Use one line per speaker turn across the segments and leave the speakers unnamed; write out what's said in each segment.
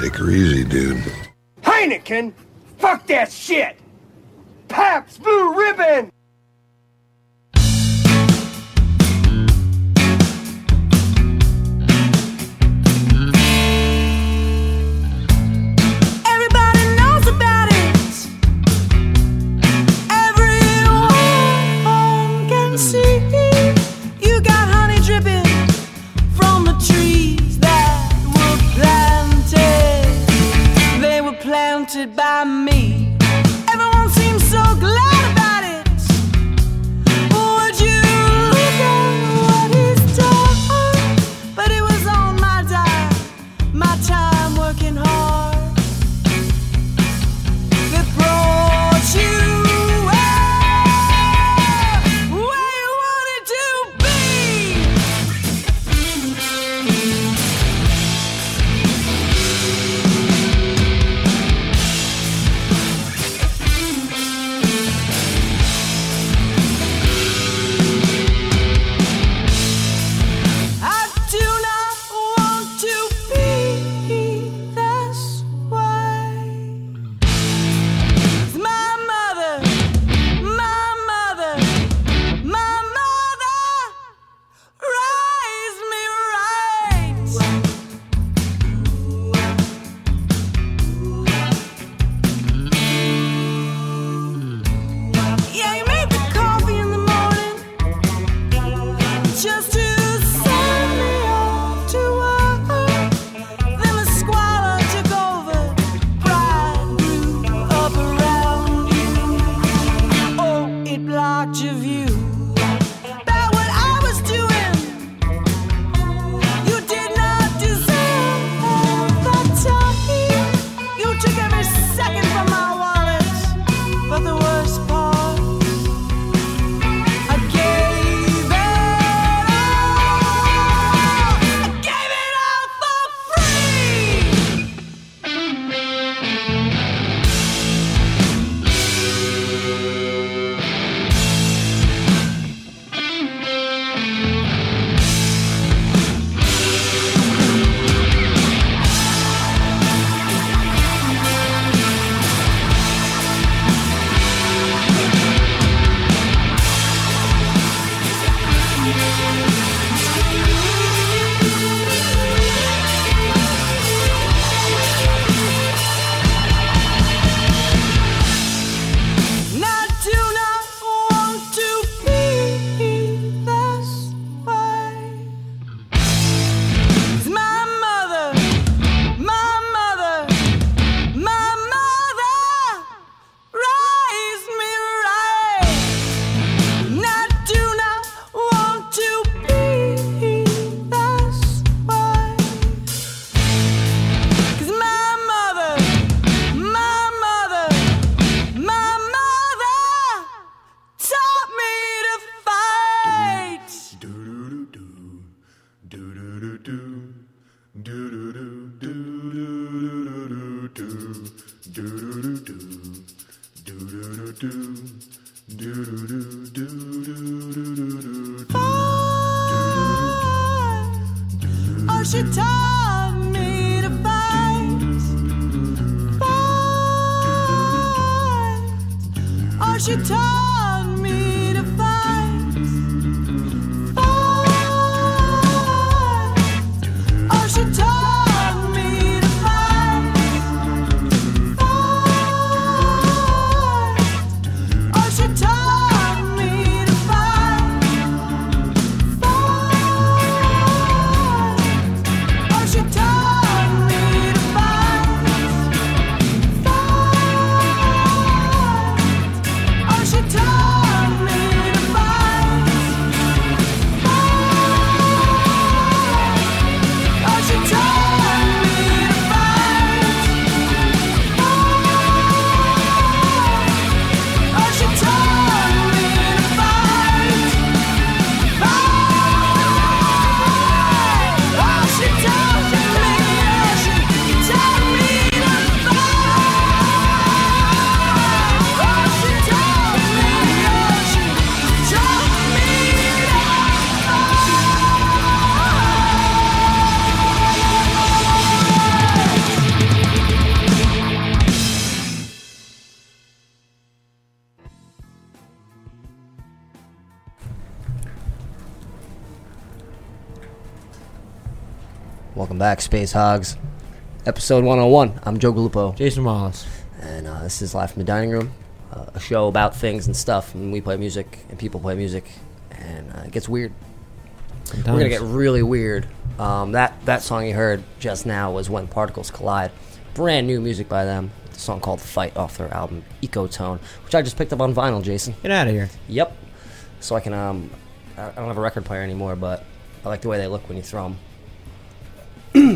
Take her easy, dude.
Heineken? Fuck that shit! Pabst Blue Ribbon!
Everybody knows about it. Everyone can see you got honey dripping from the trees that were planted. They were planted by me. Everyone seems so glad about it. Would you look at what he's done? But it was on my dime, my time working hard. That brought you where- where you wanted to be. I do not want to be this way. My mother, my mother, my mother raised me right. Yeah, you make the coffee in the morning just to send me off to work. Then the squalor took over, pride grew up around you. Oh, it blocked your view. That what I was doing, you did not deserve that time. You took every second from my wallet, but the worst part. I gave it all. I gave it all for free. And I do not want to be this way. It's my mother, my mother, my mother raised me right. And I do not want to be this way. 'Cause my mother, my mother, my mother taught me to fight. Fight. Oh, she taught me to fight. Fight. Oh, she taught me to fight. Fight. Oh, she taught me to fight. Fight. Oh, she taught me to fight. Oh, she taught me to fight. Fight. Oh, she taught
Welcome back, Space Hogs. Episode 101. I'm Joe Galupo,
Jason Wallace.
and uh, this is Live from the Dining Room, uh, a show about things and stuff, and we play music, and people play music, and uh, it gets weird. We're gonna get really weird. Um, that that song you heard just now was when particles collide. Brand new music by them. The song called "Fight" off their album Ecotone, which I just picked up on vinyl. Jason.
get out of here.
Yep. So I can um, I I don't have a record player anymore, but I like the way they look when you throw them.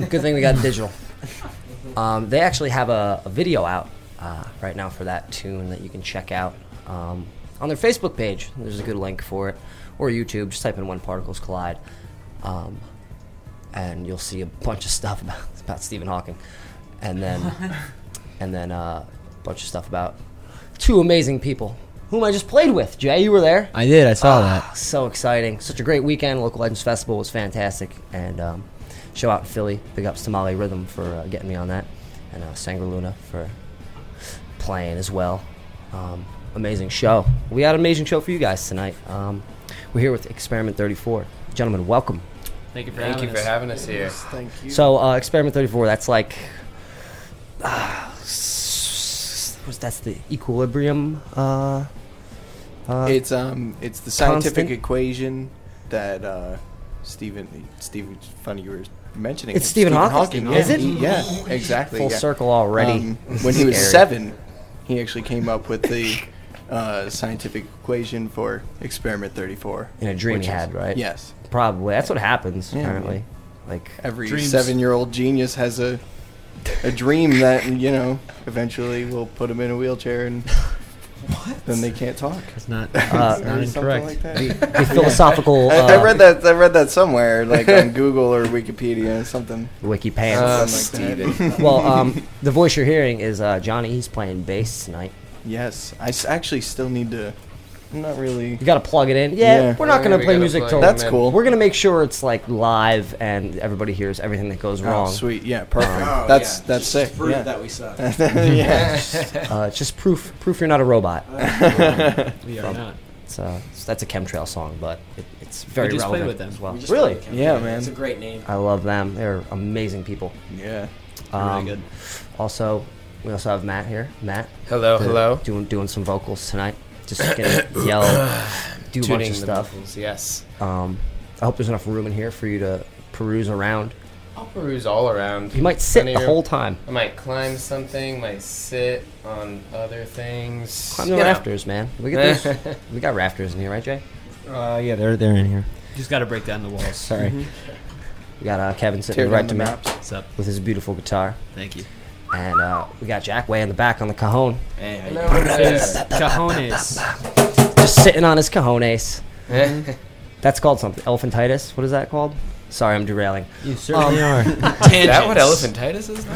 Good thing we got digital. Um, they actually have a, a video out uh, right now for that tune that you can check out um, on their Facebook page. There's a good link for it, or YouTube. Just type in "When Particles Collide," um, and you'll see a bunch of stuff about about Stephen Hawking, and then and then uh, a bunch of stuff about two amazing people whom I just played with. Jay, you were there.
I did. I saw
Ah,
that.
So exciting. Such a great weekend. Local Legends Festival was fantastic. And um, show out in Philly. Big ups to Molly Rhythm for uh, getting me on that. And uh, Sangre Luna for playing as well. Um, amazing show. We had an amazing show for you guys tonight. Um, we're here with Experiment 34. Gentlemen, welcome.
Thank you for
Thank you
having
for
us.
having us here.
So, uh, Experiment 34, that's like. ah, s- s- was that's the equilibrium? Uh, uh,
It's um, it's the scientific
Constant?
equation that uh, Stephen Stephen. it's Funny you were mentioning.
It's Stephen Hawking, is
yeah,
it?
he- yeah, exactly.
full
yeah.
circle already.
Um, when he was
Scary.
seven, he actually came up with the uh, scientific equation for experiment thirty-four.
in a dream
which
he
is-
had, right?
Yes.
Probably. That's what happens,
Yeah,
apparently. Like,
Every
Dreams.
seven-year-old genius has a a dream that you know eventually will put him in a wheelchair and then they can't talk.
It's not.
Uh,
it's
Or
not
something
incorrect.
like that.
the, the philosophical
I, I
uh,
read that. I read that somewhere, like on Google or Wikipedia or something.
wiki pants.
Uh,
well, um, the voice you're hearing is uh, Johnny. He's playing bass tonight.
Yes, I s- actually still need to. I'm not really.
You got to plug it in. Yeah,
Yeah.
we're not going to
We
play
gotta
music
plug
till.
it in.
That's cool.
We're going to make sure it's like live and everybody hears everything that goes
Oh,
wrong. Um,
sweet. Yeah, perfect.
Oh,
that's
yeah.
that's
Just
sick.
Prove
yeah.
that we suck.
yeah.
Uh, it's just proof proof you're not a robot.
We are
From-
not.
It's, uh, it's- that's a chemtrail song, but it, it's very
just played
relevant
with them.
as well.
We just
Really?
don't count.
Yeah, man.
It's a great name.
I love them. They're amazing people.
Yeah.
Um,
good.
Also, we also have Matt here. Matt,
Hello,
the- Doing doing some vocals tonight. Just gonna yell, do a bunch of stuff.
Yes.
Um, I hope there's enough room in here for you to peruse around.
I'll peruse all around.
You might sit
Any
the
room.
whole time.
I might climb something. Might sit on other things.
Climb the rafters, man. We get those. we got rafters in here, right, Jay?
Uh, yeah, they're they're in here.
Just got to break down the walls.
Sorry.
We got uh, Kevin
Tear
sitting
down
right
the
to me
maps.
What's up?
with his beautiful guitar,
Thank you.
and uh, we got Jack way in the back on the cajon,
Hey, how you doing?
Yeah.
Cajones.
just sitting on his cajones.
Eh?
That's called something. Elephantitis. What is that called? Sorry, I'm derailing.
You certainly
Um,
are.
Is that what
Tangents.
elephantitis is?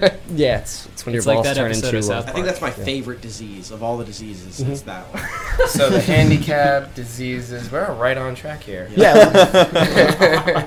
Not.
Yeah, it's, it's when
It's
your
like
balls
that
turn
episode
into.
of South
I
uh,
think that's my favorite disease of all the diseases.
Mm-hmm.
It's that one.
so the handicap diseases. We're right on track here.
yeah,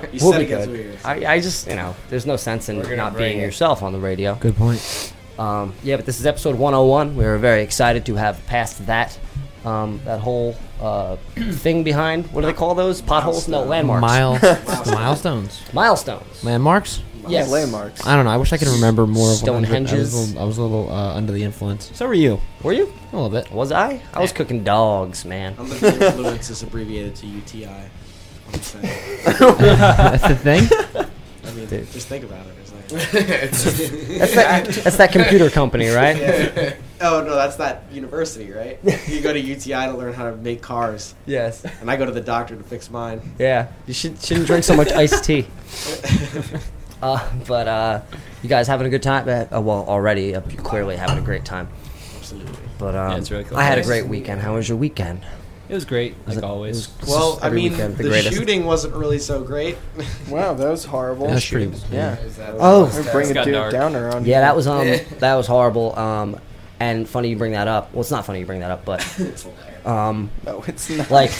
You
We'll
said
be
it gets
good.
weird.
I, I just, you know, there's no sense in
We're gonna
not
bring
being
it.
yourself on the radio.
Good point.
Um, yeah, but this is episode 101. We were very excited to have passed that um, that whole uh, thing behind. What do they call those? Potholes? No, landmarks.
Mile milestones,
Milestones.
landmarks.
yes.
landmarks.
I don't know. I wish I could remember more. of what I was-
Stonehenges.
I was a little, I was a little uh, under the influence. So were you?
Were you?
A little bit.
Was I? I was cooking dogs, man.
I'm the influence is abbreviated to UTI. I'm just saying.
That's the thing.
I mean,
Dude.
just think about it. It's like,
It's-
That's that, that's that computer company, right?
oh no, that's that university, right? You go to UTI to learn how to make cars,
Yes.
and I go to the doctor to fix mine.
Yeah. You should, shouldn't drink so much iced tea. Uh, but uh, you guys having a good time? Uh, well, already, uh, you're clearly having a great time.
Absolutely.
But um,
it's really cool.
I had a
Nice.
great weekend. How was your weekend?
It was great, like
it-
always.
it was-
Well,
This is
I
every
mean,
weekend, the
the,
greatest.
shooting wasn't really so great.
wow, that was horrible.
That's pretty.
Yeah.
Oh.
We're bringing
It's got
Duke
dark.
Downer on.
Yeah, that was um, that was horrible. Um, and funny you bring that up. Well, it's not funny you bring that up, but
It's hilarious.
um,
No, it's not.
like,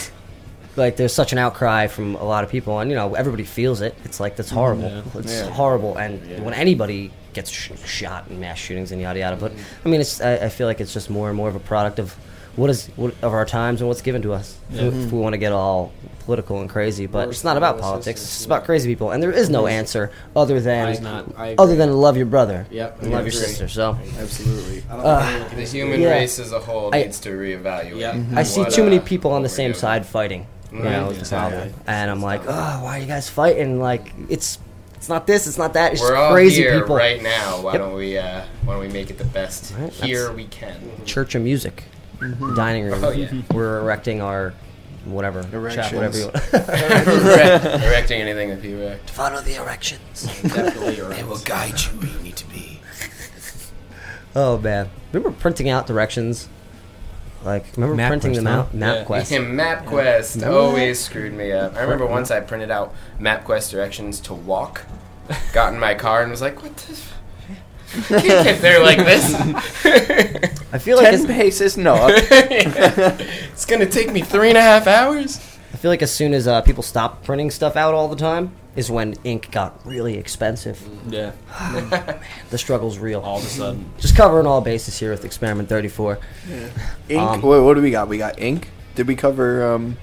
like there's such an outcry from a lot of people, and you know everybody feels it. It's like that's horrible.
Yeah.
It's
Yeah.
horrible, and when anybody gets sh- shot in mass shootings and yada yada, but I mean, it's I, I feel like it's just more and more of a product of what is what of our times and what's given to us. If-
Yeah.
If we want to get all political and crazy, but
Worst
it's not about
political
politics.
systems,
It's about crazy people, and there is no answer other
There's
than
not.
I
other
agree.
than love your brother,
Yep,
and
I
love your
agree.
sister. So
absolutely. I don't
Uh,
think
The
we can
human
Yeah.
race as a whole
I- Mhm.
needs to reevaluate.
Yeah.
I see
what,
too many
uh,
people on the
what we're
same
doing.
side fighting. You
Right,
know, is the problem.
exactly.
And I'm like, oh, why are you guys fighting? Like, it's it's not this, it's not that. It's
We're
just
all
crazy
here
people.
right now. Why
Yep.
don't we? Uh, why don't we make it the best
Right, that's-
here we can?
Church of Music,
Mm-hmm.
dining room.
Oh, yeah.
We're erecting our whatever chap, whatever you want.
Erect- Erecting anything that you erect.
Follow the erections.
definitely you're right.
will guide you where you need to be.
Oh man, remember printing out directions? Like, remember
MapQuest,
printing them
huh?
out?
Yeah.
MapQuest.
Him MapQuest always screwed me up. I remember once I printed out MapQuest directions to walk, got in my car and was like, "What? The f- I can't get there like this.
I feel like
Ten
it's,
paces? No. up-
it's gonna take me three and a half hours."
I feel like as soon as uh, people stopped printing stuff out all the time is when ink got really expensive.
Mm, Yeah.
The struggle's real.
All of a sudden.
Just covering all bases here with Experiment 34.
Ink.
Um,
Wait, what do we got? We got ink. Did we cover um,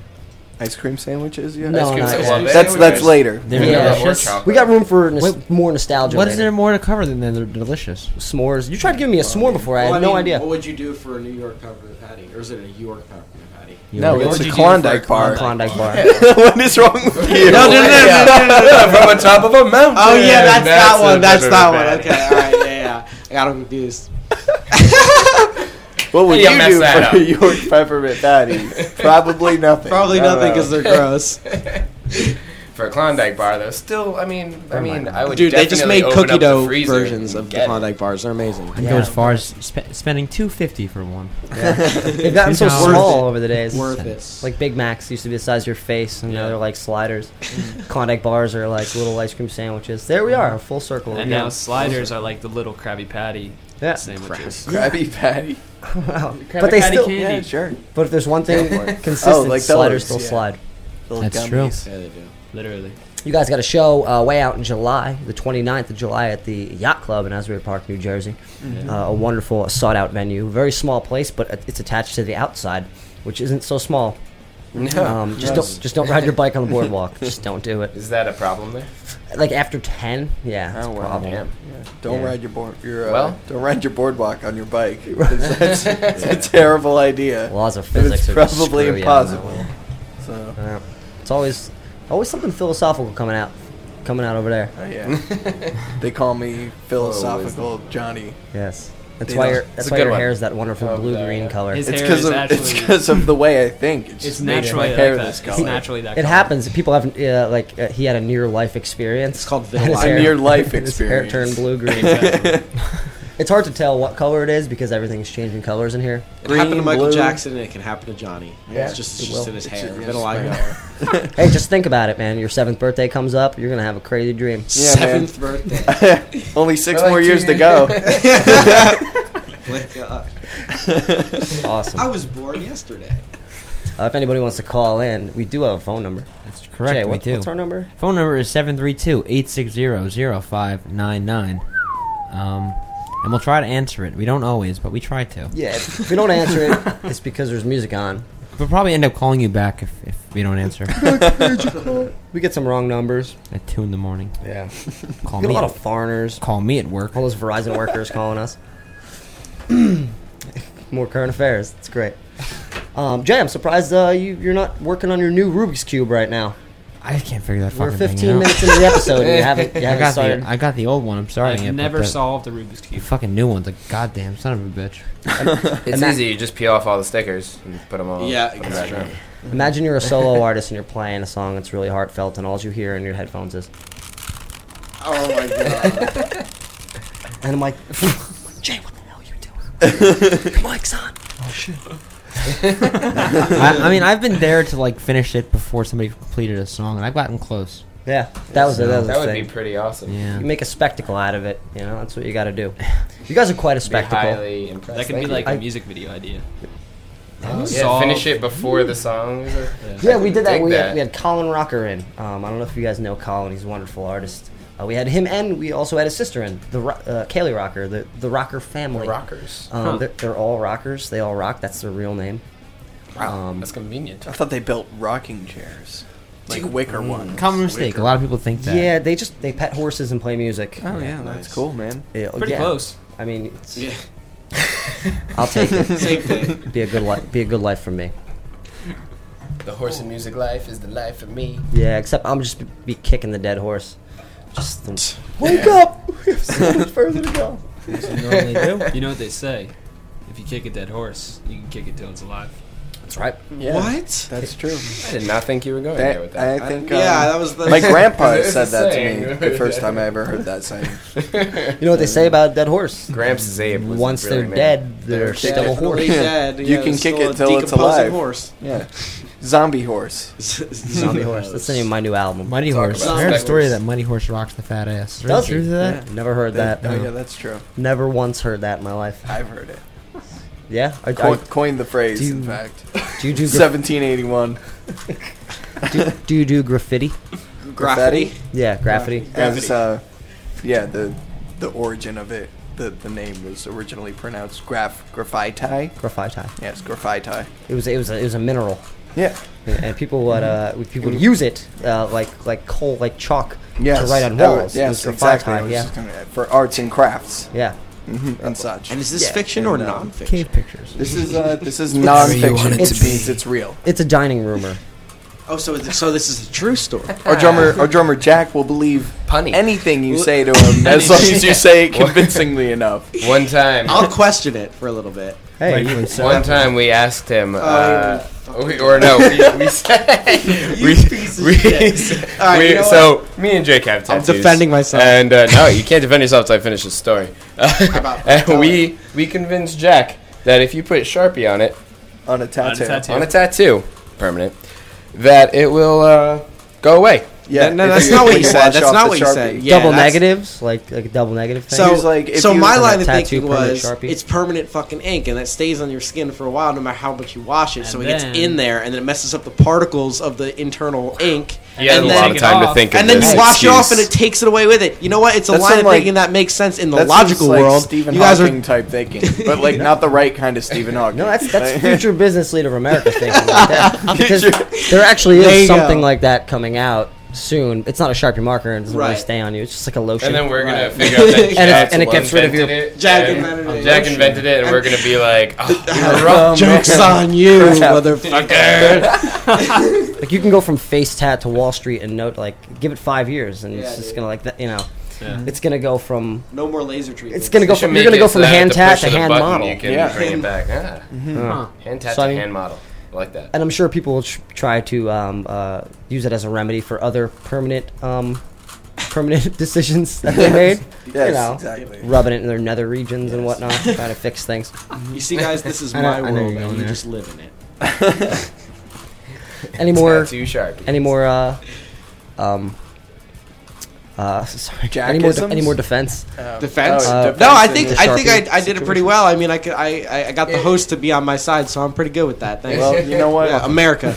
ice cream sandwiches yet?
No, Ice cream not sandwiches.
yet.
That's that's
Sandwiches.
later.
They're
Yeah,
delicious.
or chocolate.
We got room for nos- more nostalgia.
What is
later.
there more to cover than they're delicious?
S'mores. You tried giving me a s'more before. I had
Well,
no
mean,
idea.
What would you do for a New York peppermint patty, or is it a York peppermint patty?
No,
What
it's
would
a
you do for a
Klondike bar.
Klondike bar.
what is wrong with you?
No, no, no, no, no, no, no, no.
From the top of a mountain.
Oh yeah, that's, that
a
one. That's that
better
one. Okay, all right, yeah, yeah. I got him confused.
What would
Yeah,
you
mess
do
that
for
up.
a York peppermint patty? Probably nothing.
Probably
I don't
nothing
know.
because they're gross.
For a Klondike bar, though, still, I mean, I mean, I would
Dude, they just
definitely
made
open
cookie
up the
dough
freezer
versions
and
of the
get it.
Klondike bars. They're amazing.
I'd go as far as spe- spending two fifty for one.
They've gotten so
Worth
small over the days.
Worth it.
Like Big Macs used to be the size of your face, and now they're like sliders. Klondike bars are like little ice cream sandwiches. There we are, a full circle.
And
again.
now sliders are like the little Krabby Patty
Yeah.
sandwiches.
Krabby Patty.
Wow. But they
Patty
still.
candy.
Yeah, sure.
But if there's one thing consistent,
Oh, like
sliders
those,
still
yeah.
slide.
Little
That's
gummies.
true.
Yeah, they do.
Literally.
You guys got a show uh, way out in July, the 29th of July, at the Yacht Club in Asbury Park, New Jersey. Uh, a wonderful, sought out venue. Very small place, but it- it's attached to the outside, which isn't so small. Um, just don't just don't ride your bike on the boardwalk. just don't do it.
Is that a problem there?
Like after ten, yeah, it's
Oh,
a
wow.
problem.
Damn.
Don't
Yeah.
ride your board. Your, uh,
Well-
don't ride your boardwalk on your bike. 'cause That's, that's a terrible idea.
Laws
It
of
was
physics are just
probably
screwy on that
impossible. So,
one. Yeah. It's always always something philosophical coming out coming out over there.
uh, yeah, they call me philosophical Johnny.
Yes, that's
They
why
don't-
your
It's
that's
a
why
good
your
one.
hair is that wonderful
Oh,
blue
there,
green
yeah.
color.
His
It's
hair
because
is
of
actually.
it's because of the way I think. It's,
it's
just made
naturally
my
like
hair
that.
this
It's
color.
naturally that.
It
color.
happens. People have uh, like uh, he had a near life experience. It's
called
A
hair.
near life
His hair
experience.
turned blue green. it's hard to tell what color it is because everything's changing colors in here.
It happened to
Green,
Michael
blue.
Jackson, and it can happen to Johnny.
Yeah,
it's just,
it
it's just
will.
in his
It's
hair.
in-
Vitiligo.
Hey, just think about it, man. Your seventh birthday comes up. You're gonna have a crazy dream.
Yeah,
Seventh birthday.
Only six
Well,
more
like
years
two
to go.
Like, uh,
Awesome.
I was born yesterday.
Uh, if anybody wants to call in, we do have a phone number.
That's correct.
Jay,
we
what-
do.
what's our number?
Phone number is 732-860-0599. Um, and we'll try to answer it. We don't always, but we try to.
Yeah, if we don't answer it, it's because there's music on.
We'll probably end up calling you back if, if we don't answer
We get some wrong numbers.
at 2 in the morning.
Yeah,
Call
we get a
me,
lot
at,
of foreigners.
call me at work.
All those Verizon workers calling us. More current affairs. It's great. Um, Jay, I'm surprised uh, you, you're not working on your new Rubik's cube right now.
I can't figure that
We're
fucking
15
thing
minutes into the episode and you haven't, you
out. I
haven't
got,
started.
the, I got the old one. I'm starting it.
I've
but
never
the
solved a Rubik's Cube.
Fucking new one's a goddamn son of a bitch.
It's easy. You just peel off all the stickers and put them all.
Yeah,
put 'em back
exactly.
on.
Imagine you're a solo artist and you're playing a song that's really heartfelt and all you hear in your headphones is.
Oh my god.
And I'm like, Jay, what the hell are you doing? Your mic's on.
I, I mean, I've been there to like finish it before somebody completed a song, and I've gotten close.
Yeah, that was it. That was
That
the
would be
thing.
pretty awesome.
Yeah.
you make a spectacle out of it. You know, that's what you got to do. You guys are quite
Be
a spectacle.
highly impressed.
That could
Thank
be like
you.
a music video idea.
yeah,
Solve-
finish it before the song. is over.
Yeah, we did that.
Dig
We had,
that.
we had Colin Rocker in. Um, I don't know if you guys know Colin. He's a wonderful artist. Uh, we had him, and we also had his sister in the Ro- uh, Kaylee Rocker, the the Rocker family.
The Rockers.
Um, they're, they're all rockers. They all rock. That's their real name. Um,
Wow, that's convenient.
I thought they built rocking chairs, like wicker
Mm.
ones.
Common mistake. A lot of people think that.
Yeah, they just they pet horses and play music.
Oh yeah, that's cool, man.
Yeah, oh,
Pretty
yeah.
close.
I mean, it's,
Yeah.
I'll take it.
Same thing.
Be a good life. Be a good life for me.
The horse and music life is the life of me.
Yeah, except I'm just be kicking the dead horse. Just the- wake up. We have so much further to go.
That's what you normally do. You know what they say? If you kick a dead horse, you can kick it till it's alive.
That's right.
Yeah,
What?
That's true.
I did not think you were going there with
That,
that.
I think. Um,
Yeah, that was the.
my grandpa
It's a
said that to me
saying.
the first time I ever heard that saying.
You know what they say about a dead horse?
Gramps Zabe was a
Once they're
brilliant man.
dead, they're
Yeah,
still a
definitely
horse.
dead.
You
Yeah,
can
it's
kick
still
it
a
till it's
decomposing
alive.
Horse.
Yeah, zombie horse.
Zombie horse. That's the name of my new album.
Mighty
Talk
Horse.
about
I heard a
that.
story that Mighty Horse rocks the fat ass. Is there
Does
truth
he?
to that?
Never heard that.
oh yeah, that's true.
Never once heard that in my life.
I've heard it.
Yeah. I,
Co-
I,
coined the phrase,
do
in
you-
fact.
do you do, gra-
1781.
do, do you do graffiti?
Graffiti.
Yeah, graffiti.
As uh, yeah, the the origin of it, the the name was originally pronounced graph graffiti.
Graffiti.
Yes, graffiti.
It was it was a, it was a mineral,
Yeah.
and people would uh people would use it uh, like like coal like chalk
Yes.
to write on
that
walls.
was-
It was
yes, exactly. I
graffiti,
was
Yeah.
just gonna- for arts and crafts Mm-hmm,
Yeah.
and such.
And is this
Yeah.
fiction or
And, uh,
non-fiction?
Cave pictures.
This is uh, this is
you want
nonfiction.
it
It
to
it's,
be.
it's real.
It's a dining rumor.
Oh, so is it- so this is a true story.
Our drummer, our drummer Jack will believe
Punny.
anything you say to him as long as you say it convincingly enough.
One time.
I'll question it for a little bit.
Hey, you-
One time we asked him, uh,
you
we, or no, we, we said, we,
piece of
we-
shit. All right,
we-
you know
so me and Jake have tattoos.
defending myself.
And uh, no, you can't defend yourself until I finish the story.
about-
and we we convinced Jack that if you put Sharpie on it
On a tattoo.
tattoo.
on a tattoo, permanent, that it will uh, go away.
Yeah.
No,
if
that's
you-
not
if
what you said.
wash
That's
off
not
the
what you
Sharpie.
said. Yeah,
double
that's-
negatives, like like a double negative thing.
He
So,
was like, if
so
you-
my
Like
line
a
of
tattoo,
thinking
permanent
was
Sharpie?
it's permanent fucking ink and that stays on your skin for a while no matter how much you wash it. so
And
it
then-
gets in there and then it messes up the particles of the internal ink.
You had
and
a
then,
lot of
it
time to
off.
think of
and then
this
you wash it off and
excuse.
it takes it away with it. You know what? It's a
That's
line
some,
of
like-
thinking that makes sense in the
That
logical
sounds like
world.
Stephen
you guys
Hawking
are
type thinking, but like not the right kind of Stephen Hawking.
No, that's that's
Like-
future business leader of America thinking like that. Because there actually
There
is
you go.
something like that coming out soon. It's not a Sharpie marker and it doesn't really
Right.
stay on you. It's just like a lotion.
And then we're gonna
Right.
figure out that
And
Jack
it- and it gets rid of
invented
your-
it,
Jack
and-
invented it.
Jack invented it, and we're gonna be like, oh, you were wrong.
Um,
jokes on you, motherfucker.
Jack.
like you can go from face tat to Wall Street and note like give it five years and it's
Yeah,
just
dude.
gonna like that you know.
Yeah.
It's gonna go from
No more laser treatment.
it's gonna go
You should
from you're
make
gonna go
it
from
the-
hand
the
tat
push
to
of the
hand
button,
model. Mm-hmm.
You can
Yeah.
bring it back. Ah.
Mm-hmm.
Hand tat
So, I
to
mean-
hand model. I like that.
And I'm sure people will tr- try to um, uh, use it as a remedy for other permanent um, permanent decisions that they made.
Yes,
you know,
exactly.
rubbing it in their nether regions and whatnot, trying to fix things.
You see, guys, this is
I know-
my
I know
world,
you're
and
going
you
there.
just live in it.
Any more?
Tattoo Sharpie.
Any more? Uh, um. Uh, sorry. Any more,
Jackisms?
any more defense?
Defense.
Oh,
Uh,
defense
no, I
in
think
the-
I think
Sharpie
I, I did it pretty well. I mean, I could I, I, I got the
Yeah.
host to be on my side, so I'm pretty good with that. Thanks.
well, you know what?
Yeah, America.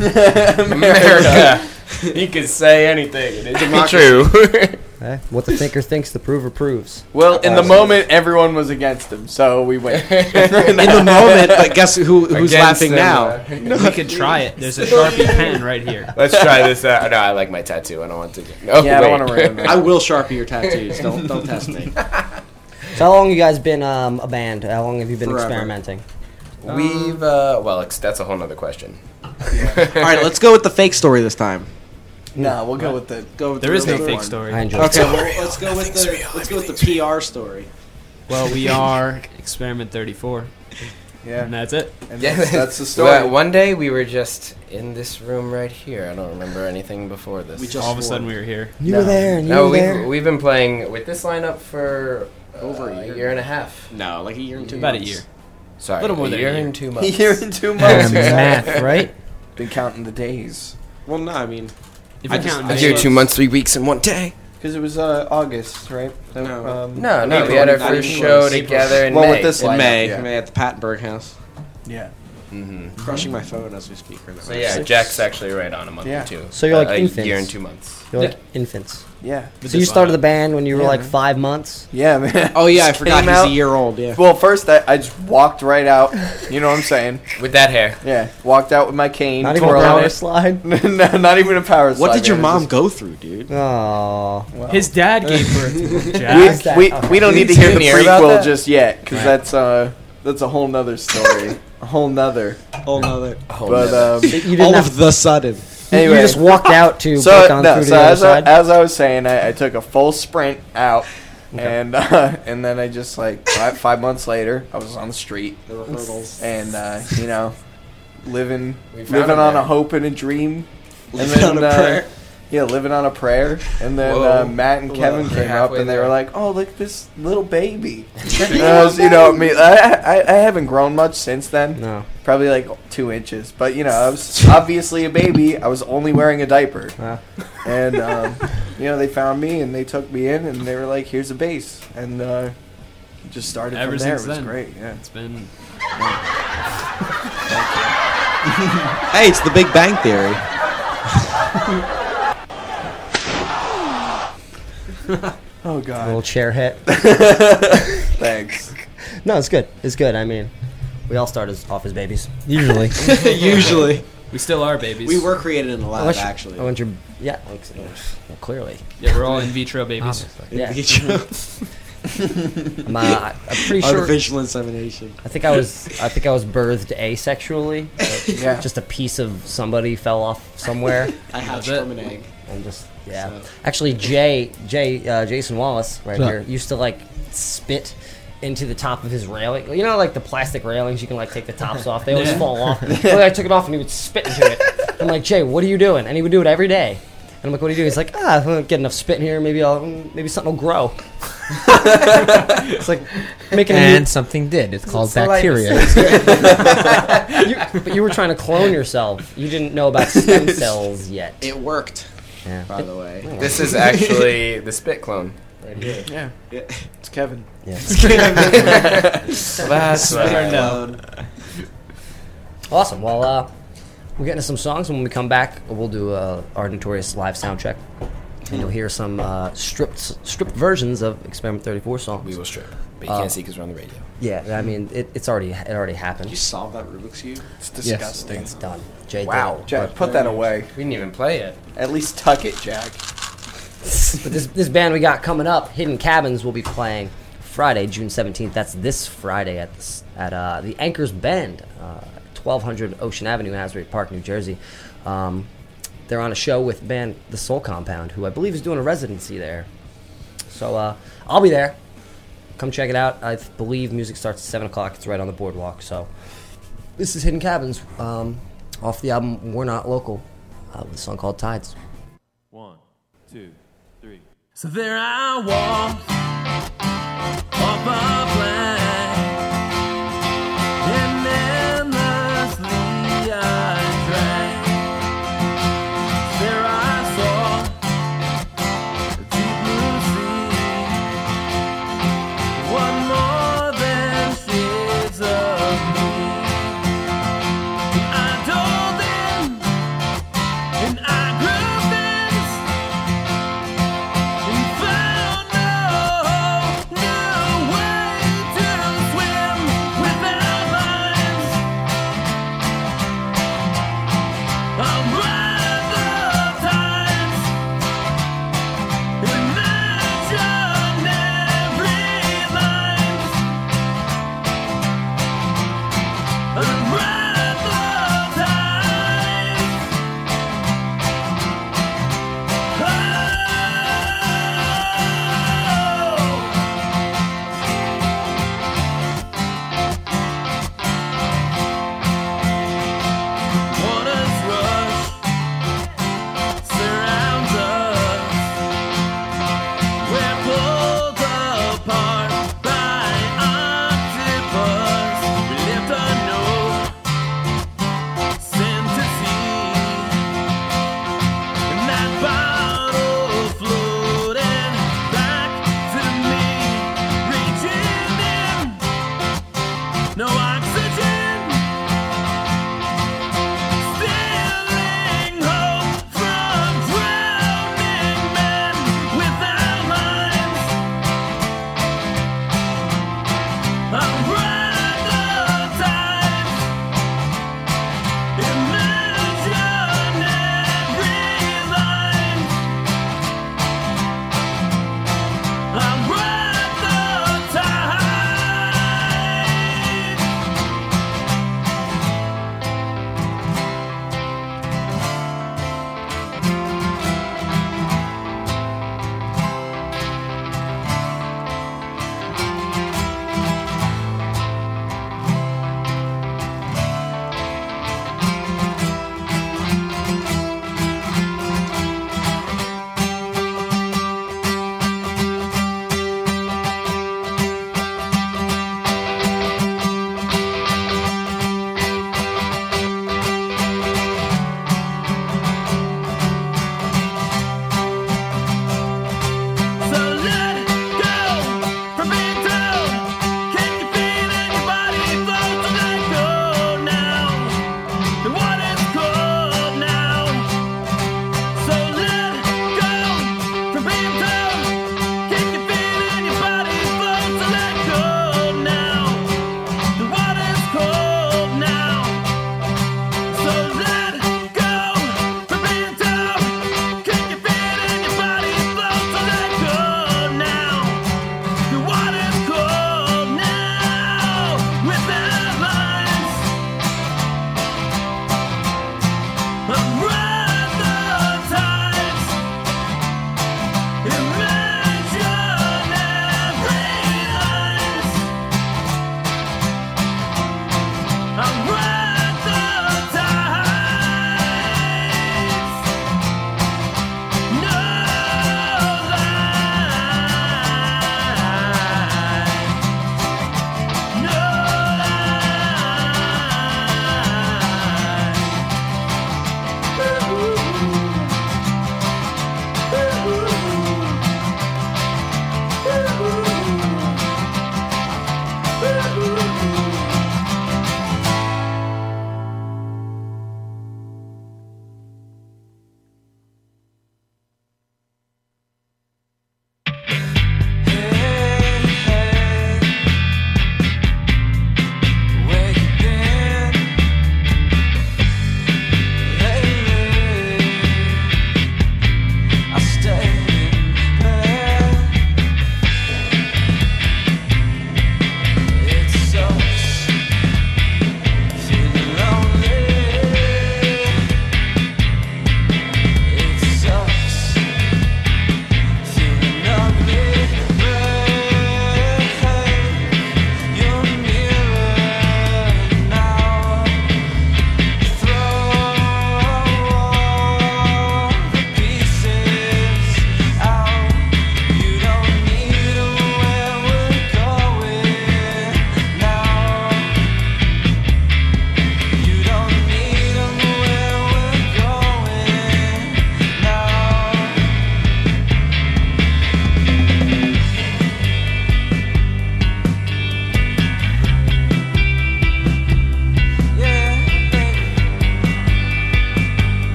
America. he could say anything. It's
Democracy.
true.
Eh? What the thinker thinks, the prover proves.
Well, in the moment, everyone was against him, so we win.
In the moment, but guess who who's
Against
laughing
them,
now?
uh,
we could try it. There's a sharpie pen right here.
let's try this out. No, I like my tattoo. I don't want to. Get, no,
yeah, I don't
wait.
want to ruin that.
I will sharpie your tattoos. Don't don't test me.
So how long you guys been um, a band? How long have you been
Forever.
experimenting?
We've uh, well, ex- that's a whole nother question.
All right, let's go with the fake story this time.
No, uh, we'll go with the.
Go. With
There
the
is no
real
fake
one.
I
story.
enjoy.
Okay, well, let's go with the
real,
let's go with the PR story.
Well, we are experiment 34, and
Yeah,
that's it.
and that's, that's the story.
Well, one day we were just in this room right here. I don't remember anything before this.
We just
All of a sudden, we were here.
You
No.
were there, and you
no,
were
we've,
there.
we've been playing with this lineup for uh,
Over a
a
year.
year and a half.
no, like a year and two.
About a
months.
year.
Sorry,
Little more
a
than a
year
year.
and two
a
months.
year and two months.
And
exactly.
math, right?
Been counting the days
Well, no, I mean,
If
I
you
just-
count
a
this
year,
one-
two months, three weeks, and one day.
because it was uh, August, right? That-
No.
um,
No, no, we
April,
had our
not
first
even
show
close.
together in
Well,
May.
with this
in
lineup,
May, Mm-hmm.
yeah.
May at the Pattenberg House.
Yeah.
Crushing my phone as we speak right now.
So yeah, Jack's actually right on a month
Yeah.
or two.
So you're like
a
infants.
year and two months.
You're like infants.
Yeah.
So you started the band when you were
Yeah,
like
man.
five months.
Yeah, man.
Oh yeah, I forgot
Came
he's
out-
a year old. Yeah.
Well, first I, I just walked right out. You know what I'm saying?
With that hair,
Yeah. Walked out with my cane.
Not even a
twirling
power
it.
slide.
No, not even a power slide.
What did your
man.
mom
It
go through, dude?
Oh,
was
His
just-
dad gave birth to
We-
Jack.
we, we, don't need to hear the
Didn't hear about
prequel
that?
just yet because
Right.
that's uh that's a whole nother story, a whole nother.
Oh no, that
But um,
you didn't
all
have.
of the sudden.
anyway,
You just walked out to
so
break on
no,
through to
so
the other
as I,
side.
as I was saying, I, I took a full sprint out, and uh, and then I just like five, five months later, I was on the street
There were hurdles.
and uh, you know living
We found
living
him
on
there.
a hope and a dream, and uh,
Living on a prayer.
yeah, living on a prayer. And then
Whoa.
uh, Matt and Kevin
Whoa.
came up
Halfway
and they
there.
were like, "Oh, look at this little baby." And I was, you know, me, I, I I haven't grown much since then.
no,
Probably like two inches, but you know, I was obviously a baby. I was only wearing a diaper,
Uh.
and um, you know, they found me and they took me in and they were like, "Here's a base," and uh, just started
Ever
from there. It
since
was
then.
great, yeah.
It's been
Hey, it's the Big Bang Theory.
Oh God,
little chair hit.
thanks.
No, it's good. It's good. I mean, we all start as off as babies.
Usually.
Usually,
we still are babies.
we were created in a lab,
Unless you-
actually.
I want your yeah. Like, well, clearly,
Yeah, we're all in vitro babies.
yeah.
Artificial
I'm, uh, I- I'm pretty sure.
insemination.
I think I was. I think I was birthed asexually.
Yeah.
Just a piece of somebody fell off somewhere,
I hatched
bet.
from an egg.
and just yeah.
So-
Actually, Jay, Jay, uh, Jason Wallace, right
What's up?
here, used to like spit into the top of his railing. You know, like the plastic railings, you can like take the tops off. They always
Yeah.
fall off. Well, I took it off, and he would spit into it. I'm like, Jay, what are you doing? And he would do it every day. And I'm like, what are you doing? He's like, ah, I don't get enough spit in here. Maybe I'll, maybe something will grow. it's like making a new,
and something did. It's called
the
bacteria.
you, but you were trying to clone yourself. You didn't know about stem cells yet.
It worked,
Yeah. Uh,
by the way.
this is actually the spit clone.
Yeah. It's Kevin.
That's
Turned out.
Awesome. Well, uh, we'll get into some songs, and when we come back, we'll do uh, our notorious live sound check, and you'll hear some uh, stripped stripped versions of Experiment 34 songs. Uh,
We will strip, but you can't see because we're on the radio.
Yeah, I mean, it, it's already it already happened.
You solved that Rubik's cube.
It's disgusting.
It's done. Jay
Wow.
did it.
Jack, put that away.
We didn't even play it.
At least tuck it, Jack.
But this, this band we got coming up, Hidden Cabins, will be playing Friday, June 17th. That's this Friday at this, at uh, the Anchors Bend, uh, 1200 Ocean Avenue, Asbury Park, New Jersey. Um, they're on a show with band The Soul Compound, who I believe is doing a residency there. So uh, I'll be there. Come check it out. I believe music starts at 7 o'clock. It's right on the boardwalk. So this is Hidden Cabins um, off the album We're Not Local uh, with a song called Tides.
One, two, three.
So there I walked off a plank, and endlessly I drank. There I saw a deep blue sea, one more than shades of me. I told them, and I grew fast. And found no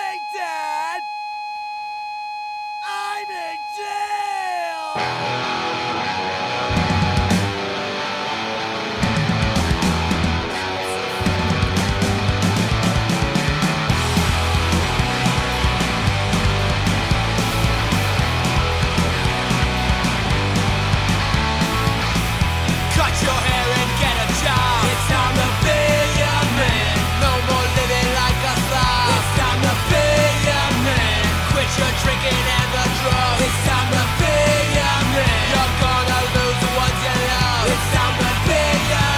think, Dad? I'm in
Cut your hair and get a job. It's time to be a man. No more living like a slob. It's time to be a man. Quit your drinking and the drugs. It's time to be a man. You're gonna lose the ones you love. It's time to be a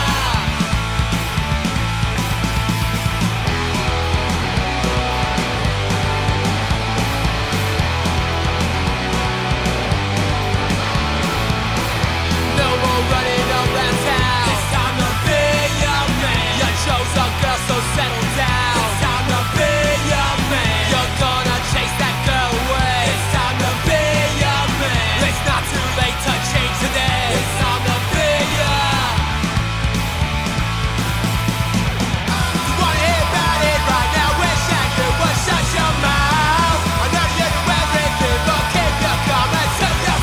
No more running around town. It's time to be a man. You chose a girl, so settle down. It's time to be a man. You're gonna chase that girl away. It's time to be a man. It's not too late to change today. It's time to be a. You wanna hear about it right now? Wish I could. Well, shut your mouth. I know you do everything, but keep your comments to yourself.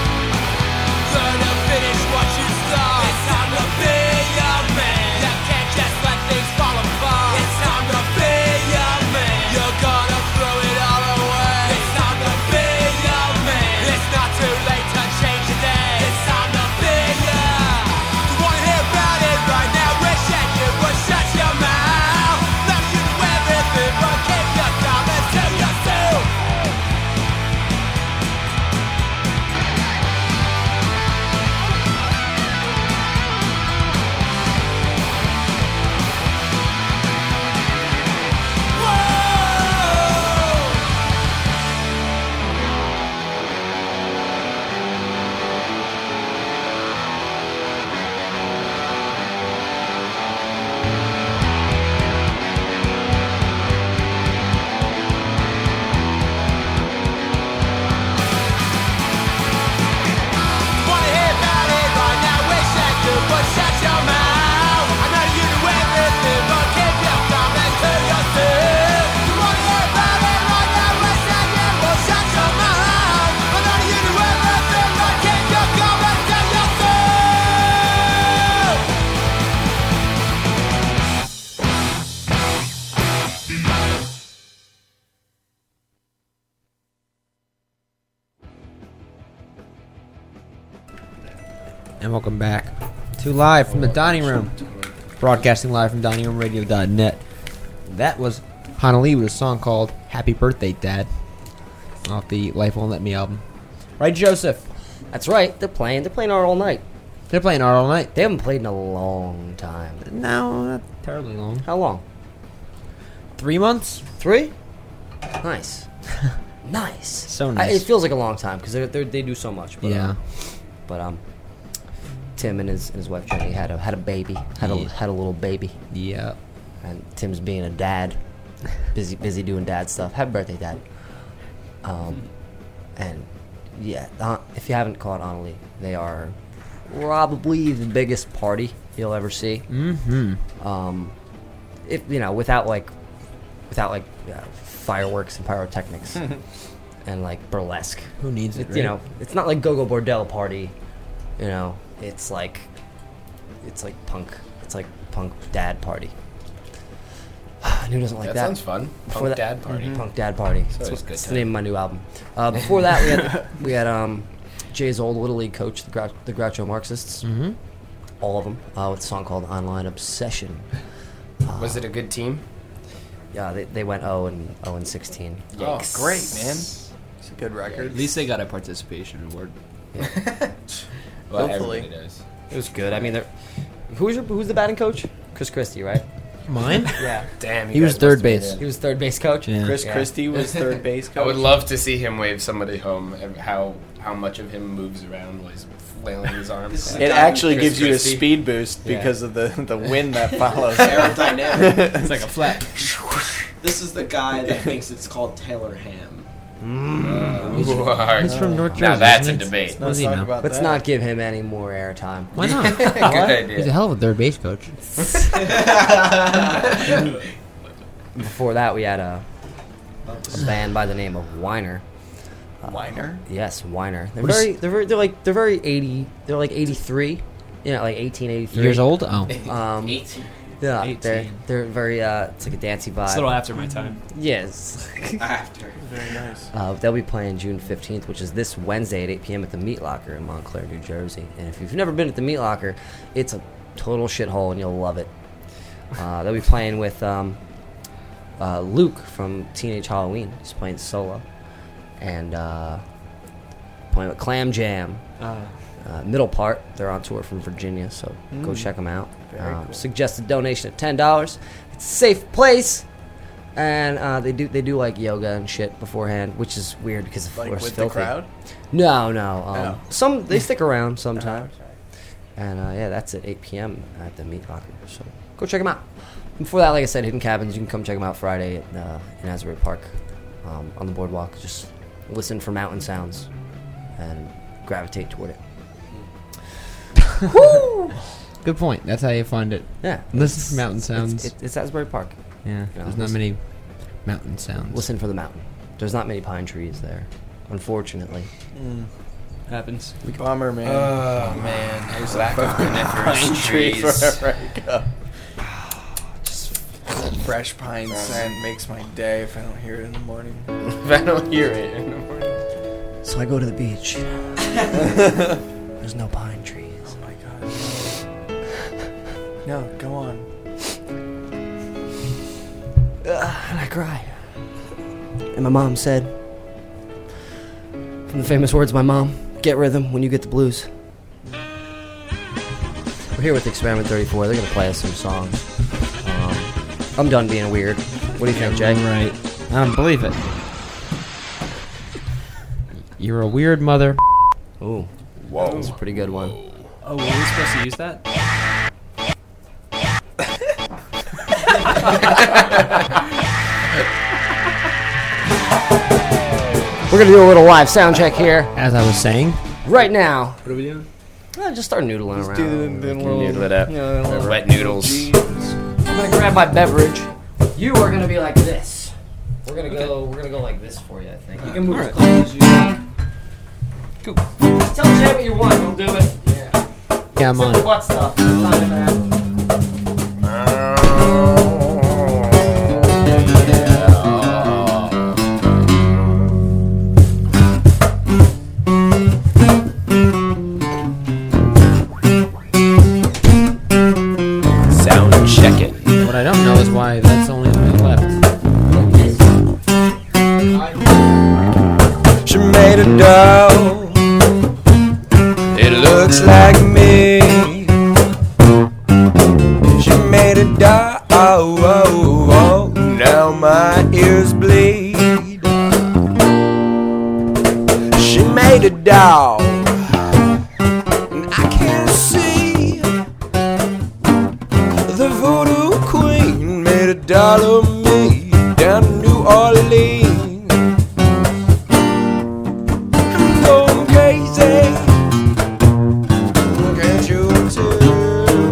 Learn to finish what you start. It's time to be a man. You can't just let things fall apart. It's time to be a man. You're gonna throw it all away. It's time to be a man. It's not too late to change today. It's time to be a. You wanna hear about it right now? Wish that you would shut your mouth. Love you do everything, but keep your comments to yourself. Wanna hear about it right now? Wish I could, but shut your mouth. I know you do everything, but keep your comments to yourself. You wanna hear about it right now? Wish I could, but shut your mouth. I know you do everything, but keep your comments to yourself.
And welcome back to live from the dining room, broadcasting live from diningroomradio.net. That was Honolulu with a song called "Happy Birthday, Dad" off the Life Won't Let Me album. Right, Joseph?
That's right. They're playing. They're playing art all night.
They're playing art all night.
They haven't played in a long time.
No, not terribly long.
How long?
Three months?
Three? Nice. nice.
So
I, it
nice.
feels like a long time because they they do so much. But,
Yeah.
Um, but um, Tim and his and his wife Jenny had a had a baby. Had
Yeah.
a had a little baby.
Yeah.
And Tim's being a dad. busy busy doing dad stuff. Happy birthday, dad. Um, and yeah, uh, if you haven't caught Annalie, they are probably the biggest party you'll ever see
Mm-hmm.
um, if you know without like without like uh, fireworks and pyrotechnics and like burlesque
Who needs it?
It's you know it's not like go-go bordel party you know it's like it's like punk it's like punk dad party and who doesn't like
That
that
sounds fun.
Before
Punk
that-
dad
Mm-hmm.
party.
punk dad party that's,
always
what,
a good
that's the
time.
name of my new album uh, before that we had we had um, jay's old little league coach the, Grouch- the groucho marxists
Mm-hmm.
all of them uh, with a song called online obsession Uh,
Was it a good team?
Yeah, they, they went 0 and 0 and 16.
Yikes.
Oh, great, man. It's a good record.
At least they got a participation award.
Well,
Hopefully.
everybody does.
It was good. I mean, they're, who's your who's the batting coach? Chris Christie, right?
Mine?
Yeah,
Damn, you
He was
guys
third
must have been
base.
in.
he was third base coach.
Yeah.
Chris
Yeah.
Christie was third base coach.
I would love to see him wave somebody home. and How how much of him moves around while he's flailing his arms.
It actually
Chris
gives you a
Christie.
speed boost
Yeah.
because of the, the wind that follows.
Aerodynamic.
It's like a flat.
This is the guy that thinks it's called Taylor Ham.
Mm.
He's-
Whoa.
he's from North
Now
Jersey,
that's a
isn't he?
debate.
Let's not talk about
Let's
that.
not give him any more airtime.
Why not?
Good idea.
He's a hell of a third base coach.
Before that, we had a, a band by the name of Weiner.
Weiner?
Yes, Weiner. They're
What is-
very, they're very, they're like, they're very eighty. They're like eighty-three. You know, like eighteen eighty-three
Years old? Oh.
um, Yeah, they're
18.
they're very. Uh, it's like a dancey vibe.
It's a little after my time.
Yes.
After.
Very nice.
Uh, they'll be playing June 15th, which is this Wednesday at 8 p.m. at the Meat Locker in Montclair, New Jersey. And if you've never been at the Meat Locker, it's a total shithole and you'll love it. Uh, they'll be playing with um, uh, Luke from Teenage Halloween. He's playing solo. And uh, playing with Clam Jam.
Uh,
Uh, middle part, they're on tour from Virginia, so go
Mm.
check them out.
Very
Um,
cool.
Suggested donation of ten dollars. It's a safe place, and uh, they do they do like yoga and shit beforehand, which is weird because the
Like
floor's
with
filthy.
the crowd?
No, no. Um,
Oh.
Some they stick around sometimes, and uh, yeah, that's at 8 p.m. at the Meat Locker. So go check them out. And Before that, like I said, Hidden Cabins. You can come check them out Friday at uh, in Asbury Park um, on the boardwalk. Just listen for mountain sounds and gravitate toward it.
Good point. That's how you find it.
Yeah.
Listen for mountain sounds.
It's, it's, it's Asbury Park.
yeah.
you know,
There's not
listen-
many mountain sounds.
Listen for the mountain. There's not many pine trees there, unfortunately.
happens.
Bomber man.
Oh man, there's lack of coniferous
tree
trees.
wherever I go. Just fresh pine scent makes my day if I don't hear it in the morning.
If I don't hear it in the morning.
So I go to the beach. There's no pine trees.
Oh my god. No, go on.
And I cried. And my mom said, from the famous words of my mom, get rhythm when you get the blues. We're here with Experiment 34. They're going to play us some songs. Um, I'm done being weird. What do you think, Jay?
Right. I don't believe it. You're a weird mother.
Ooh, that
Whoa.
was a pretty good one.
Oh, were we supposed to use that?
We're going to do a little live sound check here.
As I was saying,
Right now,
What are we doing?
Uh, just start noodling around.
Do the, the little,
Noodle it up.
you know, the little
Wet noodles.
I'm gonna grab my beverage. You are gonna be like this. We're gonna go. We're gonna go like this for you. I think. You can move as close as you want.
Cool.
Just Tell Jay what you want. He'll do it. Yeah.
yeah, I'm on it.
What stuff? It's not bad.
Sound check it.
What I don't know is why that's only on my left.
She made a doll. It looks like me. She made a doll. Now my ears bleed. She made a doll. and I can see The voodoo queen made a doll of me down in New Orleans. I'm going crazy. Can't you tell?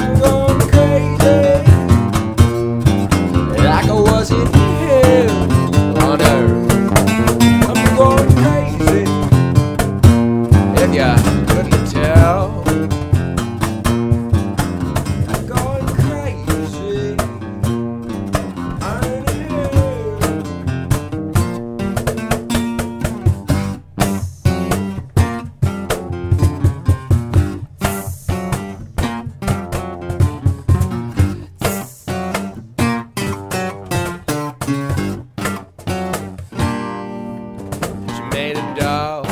I'm going crazy. Like I was in hell Oh, on earth. I'm going crazy. If ya couldn't tell. I'm going crazy. I'm in hell. She made a doll.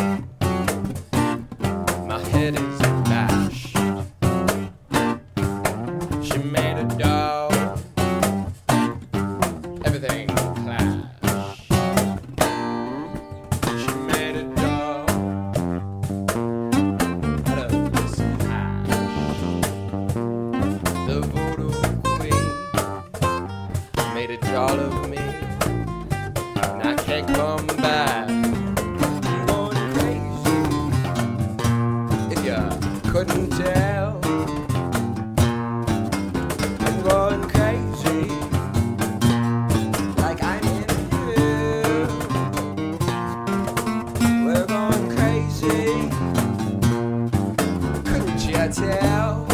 My head is bashed. She made a doll. Everything clashed. She made a doll. Out of this ash. The voodoo queen made a doll of me. and I can't come back. If you couldn't tell, I'm going crazy. Like I'm in here. We're going crazy. Couldn't you tell?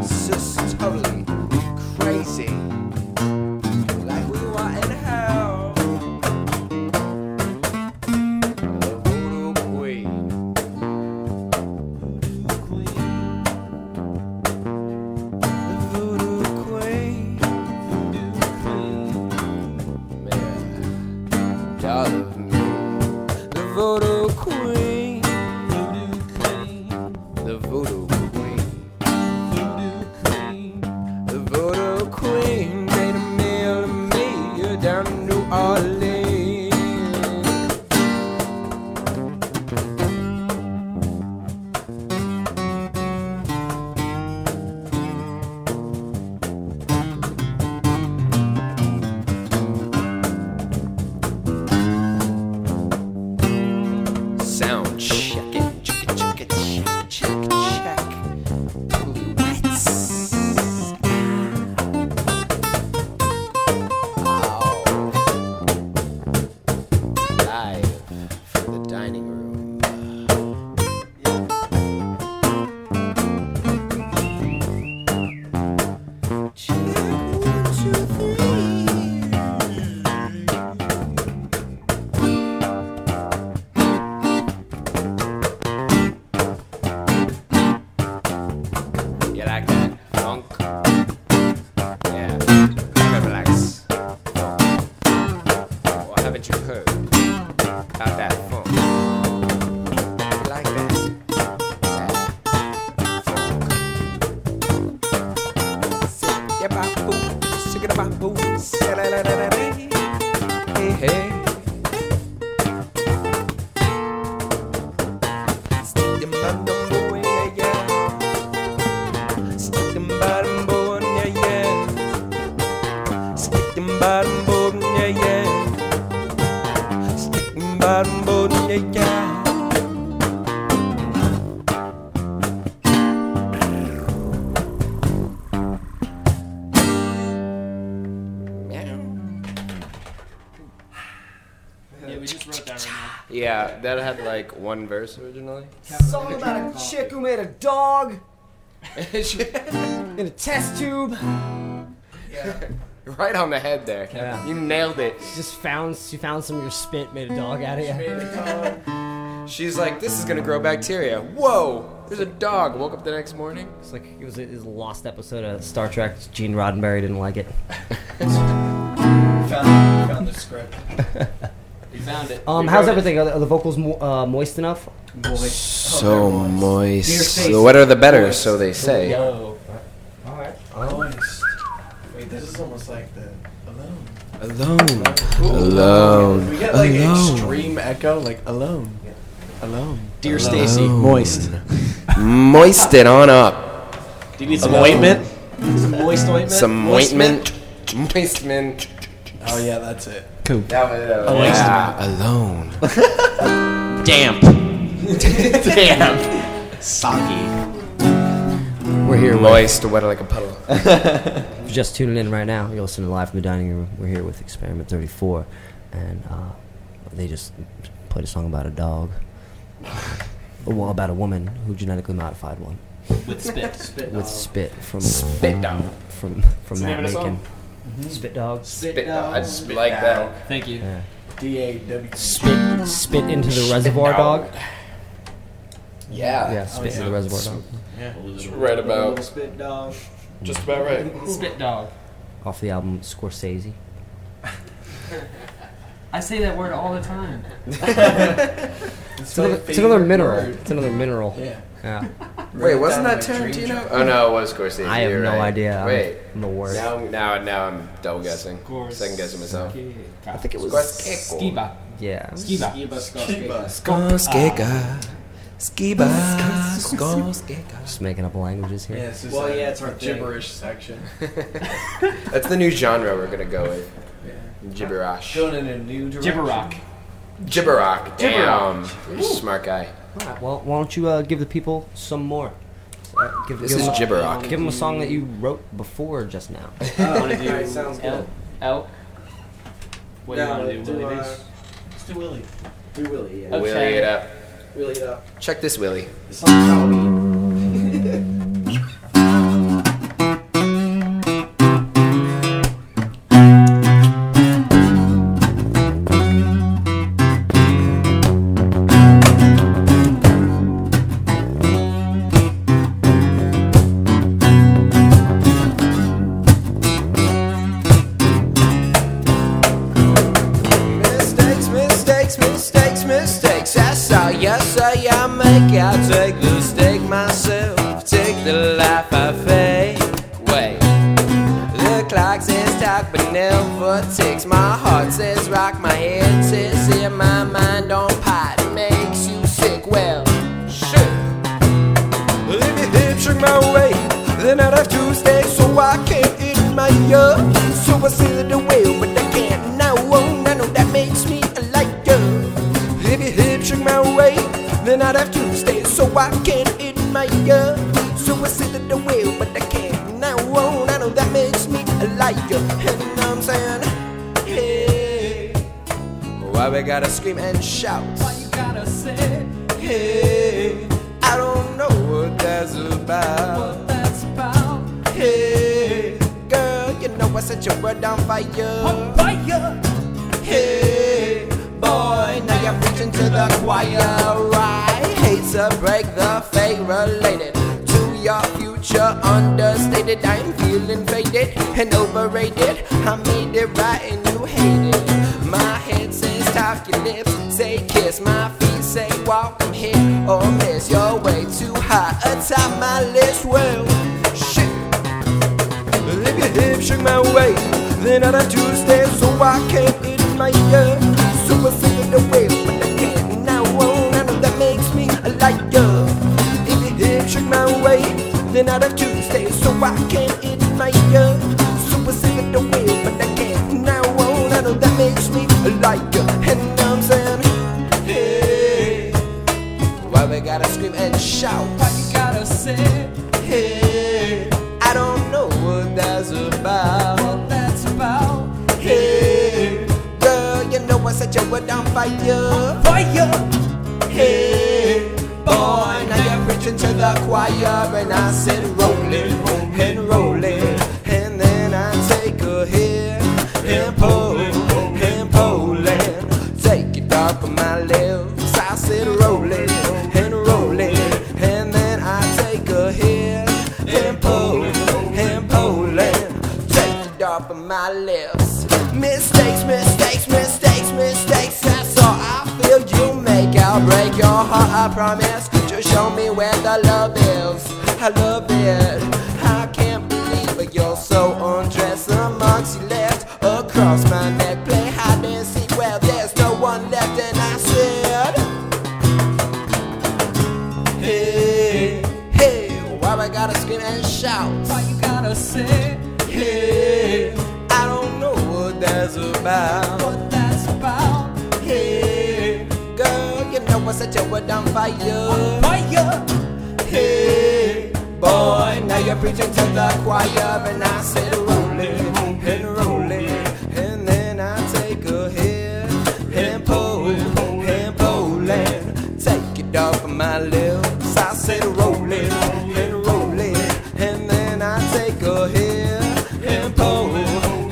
It's just totally crazy. Like we were in hell. The voodoo queen. The voodoo queen. Man, y'all love me. The voodoo queen. The voodoo queen. The voodoo queen made a meal of me down in New Orleans. Sound check it, check it, check it, check it, check it, check. Totally wets. Ow. Live from the dining room. Check one, two,
You like that funk? Yeah. Gotta relax. Or haven't you heard about that funk? You like that?
Ya Hey, hey. Stick them bottom boy, yeah, yeah. Stick them bottom boy, yeah, yeah. Stick them bottom boy, yeah, yeah. Stick them bottom boy, yeah, yeah.
Yeah, we just wrote that right
Yeah, that had like one verse originally.
Song about a chick who made a dog in a test tube.
right on the head there.
Yeah.
You nailed it.
Just found she found some of your spit, made a dog out of you.
She's like, this is gonna grow bacteria. Whoa! There's a dog. Woke up the next morning.
It's like it was, it was a lost episode of Star Trek. Gene Roddenberry didn't like it.
Found, found the script.
now. We found it.
Um,
We
how's
wrote it.
everything? Are the, are the vocals mo- uh, moist enough?
Boy.
Oh,
So moist.
Dear face.
what are the better, so they say.
Whoa.
All right.
Almost. Wait, this is almost like the alone.
Alone.
Alone.
We get like
Alone.
extreme echo, like alone. Alone.
Dear Stacy.
Moist.
Moist it on up.
Do you need some
Alone.
ointment? Some moist ointment?
Some
Moist
ointment. Moistment.
Oh yeah, that's it.
That was, uh, that was alone.
Moistment. Damp. Damp. Soggy.
We're here moist, wet like a puddle.
If you're just tuning in right now, you're listening live from the dining room. We're here with Experiment 34, and uh, they just played a song about a dog. Well, about a woman who genetically modified one
With spit. spit.
with spit from
Spit dog.
from from
the
Matt
name of the
Macon.
song?
Spit dog.
Spit dog. I just like that.
Thank you.
Yeah.
D A W.
Spit spit into the reservoir dog.
Yeah.
Yeah,
Oh,
spit into the reservoir dog.
Right about.
Spit dog.
Just about right.
Spit dog.
Off the album Scorsese.
I say that word all the time.
It's another, it's another mineral. It's another mineral.
Yeah.
Yeah.
Wait, wasn't
down
that
like dream
Tarantino? Oh no, it was Scorsese.
I have
you're
no
right.
idea. I'm-
Wait.
I'm the worst.
Now, now, now I'm double guessing. Second guessing myself.
I think it was
Skiba.
yeah.
Skiba.
Skonskega. Skiba.
Just making up languages here.
Yeah, it's just
Well,
like
yeah, it's our thing.
gibberish section.
That's the new genre we're gonna go with. Gibberish.
Going in a new direction.
Gibberock.
Gibberock. Damn.
Gibberock.
You're a smart guy.
All right, well, why don't you uh, give the people some more? Uh, give,
This
give
is
them a-
Gibberock.
Give them a song that you wrote before just now.
wanna do Alright, sounds good. elk-
Elk.
What do you want to do, Willie
uh,
Mays?
Let's do Willie. Do Willie, yeah.
Willie it up.
Willie it up.
Check this, Willie.
The song's Halloween.
Mistakes, mistakes, mistakes, mistakes. That's all you say I make. I take the stake myself, take the life I fade. Wait. The clock says talk, but never ticks. My heart says rock, my head says here, my mind on pot makes you sick. Well, shit. If you did trick my way, then I'd have to stay. So I can't admire. So I sailed away, but I can't now. Oh, I know that makes me a liar. If you hip trick my way, then I'd have to stay. So I can't admire. So I sailed away, but I can't now. Oh, I know that makes me a liar. And I'm saying, hey, why we gotta scream and shout? Why you gotta say, hey? I don't know what that's about. What that's about. Hey, girl, you know I set your world on fire. On fire. Hey, boy, now you're preaching to the choir. I hate to break the fate related to your future understated. I'm feeling faded and overrated. I made it right and you hate it. My head says talk your lips, say kiss. My feet say walk. I'm hit or miss. You're way too high atop my list. Well, shit. Well, if your hips shook my way, then I'd have to stay so I can't admire. So I sing it away, but I can't now. Oh, I know that makes me a liar. If your hips shook my way, then I'd have to stay so I can't admire. So I sing it away, but I can't now. Oh, I know that makes me a liar. And I'm saying, hey, why we gotta scream and shout? Why you gotta say, hey? I don't know what that's about. What that's about. Hey, girl, you know I set your world on fire. Fire. Hey, boy, now you're preaching to the choir, and I said rolling, rolling, rolling, and then I take a hit and pull and pulling, take it off of my lips. I said rolling and rolling, and then I take a hit and pull and pulling, take it off of my lips. Mistakes, mistakes, mistakes, mistakes. That's all I feel. You make, I'll break your heart. I promise. Could you show me where the love is? I love it. I can't believe it. You're so undressed amongst your legs across my neck. Play hide and seek. Well, there's no one left, and I said, Hey, hey, why I gotta scream and shout? Why you gotta say, Hey, I don't know what that's about. What that's about? Hey, girl, you know I set your world on fire. fire. Hey, boy, now you're preaching to the choir, and I said rolling and rolling, and then I take a hit and pull and pulling, take it off of my lips. I said rolling and rolling, and then I take a hit and pull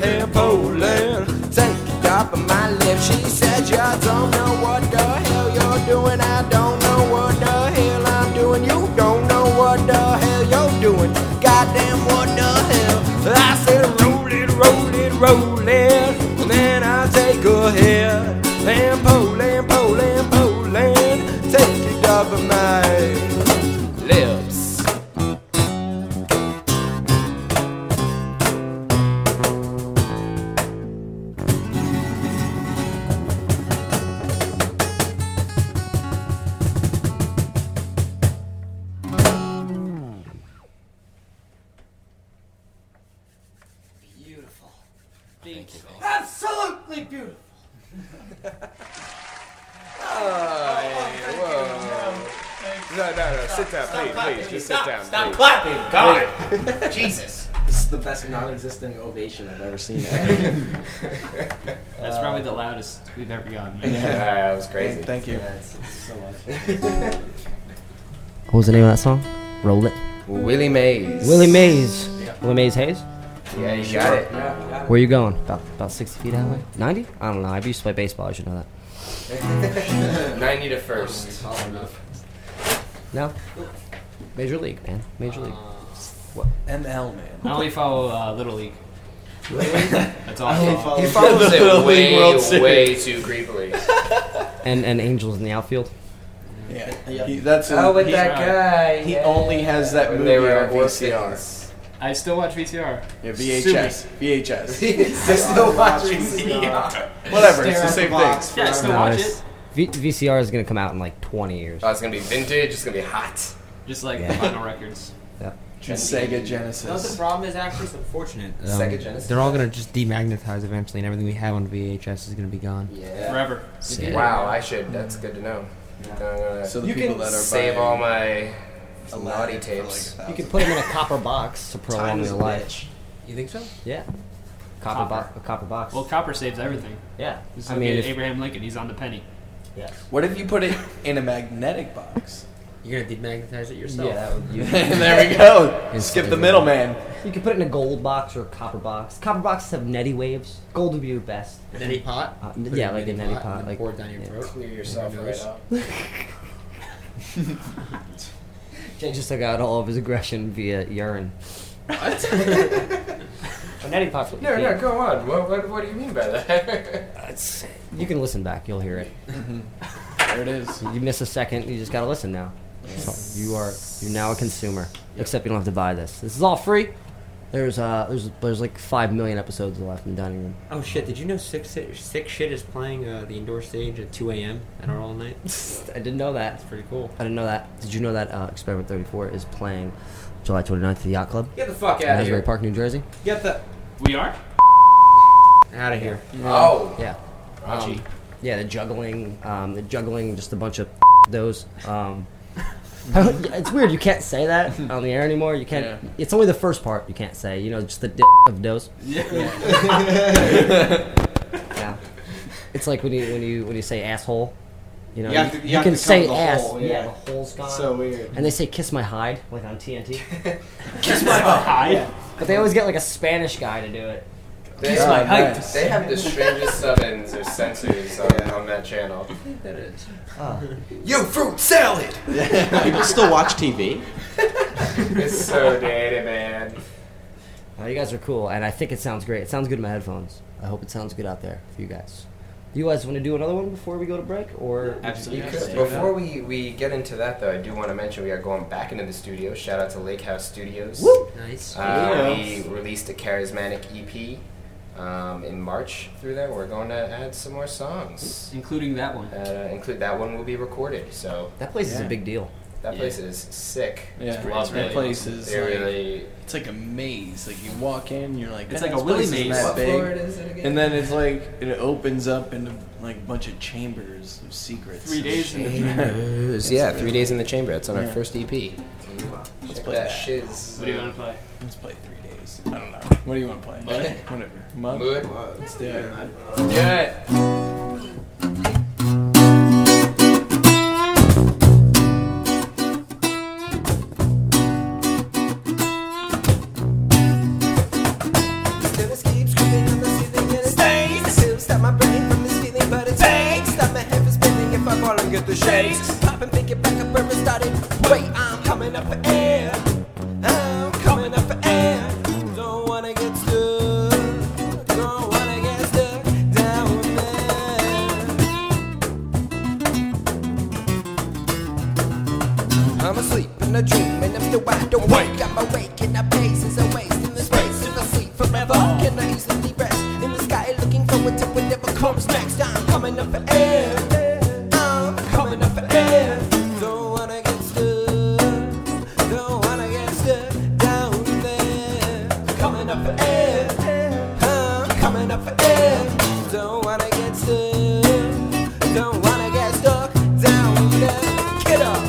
and pulling, take it off of my lips. She said, "You don't know what the hell you're doing. I don't know what the hell I'm doing. You don't know what the hell you're doing. Goddamn, what the hell?" I said, "Roll it, roll it, roll it." And then I take a hit and pull and pull and pull and take it off of my lips.
Big
Thank you. Thank
Absolutely beautiful.
No, no, no. Sit down, please, please. Just sit down. please.
God. Jesus. This is the best non-existent ovation I've ever seen. Uh,
That's probably the loudest we've ever gotten.
that was crazy.
Thank you.
What was the name of that song? Roll it.
Willie Mays.
Willie Mays. Willie Mays Hayes.
Yeah, you got it.
Where you going? About about 60 feet that way? 90? I don't know. I used to play baseball. I should know that.
90 to first.
No. Major League, man. Major League.
Um,
ML man.
I only follow uh, Little League. That's all I follow.
He follows it way,
World Series.
way too creepily.
And and Angels in the outfield.
Yeah. He, that's a,
Oh, with
he,
that guy.
He only has that
When
movie
they were
on VCR.
orphans.
I still watch VCR.
Yeah,
Sue me.
VHS. VHS.
They're still watching VCR.
Whatever. It's the same thing.
Yeah, I still
No,
watch
it's-
it.
V- VCR is gonna come out in like 20 years.
Oh, it's gonna be vintage. It's gonna be hot.
Just like the
Yeah.
final records.
Just Sega Genesis.
problem is actually it's unfortunate.
Sega Genesis.
They're all gonna just demagnetize eventually, and everything we have on VHS is gonna be gone.
Yeah.
Forever.
Sick.
Wow, I should. That's good to know. No, no, no.
So the
you
people
can
that are
save
buying
all my
Aladdin
naughty
for like
tapes.
a
You could
thousand.
put them in a copper box to prolong
Time is
their
a
life.
bitch.
You think so?
Yeah. Copper,
Copper.
box. A copper box.
Well, copper saves everything.
yeah.
This is
I
gonna be
mean, if,
Abraham Lincoln. He's on the penny.
yes.
What if you put it in a magnetic box?
You're gonna demagnetize it yourself.
would you.
there we go. Skip the middleman.
You could put it in a gold box or a copper box. Copper boxes have netty waves. Gold would be your best.
In any pot?
Uh, n- yeah, like in any pot,
and
like-
pour it down your
yeah.
throat.
Clear yourself right up.
Jay just took out all of his aggression via urine. What? netty pots.
No, no, go on. What, what, what do you mean by that?
It's- you can listen back. You'll hear it.
There it is.
You miss a second. You just gotta listen now. So you are you're now a consumer. Except you don't have to buy this. This is all free. There's uh there's there's like five million episodes left in dining room.
Oh shit, did you know Sick, Shit- Sick Shit is playing uh, the indoor stage at 2 a.m. at our all night? It's
I didn't know that.
pretty cool.
I didn't know that. Did you know that uh, Experiment 34 is playing July 29th at the Yacht Club?
Get the fuck
in
out of
Asbury
here.
Park, New Jersey.
Get the.
We are.
Out of here.
Oh,
Yeah. Um,
Rachi.
Yeah, the juggling, um, the juggling, just a bunch of those. Um, it's weird. You can't say that on the air anymore. You can't.
Yeah.
It's only the first part you can't say. You know, just the d- of those. Yeah. It's like when you when you when you say asshole. You know,
You
you,
have to- you
you
have
can
to cover
say
the
ass.
hole,
yeah.
yeah.
the hole's gone.
So weird.
and they say kiss my hide like on TNT,
Hi.
but they always get like a Spanish guy to do it.
They,
Kiss
Uh,
my
have-
height.
They have the strangest summons or censors on, on that channel. Ah.
Yo, fruit salad!
People still watch TV.
It's so dated, man.
Uh, you guys are cool, and I think it sounds great. It sounds good in my headphones. I hope it sounds good out there for you guys. Do you guys want to do another one before we go to break, or
Absolutely.
Before we, we get into that, though, I do want to mention we are going back into the studio. Shout out to Lake House Studios.
Nice.
Uh, we released a charismatic EP um, in March through there. We're going to add some more songs.
Including that one.
Uh, include that one will be recorded. So
that place is a
Yeah.
big deal?
that place is sick.
Yeah,
It's really-
that place is
They
like-
really
It's like a maze. Like you walk in, you're like,
It's
"Man,
like a
this
Willy
place isn't
maze.
that
What
big." And then it's like it opens up into like a bunch of chambers of secrets.
Three
and
days in
shit.
the chamber.
yeah, three days in the chamber. It's on
our Yeah.
first EP. Let's play that shiz.
What do you want to play?
Let's play three days. I don't know. What do you want to play?
Mud?
Whatever. Mud.
Mood?
Let's do it.
Yeah.
Stop my brain from this feeling, but it takes. Stop my head from spinning if I fall and get the shakes. Pop and pick it back up where it started. Wait, I'm coming up for air. I'm coming up for air. Don't wanna get stuck. Don't wanna get stuck down there. I'm asleep in a dream and I'm still wide awake. I'm awake and I pace is a waste in the space to the sleep forever. Can I easily rest in the sky looking forward to whatever comes next? I'm coming up for air. I'm coming up for air. Don't wanna get stuck. Don't wanna get stuck down there. Coming up for air. I'm coming up for yeah. Don't wanna get stuck. Don't wanna get stuck down there. Get up.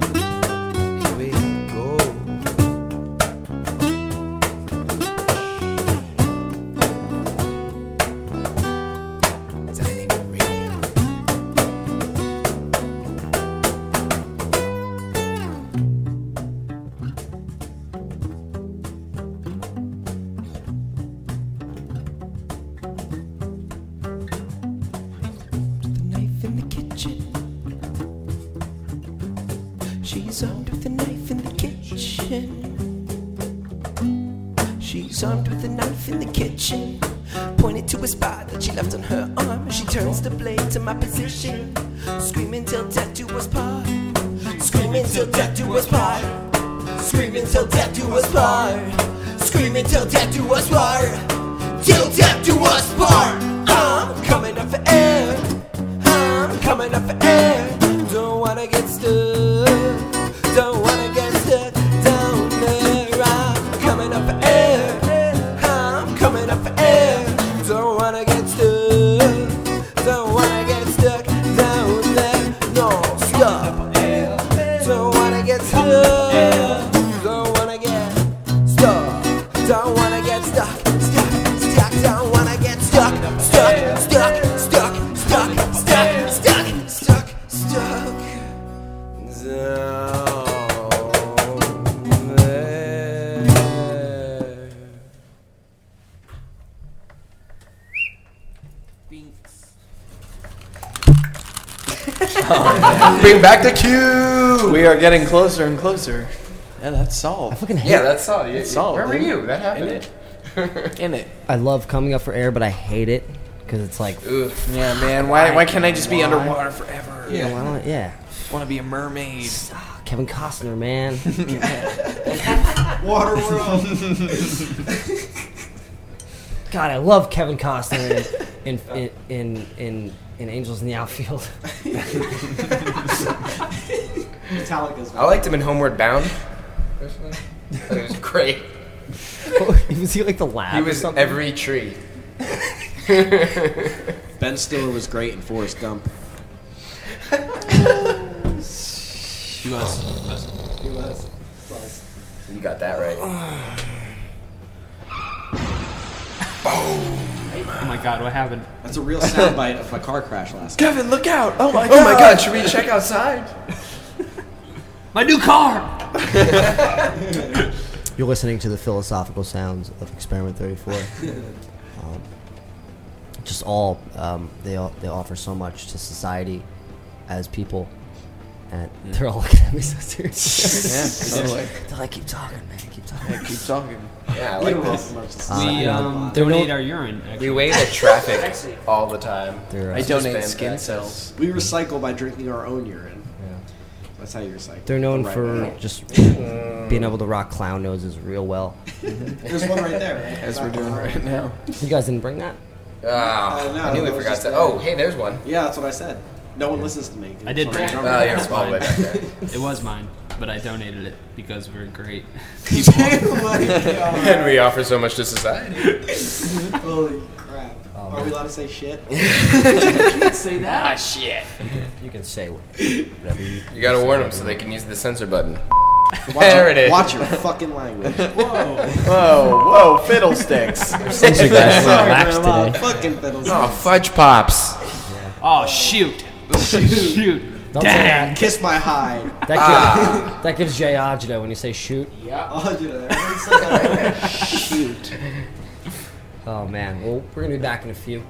we go.
knife in the kitchen. She's armed with a knife in the kitchen. She's armed with a knife in the kitchen. Pointed to a spot that she left on her arm. She turns the blade to my position. Screaming till death do us part. Screaming till death do us part. Screaming till death do us part. Screaming till death do us part. Till death do us part. I'm coming up for air.
I'm coming up for air. Don't wanna get stuck. Don't wanna get stuck down there. I'm coming up for air. I'm coming up for air. Don't wanna get stuck. Don't wanna get stuck down there. No stop. Don't wanna get stuck. Don't wanna get stuck. Don't wanna get stuck. Stuck. Stuck. Don't wanna get stuck. Stuck. Stuck. Stuck. Stuck. Stuck. Stuck. Stuck. Stuck. Down there.
Bring back the cue. We are getting closer and closer. Yeah, that's solved. I
fucking hate
Yeah,
it.
that's solved. You,
It's
you-
solved,
Where were
dude.
you? That happened.
In it.
In it.
I love coming up for air, but I hate it because it's like,
Ugh, yeah, man. Why, why can't I just be
Why?
underwater
e-"
forever?
Yeah, why don't- yeah.
Want to be a mermaid?
Kevin Costner, man. God, I love Kevin Costner in in in in, in, in Angels in the Outfield.
Metallica's
I liked him in Homeward Bound. Personally, That was great.
was he like the lab?
He
or
was
something?
every tree.
Ben Stiller was great in Forrest Gump.
He was.
He was.
You got that right.
Oh my god, what happened?
That's a real soundbite of a car crash last night.
Kevin, look out! Oh my,
Oh my God,
should we check outside?
My new car!
You're listening to the philosophical sounds of Experiment 34. um, just all um, they all, they offer so much to society as people, and they're all looking at me so serious.
Yeah, totally.
they're like, keep talking, man, keep talking.
Keep talking.
Yeah, I
You
like
don't
this.
have much to
Uh,
we
and,
um,
there were no-
donate our urine. Actually.
We wait at traffic all the time.
They're, uh,
I donate
Spam
skin
taxes.
cells.
We recycle by drinking our own urine. That's how you recycle.
They're known
Right.
for just being able to rock clown noses real well.
There's one right there. Right?
As we're doing right now.
You guys didn't bring that?
Ah,
Uh, no,
I knew we
that was
forgot
just
that.
there.
Oh, hey, there's one.
Yeah, that's what I said. No one listens to me.
I did bring it.
Oh,
Oh,
yeah, it's all the way back there.
It was mine, but I donated it because we're great.
Oh
and we offer so much to society. Oh,
Holy crap. Are we allowed to say shit?
Say that.
Ah, shit.
You can say whatever you.
You gotta warn them so they can use the censor button. there it is.
Watch your fucking language.
Whoa, whoa, fiddlesticks. Oh,
Censor guys were relaxed
Grandma,
uh, today.
Fucking fiddles.
Oh, fudge pops.
Oh shoot! shoot!
Don't say Dang. that.
Kiss my hide.
That, gives,
Ah.
that gives Jay agita when you say shoot.
Yeah, agita. Everyone's so got- Shoot.
Oh man. Well, we're gonna be back in a few.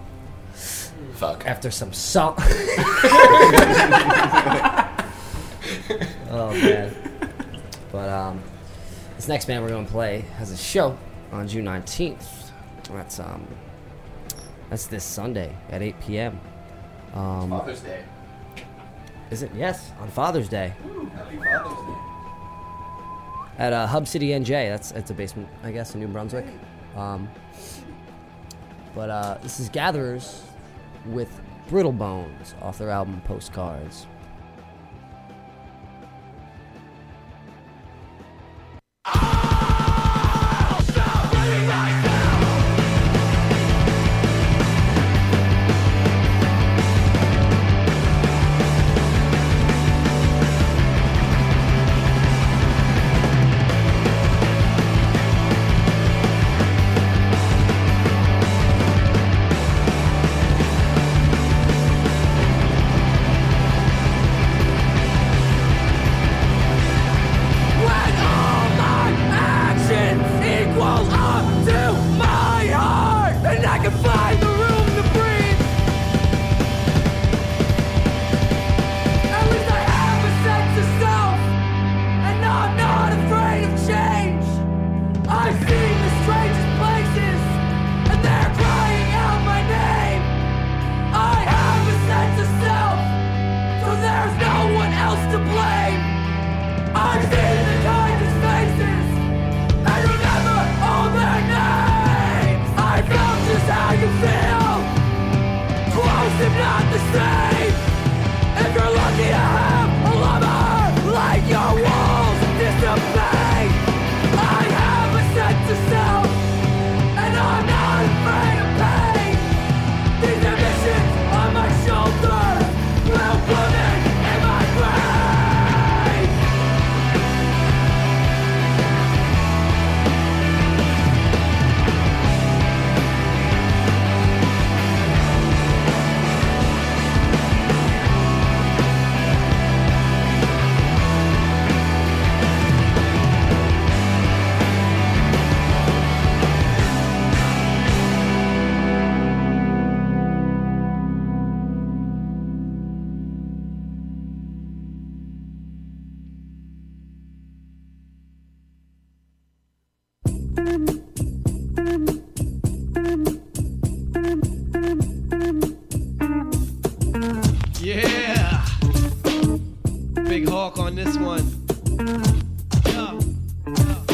Fuck.
After some salt. oh man. But um, this next band we're gonna play has a show on June nineteenth. That's um, that's this Sunday at eight p.m. Um,
Father's Day.
Is it? Yes, on Father's Day. At uh, Hub City NJ. That's it's a basement, I guess, in New Brunswick. Um, but uh, this is Gatherers with Brittle Bones off their album Postcards.
When all my actions equal up to my heart, and I can find the room to breathe. At least I have a sense of self, and I'm not afraid of change. I've seen the strangest places, and they're crying out my name. I have a sense of self, so there's no one else to blame. I've seen the kindest faces and remember all their names. I felt just how you feel. Close if not the same. If you're lucky to have a lover, like your walls display. I have a sense of self, and I'm not afraid of pain. These ambitions on my shoulders will women in my grave.
Yeah. Big Hawk on this one. Yeah.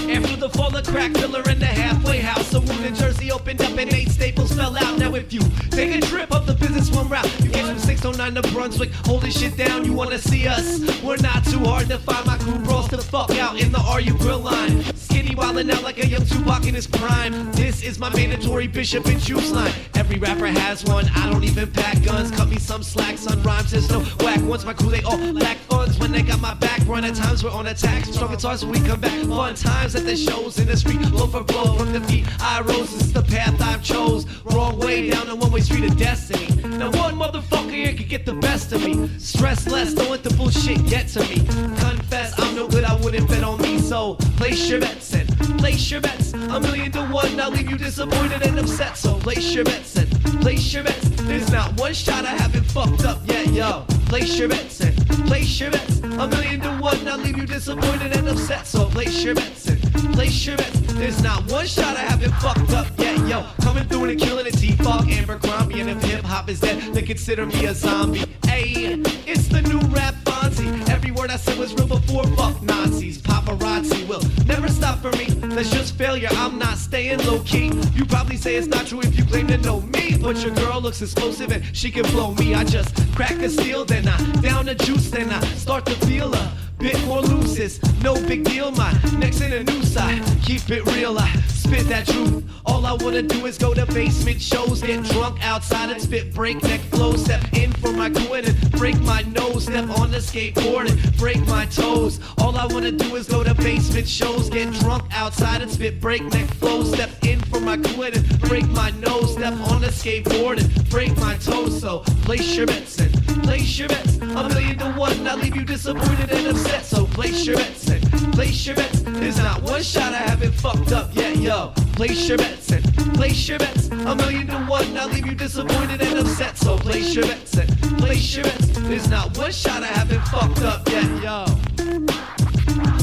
After the fall of crack, pillar in the halfway house, a wounded Jersey opened up and eight staples fell out. Now if you take a trip up the business one route, you get from 609 to oh Brunswick, holding shit down. You wanna see us? We're not too hard to find. My crew rolls the fuck out in the RU grill line. Skinny wildin' out like a young Tupac in his prime. This is my mandatory bishop and juice line. Every rapper has one. I don't even pack guns. Cut me some slack. Sun rhymes there's no whack. Once my crew they all lack funds. When they got my back, run at times we're on attack. Strong guitars when we come back. Fun times at the shows in the street. Blow for blow from defeat. I rose. This is the path I've chose. Wrong way down the one-way street of destiny. Now one motherfucker here could get the best of me. Stress less. Don't let the bullshit get to me. Confess I'm no good. I wouldn't bet on me. So place your bets and place your bets. A million to one. I'll leave you disappointed and upset. So place your bets and place your bets. There's not one shot I haven't fucked up yet, yo. Place your bets and place your bets. A million to one. I'll leave you disappointed and upset. So place your bets and place your bets. There's not one shot I haven't fucked up yet, yo. Coming through and killing it. T-Fog, Abercrombie, and if hip hop is dead, they consider me a zombie. Ayy, it's the new rap Fonzie. Every word I said was real before fuck Nazis. Paparazzi will never stop for me. That's just failure. I'm not staying low key. You probably say it's not true if you claim to know me, but your girl looks explosive and she can blow me. I just crack a seal, then I down the juice, then I start to feel a bit more loose. It's no big deal. My next in a new side. Keep it real. I spit that truth. All I wanna do is go to basement shows, get drunk outside and spit breakneck flow. Step in for my crew and then break my nose. Step on the skateboard and break my toes. All I wanna do is go to basement shows, get drunk outside and spit breakneck flow. Step in for my crew and then break my nose. Step on the skateboard and break my toes. So place your bets and place your bets. A million to one, I'll leave you disappointed and upset. So place your bets and place your bets. There's not one shot I haven't fucked up yet, yo. Place your bets and place your bets. A million to one, I'll leave you disappointed and upset. So place your bets and place your bets. There's not one shot I haven't fucked up yet, yo.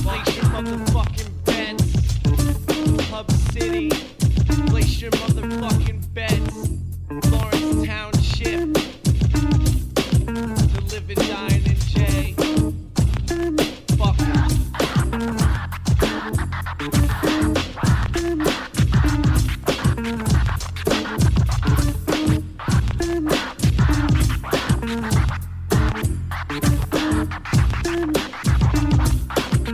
Place your motherfucking bets. Club City. Place your motherfucking bets. Lawrence Township. To live and dine in J. Fuck it.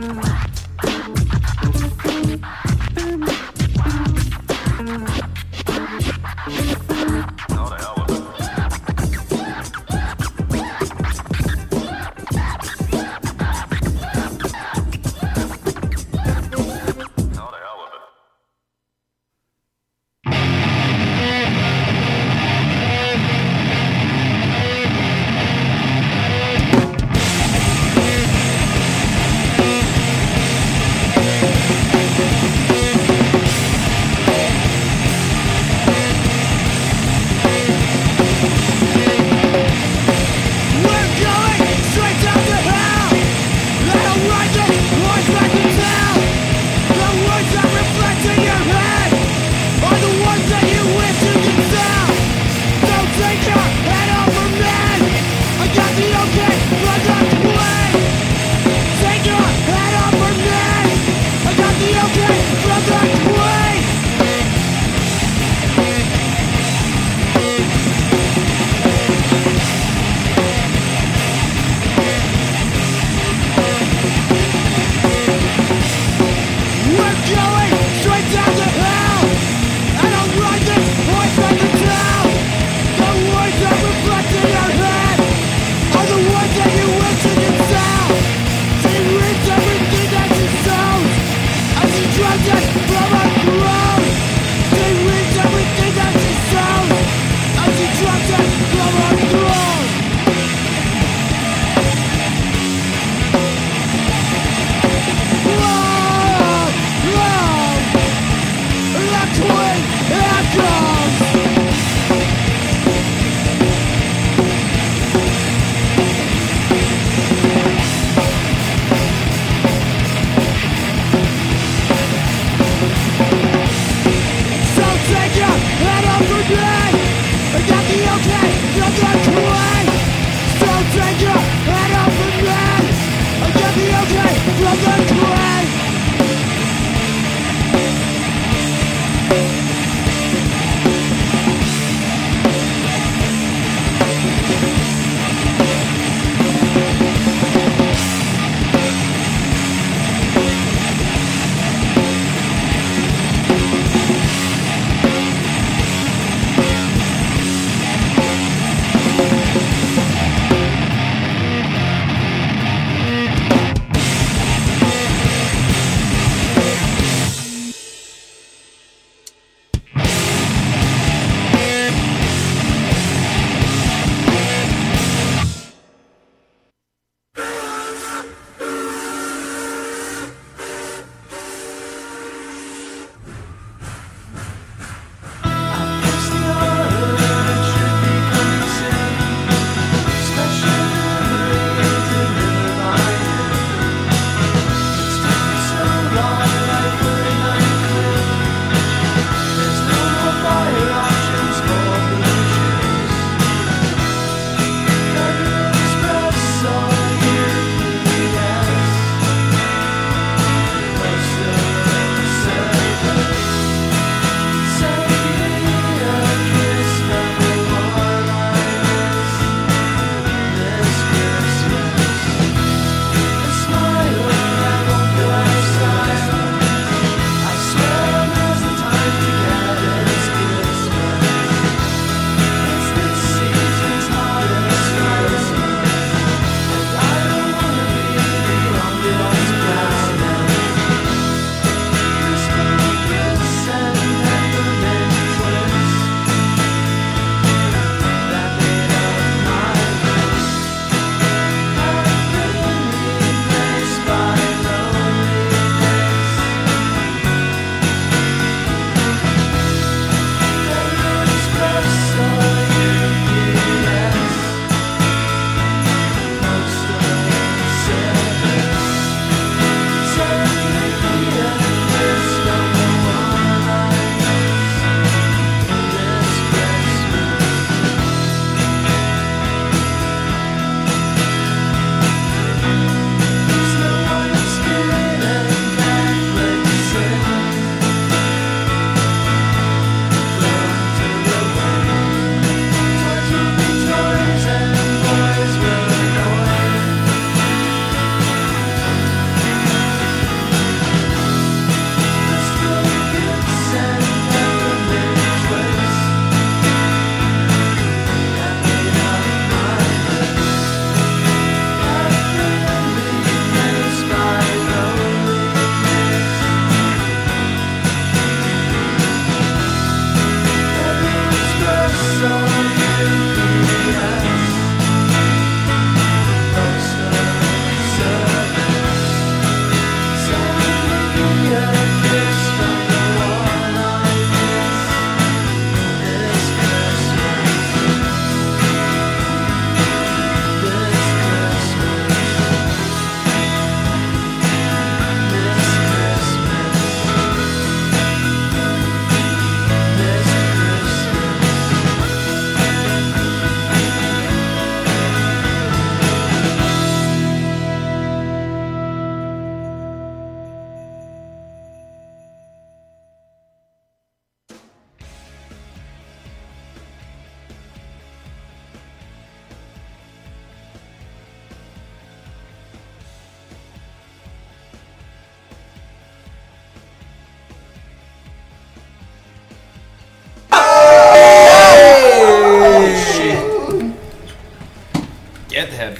good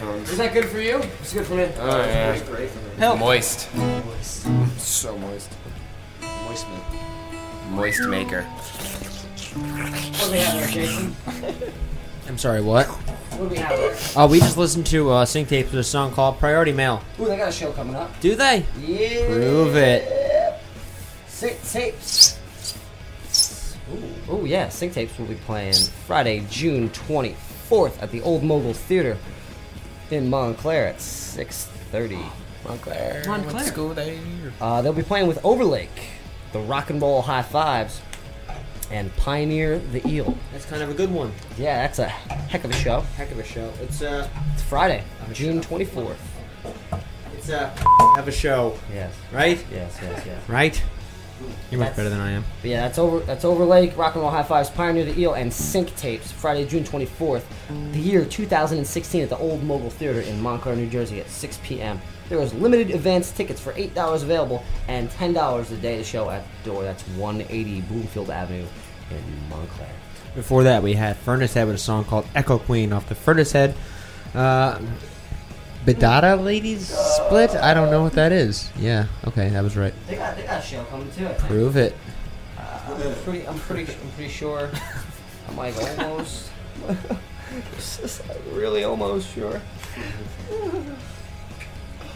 for me. Oh,
It's
yeah.
pretty great for me.
Help. Moist.
Moist.
So moist.
Moist man.
Moist maker.
What do we have there, Jason?
I'm sorry, what?
What do we have there?
Uh, we just listened to uh, sync tapes with a song called Priority Mail.
Ooh, they got a show coming up.
Do they?
Yeah.
Prove it.
Sync tapes. Ooh. Ooh, yeah. Sync tapes will be playing Friday, June 24th at the Old Mogul Theater in Montclair at 6:30. Montclair.
Montclair. school they?
Uh, they'll be playing with Overlake, the Rock and Roll High Fives, and Pioneer the Eel.
That's kind of a good one.
Yeah, that's a heck of a show.
Heck of a show. It's uh,
It's Friday, June 24th.
it's uh, have a show,
Yes.
right?
Yes, yes, yes.
Right? You're much
That's-
better than I am.
But yeah, that's over. That's Overlake, Rock and Roll High Fives, Pioneer the Eel, and Sync Tapes. Friday, June 24th, the year 2016, at the Old Mogul Theater in Montclair, New Jersey, at 6 p.m. There is limited advance tickets for eight dollars available and ten dollars the day of the show at the door. That's 180 Bloomfield Avenue in Montclair.
Before that, we had Furnace Head with a song called Echo Queen off the Furnace Head. Uh, Bidada Ladies Split? I don't know what that is. Yeah, okay, that was right.
They got they got a show coming too. I think. Uh,
Prove it.
I'm pretty, I'm pretty, I'm pretty sure. I'm like almost. It's just like really almost sure.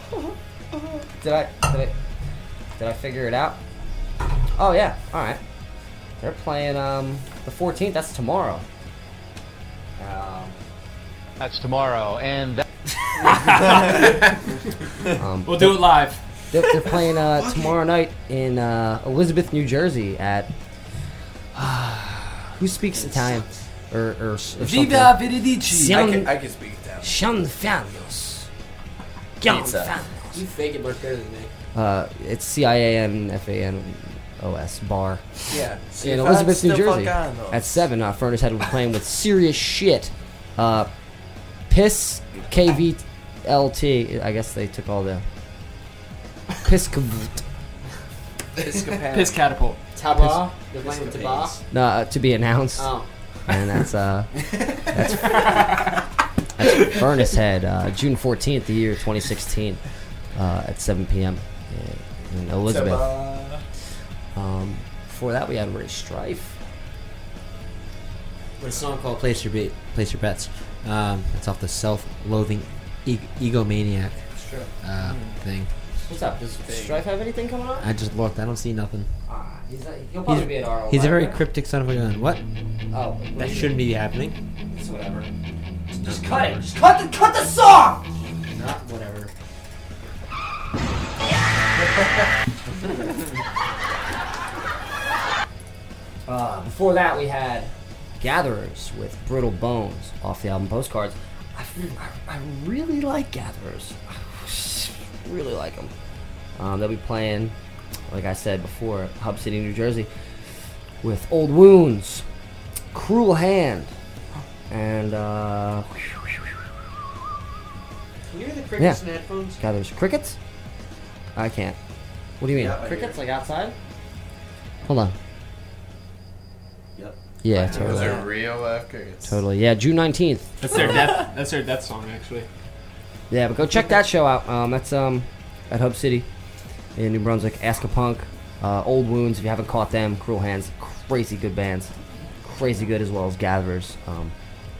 did I? Did I? Did I figure it out? Oh yeah. All right. They're playing um the 14th. That's tomorrow. Um,
That's tomorrow, and that-
um,
We'll do it live.
They're, they're playing uh, tomorrow night in uh, Elizabeth, New Jersey at. who speaks Italian? Or, or, or
Viva
something.
Veredici.
I
Siamo-
can, I can speak Italian.
Gianfanos. Gianfanos.
You fake it much better than me.
Uh, it's C I A N F A N O S bar.
Yeah.
in Elizabeth, New Jersey.
Gianfanos.
At 7, uh, Furnace Head will be playing with Serious Shit. Uh, Piss KVLT. I guess they took all the. Piss KVLT.
Piss catapult.
Taba? You're playing with Taba?
No, uh, to be announced.
Oh.
and that's uh, that's, that's Furnace Head, uh, June fourteenth, the year twenty sixteen, uh, at seven p.m. in- in Elizabeth. Um, before that, we had Ray Strife.
With a song called Place Your, Be- Place Your Bets. Um, it's off the self loathing e- egomaniac
That's true.
uh, thing.
Mm-hmm. What's up? Does Strife have anything coming on?
I just looked, I don't see nothing.
Ah, he's, uh, he'll
He's,
probably be at our.
he's a very
library.
cryptic son of a gun. What?
Oh, what
That
do you
shouldn't be happening.
mean? It's whatever. Just cut it. Just cut the cut the song.
Not whatever.
Uh, before that, we had Gatherers with Brittle Bones off the album Postcards. I, I, I really like Gatherers. I really like them. Um, they'll be playing, like I said before, Hub City, New Jersey, with Old Wounds, Cruel Hand, and uh,
Can you hear the
Yeah.
crickets in headphones?
Gatherers. Crickets? I can't. What do you mean?
Yeah, I hear
crickets
it.
like outside? Hold on.
Yep.
Yeah,
Those
totally.
are real life crickets.
Totally. Yeah, June nineteenth.
That's their death. That's their death song, actually.
Yeah, but go check that show out. Um, that's um, at Hub City in New Brunswick. Ask a Punk, uh, Old Wounds. If you haven't caught them, Cruel Hands, crazy good bands, crazy good as well as Gatherers. Um,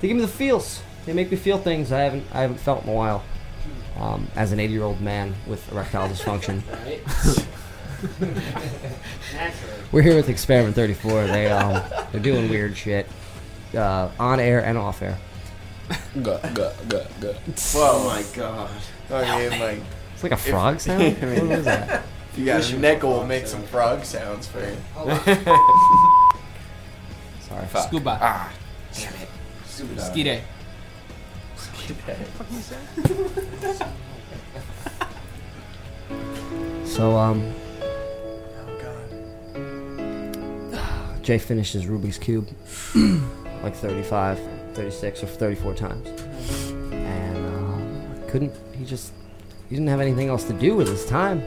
they give me the feels. They make me feel things I haven't I haven't felt in a while. Um, as an 80 year old man with erectile dysfunction,
Right? Naturally.
we're here with Experiment 34. They um, they're doing weird shit, uh, on air and off air.
Go, go, go, go.
Oh my god.
Okay, like,
It's like a frog sound.
I mean-
what was that?
if you got a nickel, we'll make some frog sounds for you.
Sorry.
Scuba.
Ah,
Skide.
So um,
Oh, God.
Jay finishes Rubik's Cube like 35, 36, or 34 times. And uh, couldn't, he just, he didn't have anything else to do with his time.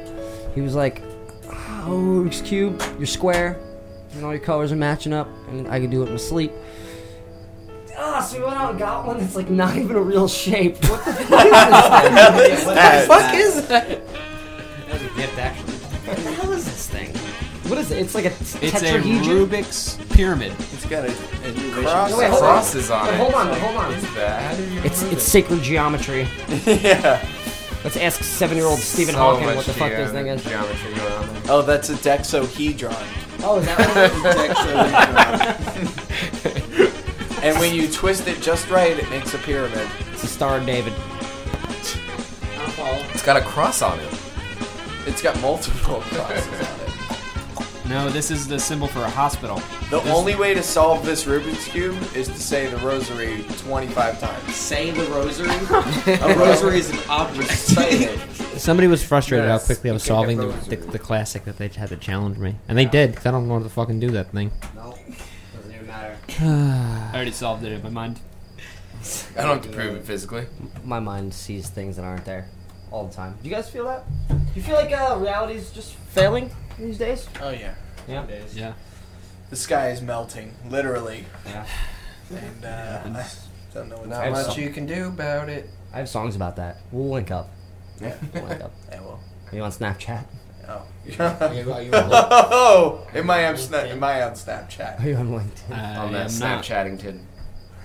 He was like, oh, Rubik's Cube, you're square, and all your colors are matching up, and I can do it in my sleep. Ah, Ross, we went out and got one that's like not even a real shape. What the fuck is this thing?
that?
What the fuck is that?
That was a gift, actually.
What the hell is this thing? What is it? It's like a it's
It's a
tetrahedron.
Rubik's pyramid.
It's got a, a
Cross- No, wait, hold on. crosses on Wait, it. hold on, It's like, hold on. what is
that? How do you
It's it's sacred geometry. yeah. Let's ask seven-year-old Stephen
So
Hawking
much
what the fuck this thing is.
Geometry going on there.
Oh, that's a dexohedron.
Oh, is that what it is?
Dexohedron. and when you twist it just right, it makes a pyramid.
It's a star, David.
It's got a cross on it.
It's got multiple crosses on it.
No, this is the symbol for a hospital.
The
This-
only way to solve this Rubik's Cube is to say the rosary 25 times.
Say the rosary? a rosary is an object. Say it.
Somebody was frustrated
Yes,
how quickly I was
you can't
solving
get
the, the, the classic that they had to challenge me, and they did because I don't know how to fucking do that thing.
No, doesn't even matter.
I already solved it in my mind.
I don't have to prove it physically.
My mind sees things that aren't there all the time. Do you guys feel that? Do you feel like uh, reality is just failing these days?
Oh, yeah.
Yeah.
Yeah.
The sky is melting, literally.
Yeah.
And uh, I don't know what
Not much you can do about it.
I have songs about that. We'll link up.
Yeah.
We'll link up.
I will.
Are you on Snapchat?
Oh.
you- are you on-
oh, am I on Snap? Am I on Snapchat?
Are you on LinkedIn?
on that Snapchatting tid.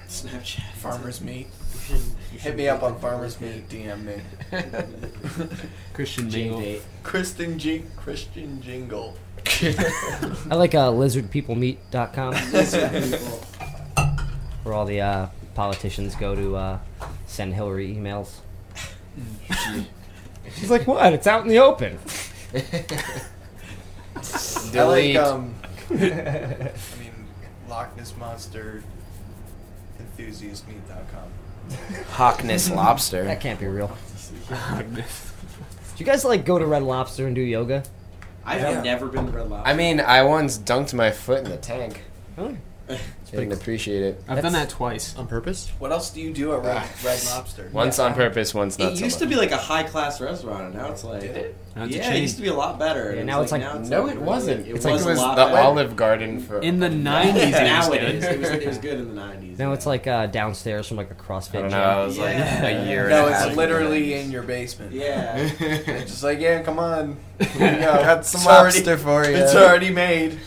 Snapchat.
Farmers meat. Hit me up on Farmers meat. DM me.
Christian Mingle.
Kristen Jing. Christian Jingle.
I like uh, lizardpeoplemeet.com,
People.
where all the uh, politicians go to uh, send Hillary emails. She's like, what? It's out in the open.
I like
Delete.
um. I mean, Loch Ness monster enthusiastmeat.com.
Hockness lobster.
That can't be real. Do you guys like go to Red Lobster and do yoga?
I've
Yeah.
never been to Red Lobster.
I mean, I once dunked my foot in the tank.
Really?
Didn't appreciate it.
I've done that twice.
On purpose?
What else do you do at Red, Red Lobster?
Once on purpose, once not.
it used to be like a high class restaurant, and now it's like.
Now it's a
yeah, it
chain.
used to be a lot better.
Yeah,
and
now it's like-
No, it wasn't.
It
it's
was
like it
a
was the
lot better.
Olive Garden for
In the
Yeah,
90s, it was
now it
good.
is. It was, it was good in the 90s.
Now it's like uh, downstairs from like a CrossFit
I don't
gym.
know. It was like
Yeah.
a year.
No,
and a half
it's
ago.
literally in your basement.
Yeah.
And It's just like, yeah, come on. Here you go.
Got some
It's already-
lobster for you.
It's already made.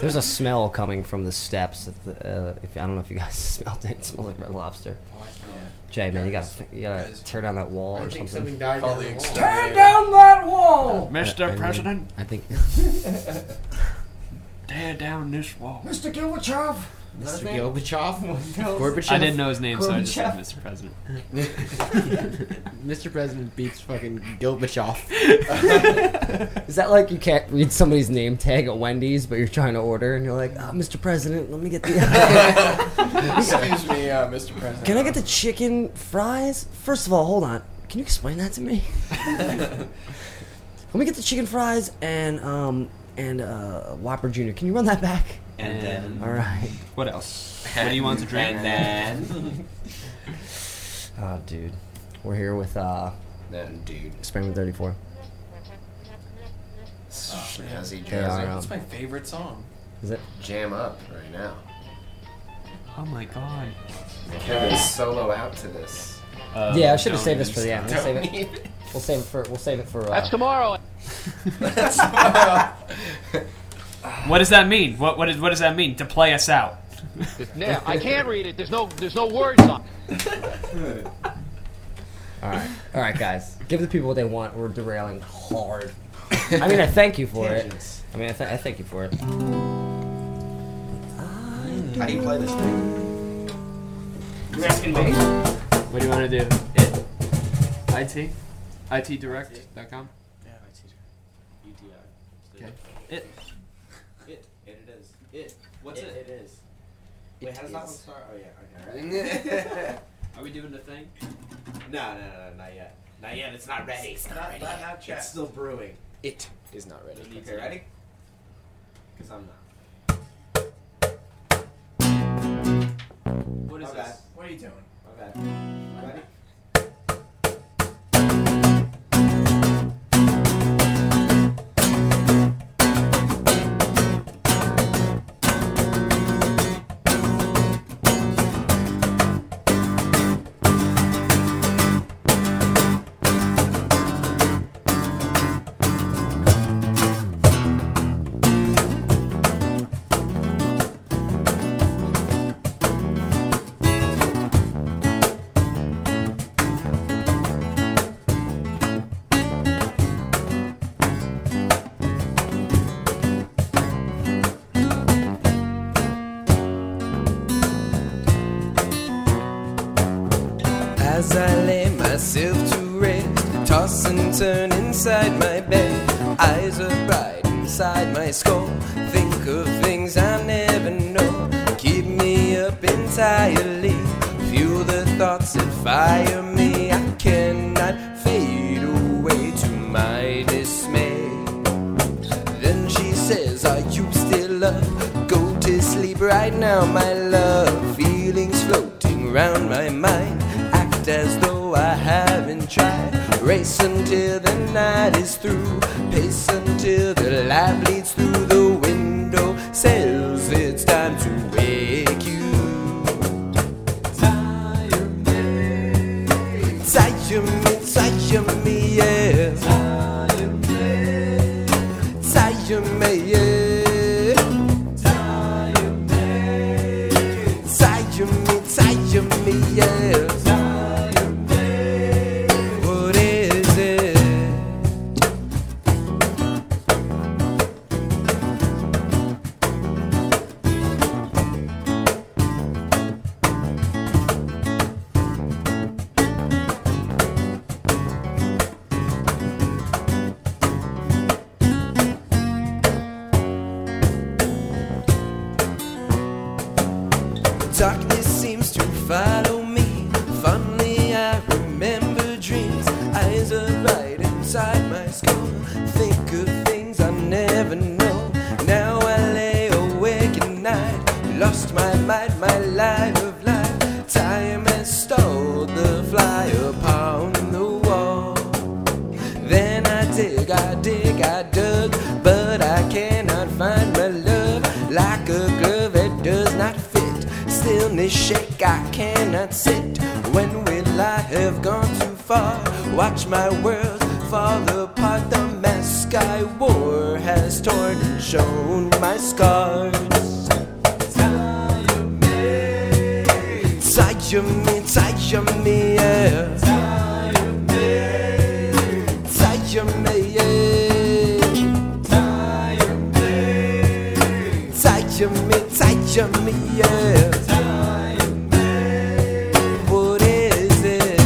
There's a smell coming from the steps. At the, uh, if I don't know if you guys smelled it, it smelled like Red Lobster. Jay, man, you gotta you gotta tear down that wall or something.
died.
Call the exterminator.
that wall,
Mr. President,
I think.
tear down this wall.
Mr. Gorbachev. Mr.
Gorbachev.
I didn't know his name, so I just said
Gorbachev.
Mr. President.
Mr. President beats fucking Gorbachev.
Is that like you can't read somebody's name tag at Wendy's, but you're trying to order and you're like, oh, Mr. President, let me get the.
Excuse me, uh, Mr. President.
Can I get the chicken fries? First of all, hold on. Can you explain that to me? Let me get the chicken fries and um and uh Whopper Jr. Can you run that back?
And then.
All right.
What else? What do you want to drink?
And then.
Oh, dude, we're here with uh
That dude.
Experiment 34.
Snazzy
They are,
jazzy.
um,
That's my favorite song.
is it?
Jam up right now.
Oh my god.
Kevin solo out to this.
Uh,
yeah, I should have
don't
saved this for the
even
end. We'll save it. We'll save it for. We'll save it for. Uh,
That's tomorrow.
start. What does that mean? What what, is, what does that mean? To play us out.
Yeah, I can't read it. There's no there's no words on. it.
All right, all right, guys. Give the people what they want. We're derailing hard. I mean, I thank you for it. I mean, I, th- I thank you for it.
How do you play this thing?
What do you want to do? It. IT? ITdirect.com?
Yeah, I teach UTI.
Okay. It.
It. It it is. It. What's it? It is. Wait, how does that one start? Oh, yeah. Okay.
Are we doing the thing?
No, no, no, no, not yet. Not yet. It's not ready. It's not ready. Not yet. It's still brewing.
It is not ready.
Okay, ready? Because I'm not.
What is
My bad.
this?
What are you doing? My bad. Ready?
turn inside my bed. Eyes are bright inside my skull. Think of things I never know. Keep me up entirely. Fuel the thoughts that fire me. I cannot fade away to my dismay. Then she says, Are you still up? Go to sleep right now, my love. Feelings floating round my mind. Act as though I haven't tried. Race until the night is through. Pace until the light bleeds through the window. Says it's time to wake you. Tire me, tire me, yeah. Tire me, yeah. Tire me, tire me, yeah. What is it? Darkness seems to follow me. Fondly, I remember dreams. Eyes are bright inside my skull. Think of things I never know. Now I lay awake at night. Lost my mind, my life of life. Time has stole the fly upon the wall. Then I dig, I dig, I dug, but I cannot find my love. Like a glove that does not fit, stillness shake, I cannot sit. When will I have gone too far? Watch my world fall apart. The mask I wore has torn and shown my scars. Tire me, tire me, yeah. Tire me, tire me, yeah. Tire me, tire me, tire me, yeah. Tire me. What is it?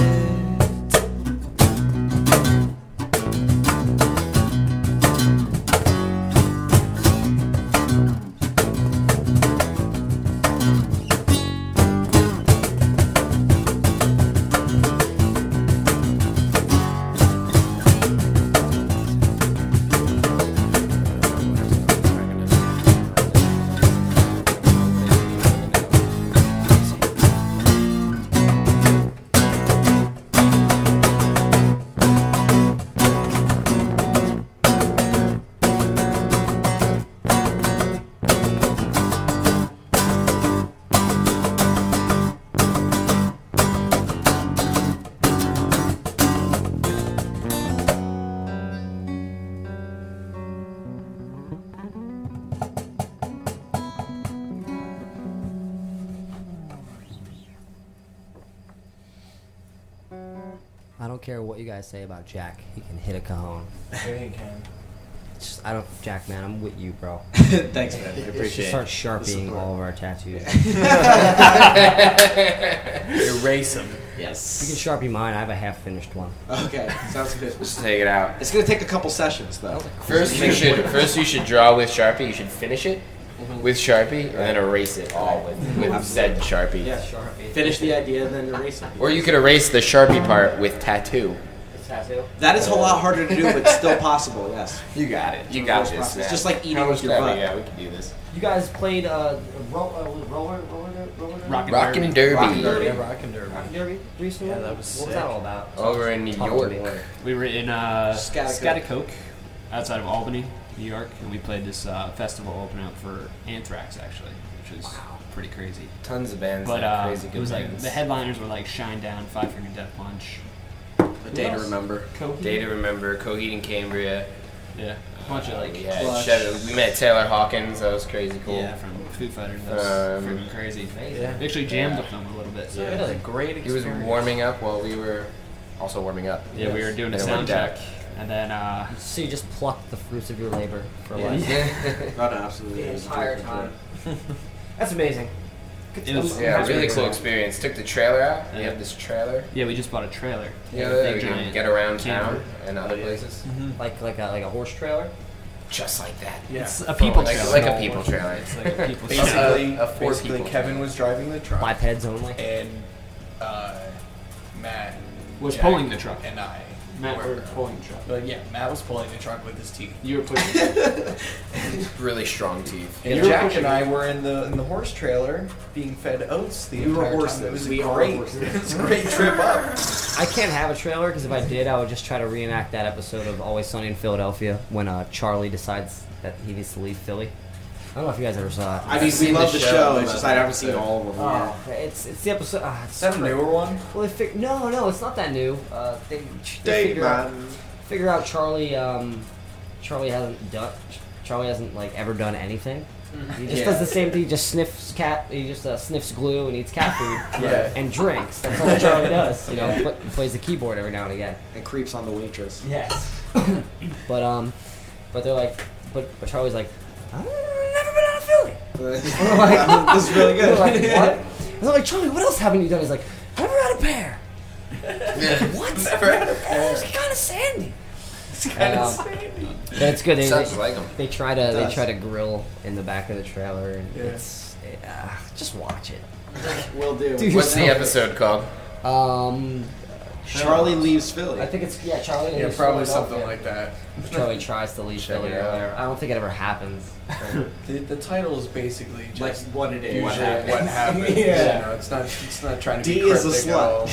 I don't care what you guys say about Jack. He can hit a cajon.
he can.
Just, I don't, Jack, man. I'm with you, bro.
Thanks, man. I
Let's
appreciate
Start
the
sharpieing
support.
all of our tattoos.
Erase 'em. Yes.
You can sharpie mine. I have a half finished one.
Okay, sounds good.
Just take it out.
It's gonna take a couple sessions though.
First you should first you should draw with sharpie. You should finish it
Mm-hmm.
with sharpie and then erase it all with with said sharpie.
Yeah, sharpie. Finish the idea, then erase it.
Or you could erase the sharpie part with tattoo.
That is a lot harder to do, but still possible. Yes.
You got it. You got
It's
this. man.
It's just like eating
How
with
much
your
better?
butt.
Yeah, we can do this.
You guys played uh, ro- uh, was it roller, roller, der- roller, derby?
Rock and Rock and derby. derby.
Rock and derby.
Yeah,
Rock and derby. recently.
Yeah, that was
What was
sick.
that all about?
Uh, Over in New
Talk to
York.
me.
We were in uh,
Scaticoke.
Scaticoke, outside of Albany, New York, and we played this uh, festival open up for Anthrax, actually, which was pretty crazy.
Tons of bands
But
that are
uh,
crazy
it
good
was like
bands.
the headliners were like Shine Down, Five Finger Death Punch,
A
Who
day to
else?
remember.
Coheed.
Day to remember. Coheed and Cambria.
Yeah, a bunch of like
we had
Clutch.
Chev- we met Taylor Hawkins. That was crazy cool. Um,
Yeah, from Foo Fighters. That was freaking crazy.
yeah.
We actually jammed
Yeah.
with them a little bit. So
Yeah.
it was a great
He was
experience.
warming up while we were also warming up.
Yeah, we were doing a
They
sound
warmed
check,
up.
and then uh,
So you just plucked the fruits of your labor for
Yeah.
life.
Yeah.
Not absolutely.
The entire time. That's amazing.
It was
yeah,
it was
really
pretty
cool experience. Took the trailer out. We
Yeah.
have this trailer.
Yeah, we just bought a trailer.
Yeah,
Big
we can
giant
get around
camper.
town and other places.
Mm-hmm. Like like a like a horse trailer.
Just like that.
Yeah. It's a people
like,
trailer.
Like a people trailer.
It's like a people
Basically,
A- a four
basically
people
Kevin was driving the truck.
Bipeds
Oh
only.
And uh, Matt
Was
Jack,
pulling the truck.
And I.
Matt were pulling the truck.
But yeah, Matt was pulling the truck with his teeth.
You were pushing.
really strong teeth.
And Jack and I were in the in the horse trailer being fed oats the
We were
entire
horses.
time. It was a
We are
great,
horses.
it was a great trip up.
I can't have a trailer because if I did, I would just try to reenact that episode of Always Sunny in Philadelphia when uh, Charlie decides that he needs to leave Philly. I don't know if you guys ever saw it.
I've We seen love the the show, show, Oh, it's just I haven't seen all of them
Oh, it's it's the episode. Uh, it's
that a
super-
newer one?
Well, they fig- no, no, it's not that new. Uh, they they figure out, figure out Charlie. Um, Charlie hasn't done. Charlie hasn't like ever done anything. He just
Yeah.
does the same thing. He just sniffs cat. He just uh, sniffs glue and eats cat food
Yeah.
and drinks. That's all Charlie does. You know, pl- plays the keyboard every now and again.
And creeps on the waitress.
Yes. but um, but they're like, but, but Charlie's like, I've never been out of Philly. We're like,
This is really good.
We're like, what? And they're like, Charlie, what else haven't you done? He's like, never had a pear. what? Never had a pear. It's kind of sandy. It's
kinda
sandy. Um, That's good. They,
Sounds
they,
like 'em.
They try to
It
they
does.
try to grill in the back of the trailer, and
Yeah.
it's uh, just watch it.
Will do.
Do
What's the
yourself.
episode called?
Um,
Charlie leaves Philly.
I think it's yeah, Charlie.
Yeah,
leaves
probably
Philadelphia.
something like that.
Charlie tries to leave
Check
Philly
it
or
out.
whatever. I don't think it ever happens.
The, the title is basically just
Like what it is.
usually
What
What
happened.
happened?
Yeah.
You know, it's not. It's not trying to
D
be
is a
cryptic at
slut.
all.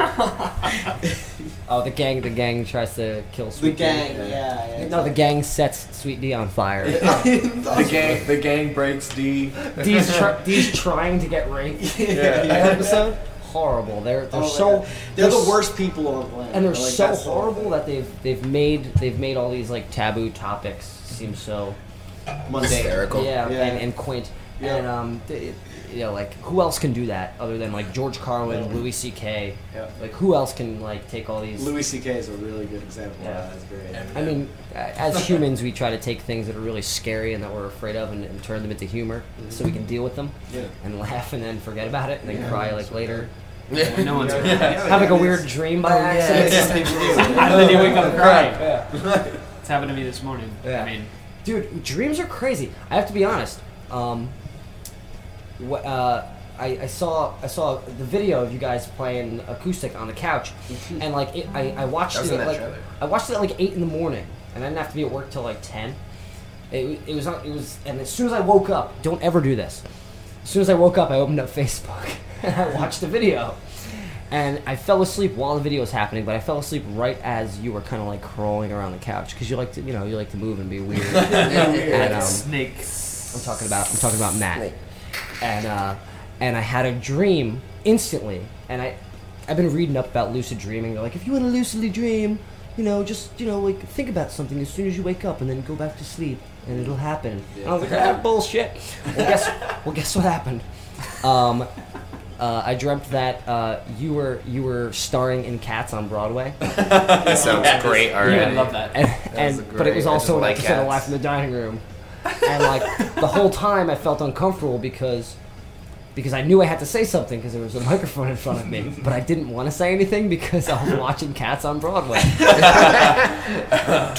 It's like-
oh, the gang! The gang tries to kill Sweet D.
gang, yeah, yeah,
no, the gang sets Sweet D on fire.
the gang. The gang breaks D.
D's, tr- D's trying to get raped.
Yeah.
That episode horrible. They're they're
Oh,
so
yeah. They're the
s-
worst people on the planet.
and they're
Like,
so
that's the-
horrible that they've they've made they've made all these like taboo topics seem so mundane,
Hysterical.
yeah,
Yeah.
And, and quaint, and um, th- it- you know, like who else can do that other than like George Carlin,
Yeah.
Louis C.K.
Yeah.
Like who else can like take all these?
Louis C.K. is a really good example. of that. That's great.
I mean, uh, as humans, we try to take things that are really scary and that we're afraid of and, and turn them into humor so we can deal with them
Mm-hmm. Yeah.
and laugh and then forget about it and then
Yeah.
cry like later.
Yeah. No one's- Yeah.
have like a weird dream by
Oh, yeah.
accident.
Yeah. Some people do.
and then you wake up crying.
Yeah.
it's happened to me this morning. I mean,
Dude, dreams are crazy. I have to be honest. Um, wh- uh, I, I saw I saw the video of you guys playing acoustic on the couch, and like it, I, I watched
Mm-hmm. That was in
it at,
that
like
trailer.
I watched it at like eight in the morning, and I didn't have to be at work till like ten. It, it was on- it was, and as soon as I woke up, don't ever do this. As soon as I woke up, I opened up Facebook and I watched the video. And I fell asleep while the video was happening, but I fell asleep right as you were kind of like crawling around the couch because you like to, you know, you like to move and be weird. and, um, I'm talking about I'm talking about Matt. And uh, and I had a dream instantly, and I I've been reading up about lucid dreaming. They're like, if you want to lucidly dream, you know, just you know, like think about something as soon as you wake up, and then go back to sleep, and it'll happen. And I was like, ah, bullshit. Well, guess well, guess what happened? Um, uh, I dreamt that uh, you were you were starring in Cats on Broadway.
That sounds great already.
Yeah, And, and- but it was
I
also
just
an
like
episode of
cats.
Life in the Dining Room, and like the whole time I felt uncomfortable because because I knew I had to say something because there was a microphone in front of me, but I didn't want to say anything because I was watching Cats on Broadway.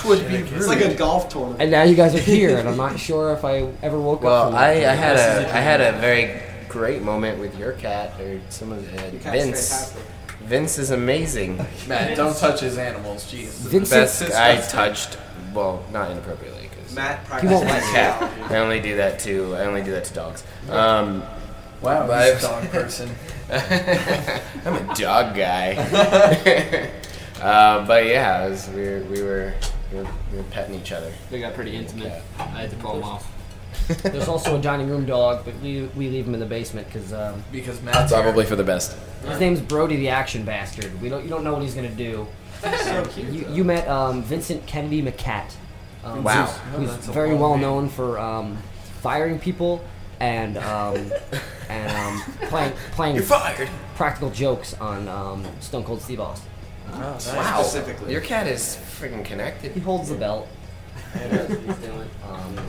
Would be it's like a golf tournament.
and now you guys are here, and I'm not sure if I ever woke up.
Well,
from
I,
that.
I had a I had a very great moment with your cat or some of the Vince.
cat's fantastic.
Vince is amazing.
Matt, don't touch his animals. Jeez.
Vince best I touched. Well, not inappropriately because
Matt
he
practices
won't
his
cat.
dog.
I only do that to I only do that to dogs. Um,
Wow,
but-
he's a dog person.
I'm a dog guy. uh, but yeah, it was, we, were, we, were, we were we were petting each other.
they got pretty intimate. I had to pull them off.
There's also a dining room dog, but we, we leave him in the basement because um,
because
Matt's Probably here. for the best.
His name's Brody the Action Bastard. We don't you don't know what he's gonna do. And you, you met um, Vincent Kennedy McCat. Um,
Wow.
who's
Oh, That's a
very
long
well
name.
known for um, firing people and um, and um, playing playing
You're fired.
practical jokes on um, Stone Cold Steve Austin.
wow, your cat is freaking connected.
He holds the belt.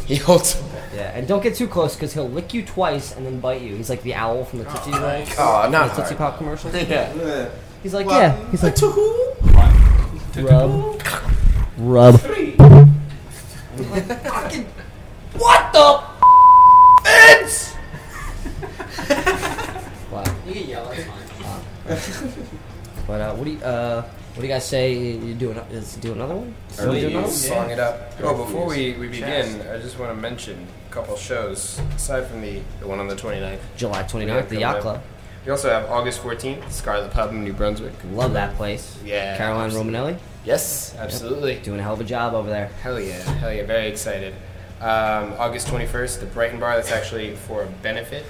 He holds.
Yeah, and don't get too close because he'll lick you twice and then bite you. He's like the owl from the Tootsie
Oh,
Roll.
God, not
the Tootsie
hard.
Pop commercial.
Yeah.
He's like,
Well,
yeah. He's like, rub,
Rub.
What the fence?
Wow.
You can yell, that's fine.
But uh, what do you uh, what do you guys say? You do an, is do another one? Or do another one?
song it up. Oh, before we, we begin, I just want to mention a couple shows aside from the, the one on the 29th.
July
we have
29th, the Yacht
coming up.
Club.
We also have August 14th, Scarlet Pub in New Brunswick.
Love that place.
Yeah.
Caroline
absolutely.
Romanelli.
Yes, absolutely.
Doing a hell of a job over there.
Hell yeah, hell yeah, very excited. Um, August 21st, the Brighton Bar, that's actually for a benefit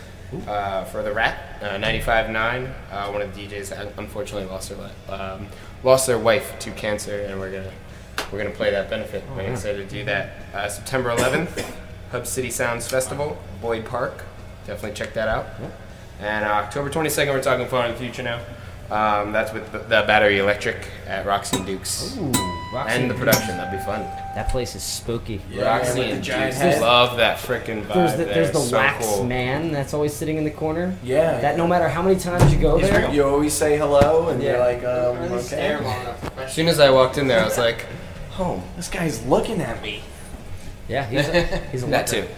uh, for the Rat, uh, 95.9. Uh, one of the DJs un- unfortunately lost her, li- um, lost their wife to cancer, and we're gonna we're gonna play that benefit.
Oh,
we're
yeah.
excited to do that. Uh, September 11th, Hub City Sounds Festival, Boyd Park. Definitely check that out. And uh, October 22nd, we're talking far in the future now. Um, that's with the, the Battery Electric at Roxy and Dukes.
Roxy
and the
and
production,
Dukes.
that'd be fun.
That place is spooky.
Roxy and Dukes. Love that freaking vibe.
There's the,
there.
there's the
so
wax
cool.
man that's always sitting in the corner.
Yeah,
That no matter how many times you go
He's
there,
real. You always say hello, and you're
Yeah.
like, um,
Really stare long
okay.
As soon as I walked in there, I was like,
Oh, this guy's looking at me.
Yeah, he's a, he's a
that
worker.
too.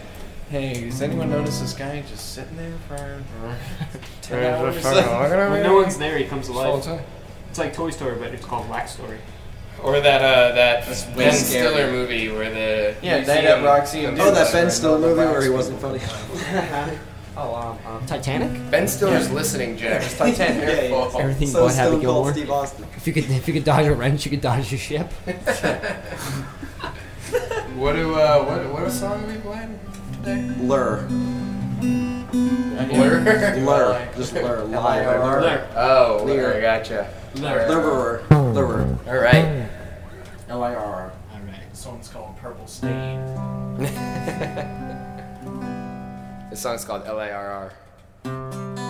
Hey, does anyone notice this guy just sitting there for ten
There's a
hours?
fucking look at him. When no one's there, he comes
Just
alive.
folds up.
It's like Toy Story, but it's called Wax Story.
Or that uh, that
That's way
Ben
scarier.
Stiller movie where the
Yeah,
museum-
Night at Roxy and
Oh, that Ben Stiller movie where he wasn't funny.
oh, um, um, Titanic.
Ben Stiller's listening, Jack. It's Titanic.
Yeah, yeah.
Awful.
Everything
So
but Happy
Stone Cold
Gilmore.
Steve Austin.
If you could, if you could dodge a wrench, you could dodge a ship.
What do uh, what what a song are we playing today?
Lur.
Blur.
Lur. Just lur. Liar.
Oh,
Lear.
I gotcha.
Lurer. Lurer.
All right.
L I R.
All right, this one's called Purple Stain.
This song's called L A R R.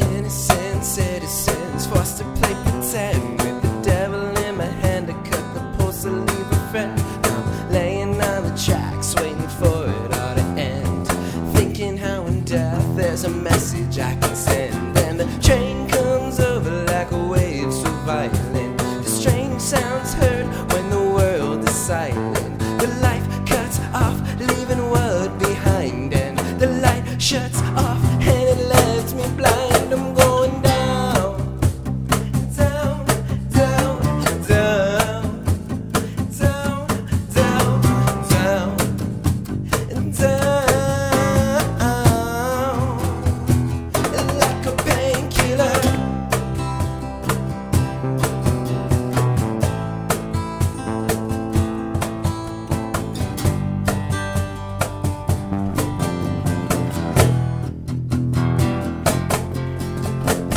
Innocent citizens forced to play pretend with the devil in my hand. I cut the post to leave a friend. I'm laying on the tracks, waiting for it all to end. Thinking how in death there's a message I can send. And the train comes over like a wave so violent. The strange sounds heard when the world is silent. The life cuts off, leaving world behind. And the light shuts off, and it left me blind. I'm going down, down, down, down, down, down, down, down, like a painkiller.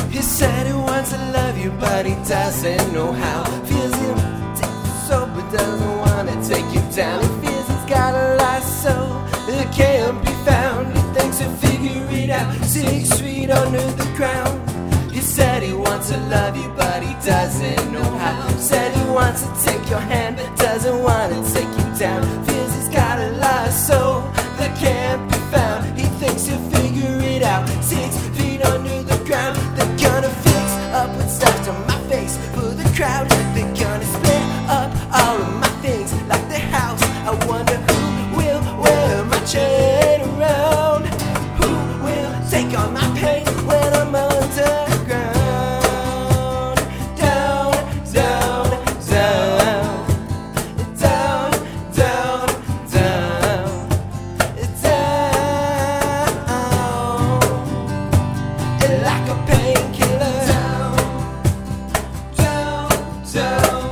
He said he wants to love you, but he doesn't know how. Feels he wants to take you sober, doesn't want to take you down. He feels he's got a lost soul that can't be found. He thinks he'll figure it out six feet under the ground. He said he wants to love you, but he doesn't know how. Said he wants to take your hand, but doesn't want to take you down. Feels he's got a lost soul that can't be found. He thinks he'll figure it out. Six feet under the ground, they're gonna fix up with stuff to my face for the crowd. They're gonna split up all of my things like the house. I wonder who will wear my chain around. Who will take all my pain when I'm underground? Down, down, down, down, down, down, down, like a painkiller. Down, down,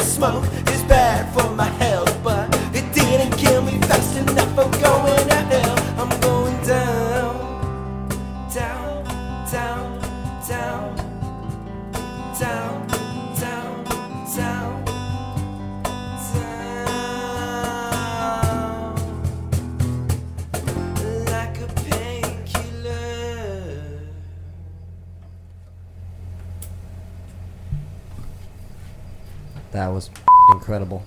smoke is bad for my health, but it didn't kill me fast enough. I'm going to hell. I'm going down, down, down, down, down, down, down, down. Like a painkiller.
That was incredible.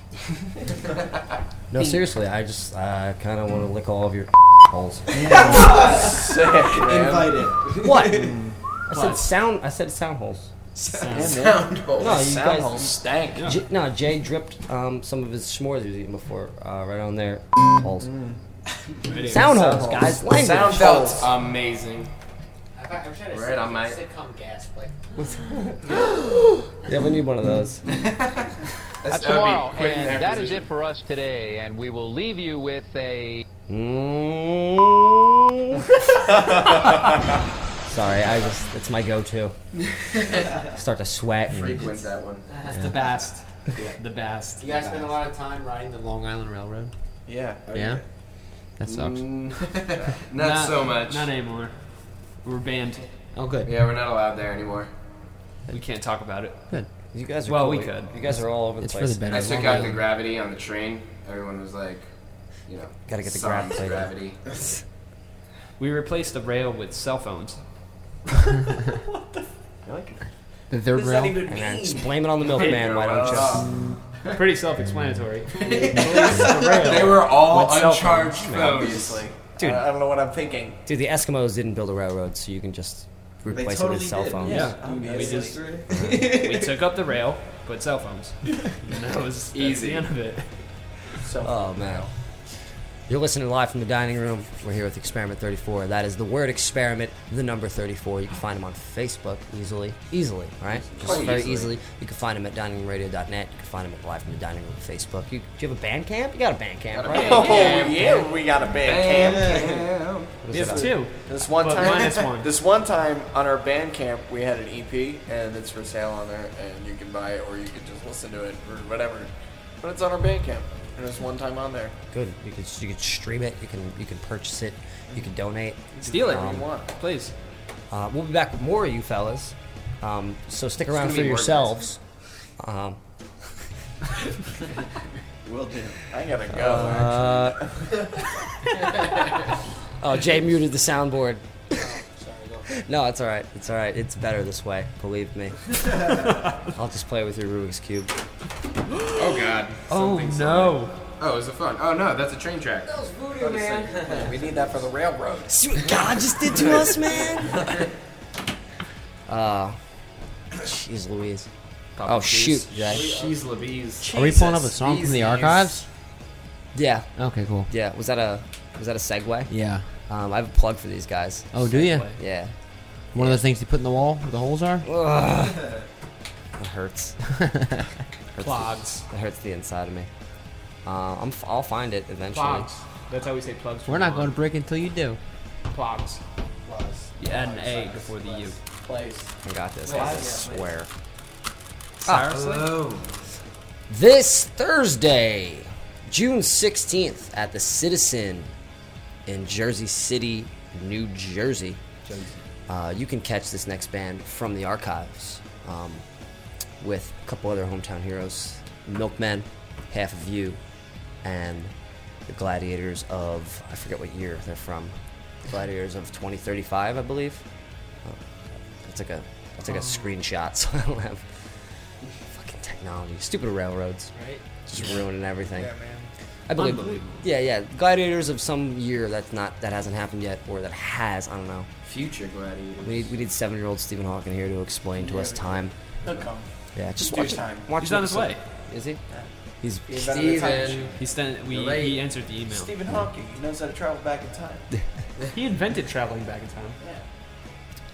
No, seriously, I just I kind of want to lick all of your holes.
Sick, man. Invited.
What? I said
What?
sound. I said sound holes.
Sound- Sound holes.
No, you
Sound
guys
holes stank.
J- no, Jay dripped um, some of his s'mores he was eating before uh, right on their holes.
Mm.
Sound holes, guys. Language.
Sound felt amazing.
I'm trying
Right on my.
sitcom gas, like.
Yeah, we need one of those.
That's-
That's
that would be
tomorrow,
quitting
and
that
that is
position.
it for us today. And we will leave you with a.
Mm. Sorry, I just it's my go-to. Start to sweat. and-
Frequent that one.
That's
Yeah.
the best. the best.
You guys spend a lot of time riding the Long Island Railroad?
Yeah.
Oh, Yeah? That sucks.
Mm. Not, so much.
Not anymore. We're banned.
Oh, good.
Yeah, we're not allowed there anymore.
We can't talk about it.
Good.
You guys are
well,
cool.
we could.
You guys are all over the It's for place. the better.
I took
Long
out the
Island.
gravity on the train. Everyone was like, you know,
Gotta get the
sans
graph plate.
gravity.
We replaced the rail with cell phones.
The
What does
third rail.
that even
And
mean?
then just blame it on the milkman, why don't
you? Pretty self-explanatory.
They were all uncharged phones.
Dude.
I, I don't know what I'm thinking.
Dude, the Eskimos didn't build a railroad, so you can just replace it with cell phones.
we just we took up the rail, put cell phones. And that was easy. That's the end of it.
Um, Oh man. You're listening live from the dining room. We're here with Experiment 34. That is the word experiment, the number 34. You can find them on Facebook easily. Easily, right? Just
Quite
very
easily.
easily. You can find them at diningroomradio.net. You can find them at live from the dining room Facebook. You, do you have a band camp? You got a band camp, right?
Oh yeah, we got a band camp.
We have two.
This one
But
time,
minus one.
this one time on our band camp, we had an EP, and it's for sale on there, and you can buy it or you can just listen to it or whatever. But it's on our band camp, and it's one time on there.
Good. You can you can stream it. You can you can purchase it. You can donate.
Steal it.
Um,
if you want, please.
Uh, we'll be back with more of you fellas. Um, so stick
It's
around
gonna
for
be work,
yourselves. Um,
Will do. I gotta go.
uh, oh, Jay muted the soundboard. no, it's all right. It's all right. It's better this way. Believe me. I'll just play with your Rubik's cube.
Oh god.
Oh,
Something's
no.
on there. Oh, it was a fun. Oh no, that's a train track. That was voodoo,
man. we need that for the railroad.
See what God just did to us, man. Uh, jeez, Louise. oh shoot, Jay.
She's Louise.
Are we pulling up a song from the archives?
Yeah.
Okay, cool.
Yeah. Was that a was that a segue?
Yeah.
Um, I have a plug for these guys.
Oh, do ya?
Yeah.
One of those things you put in the wall where the holes are?
Ugh. It hurts. hurts
Plugs.
The, it hurts the inside of me. Uh, I'm, f- I'll find it eventually.
Plugs. That's how we say plugs.
We're not going to break until you do.
Plugs. Plugs. Yeah, an A before the U.
Place.
I got this.
Plugs.
I swear. Ah.
Seriously?
This Thursday, June 16th, at the Citizen in Jersey City, New Jersey,
Jersey.
Uh, you can catch this next band from the archives um, with a couple other hometown heroes Milkmen, Half of You, and the Gladiators of, I forget what year they're from. Gladiators of 2035, I believe. Oh, that's like a, that's like a
Oh.
screenshot, so I don't have fucking technology. Stupid railroads.
Right.
Just ruining everything.
Yeah, man.
I believe.
Unbelievable.
Yeah, yeah. Gladiators of some year that's not that hasn't happened yet, or that has. I don't know.
Future gladiators.
We need, we need seven year old Stephen Hawking here to explain to us time.
He'll come.
Yeah, just
In
watch
due
it-
time.
Watch
He's
an
on his
episode.
way.
Is he? He's
He's better than time machine.
He sent. We he answered the email.
Stephen Hawking. He knows how to travel back in time.
He invented traveling back in time.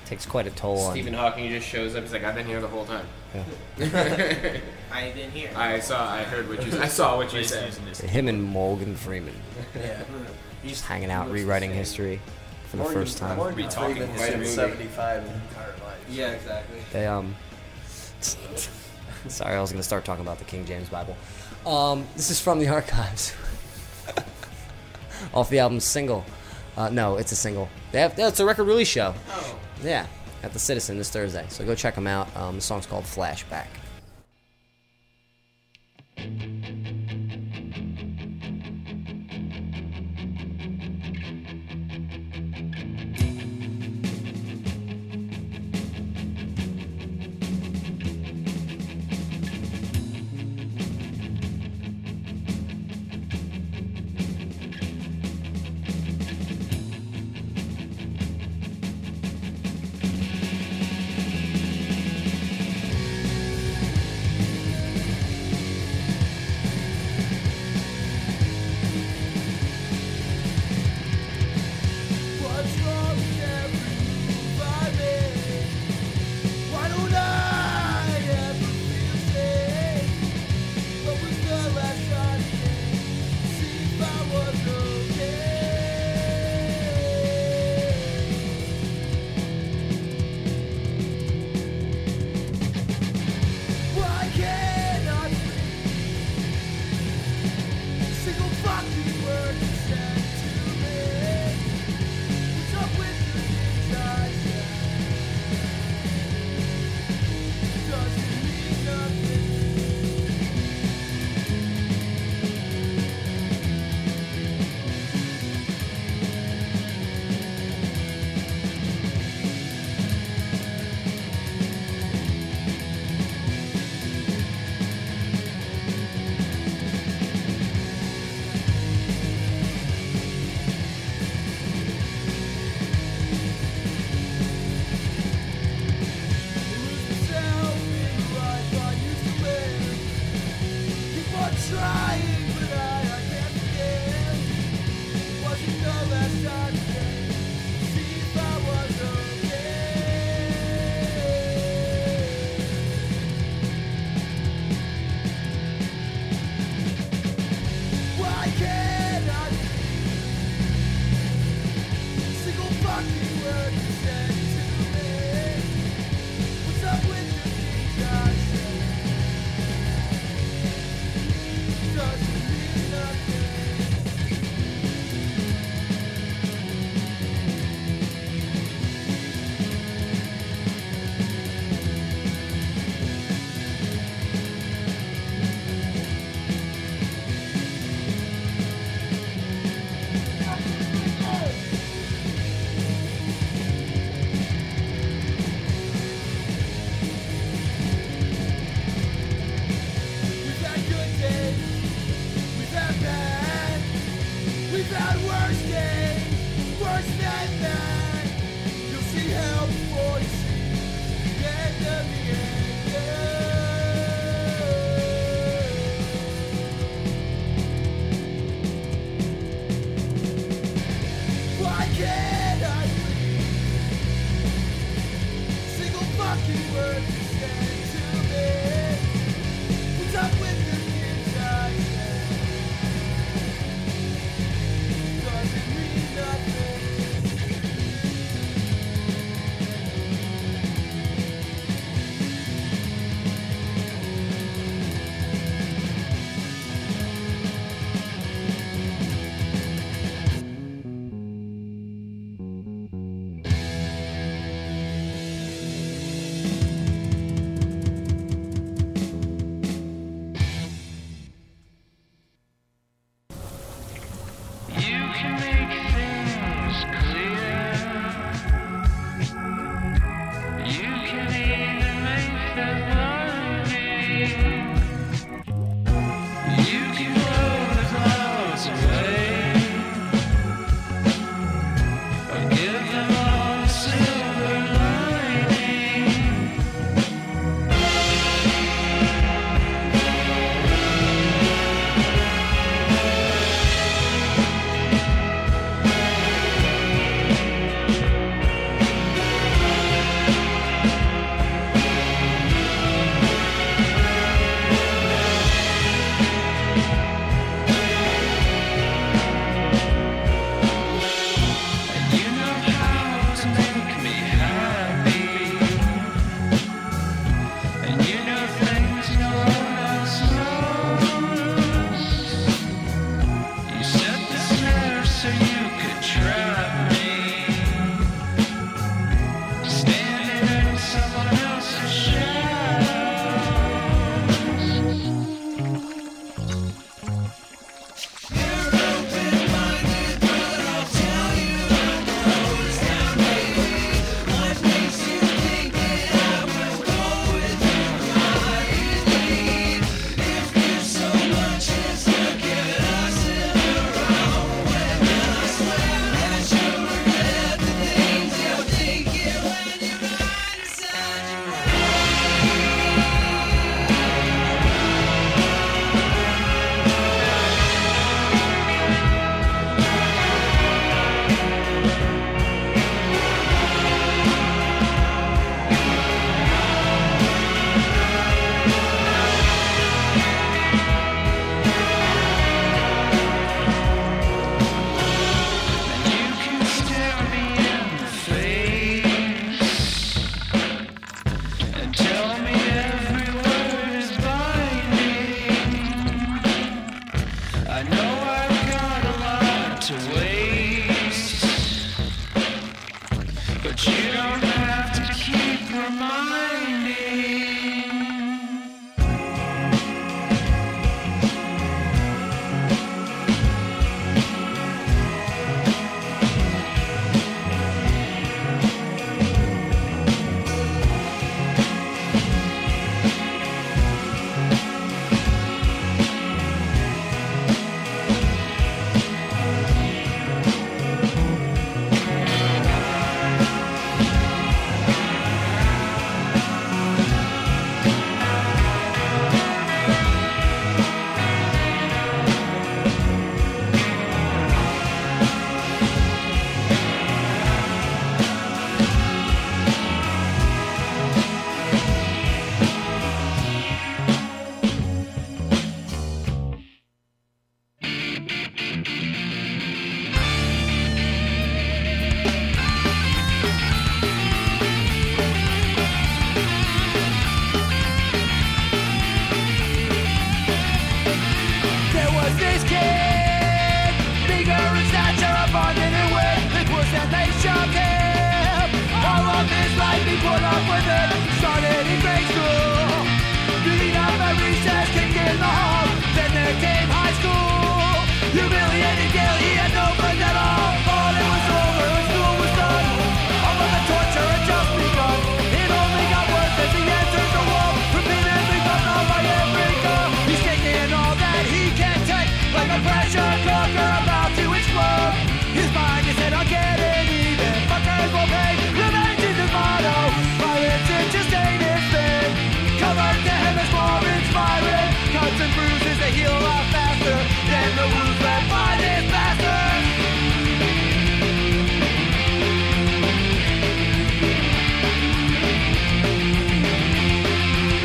takes quite a toll on.
Stephen Hawking just shows up. He's like, I've been here the whole time.
I've been here.
I saw. I heard what you. I saw what you said.
Him and Morgan Freeman.
Yeah.
Just hanging out, rewriting history for the
Morgan-
first time.
Morgan Freeman has
quite a
been
movie.
um,
75 his entire life.
Yeah, exactly.
They um. Sorry, I was going to start talking about the King James Bible. Um, this is from the archives. Off the album single. Uh, no, it's a single. They have, it's a record release show. Oh. Yeah, at the Citizen this Thursday. So go check them out. Um, the song's called Flashback.
he put up with it? Started in grade school. Beat up at recess, kicked in the hall. Then there came high school. Humiliated Gale, he had no friends at all. Thought it was over, and school was done. All of the torture had just begun. It only got worse as he entered the wall. Repeatedly thrown off by every goal. He's taking all that he can take, like a pressure cooker about to explode. His mind is set on getting even. Fuckers will pay. Revenge is his motto. Violence is just ain't his thing. Covered to him is more inspiring. Cuts and bruises they heal a lot faster than the wounds left by this bastard.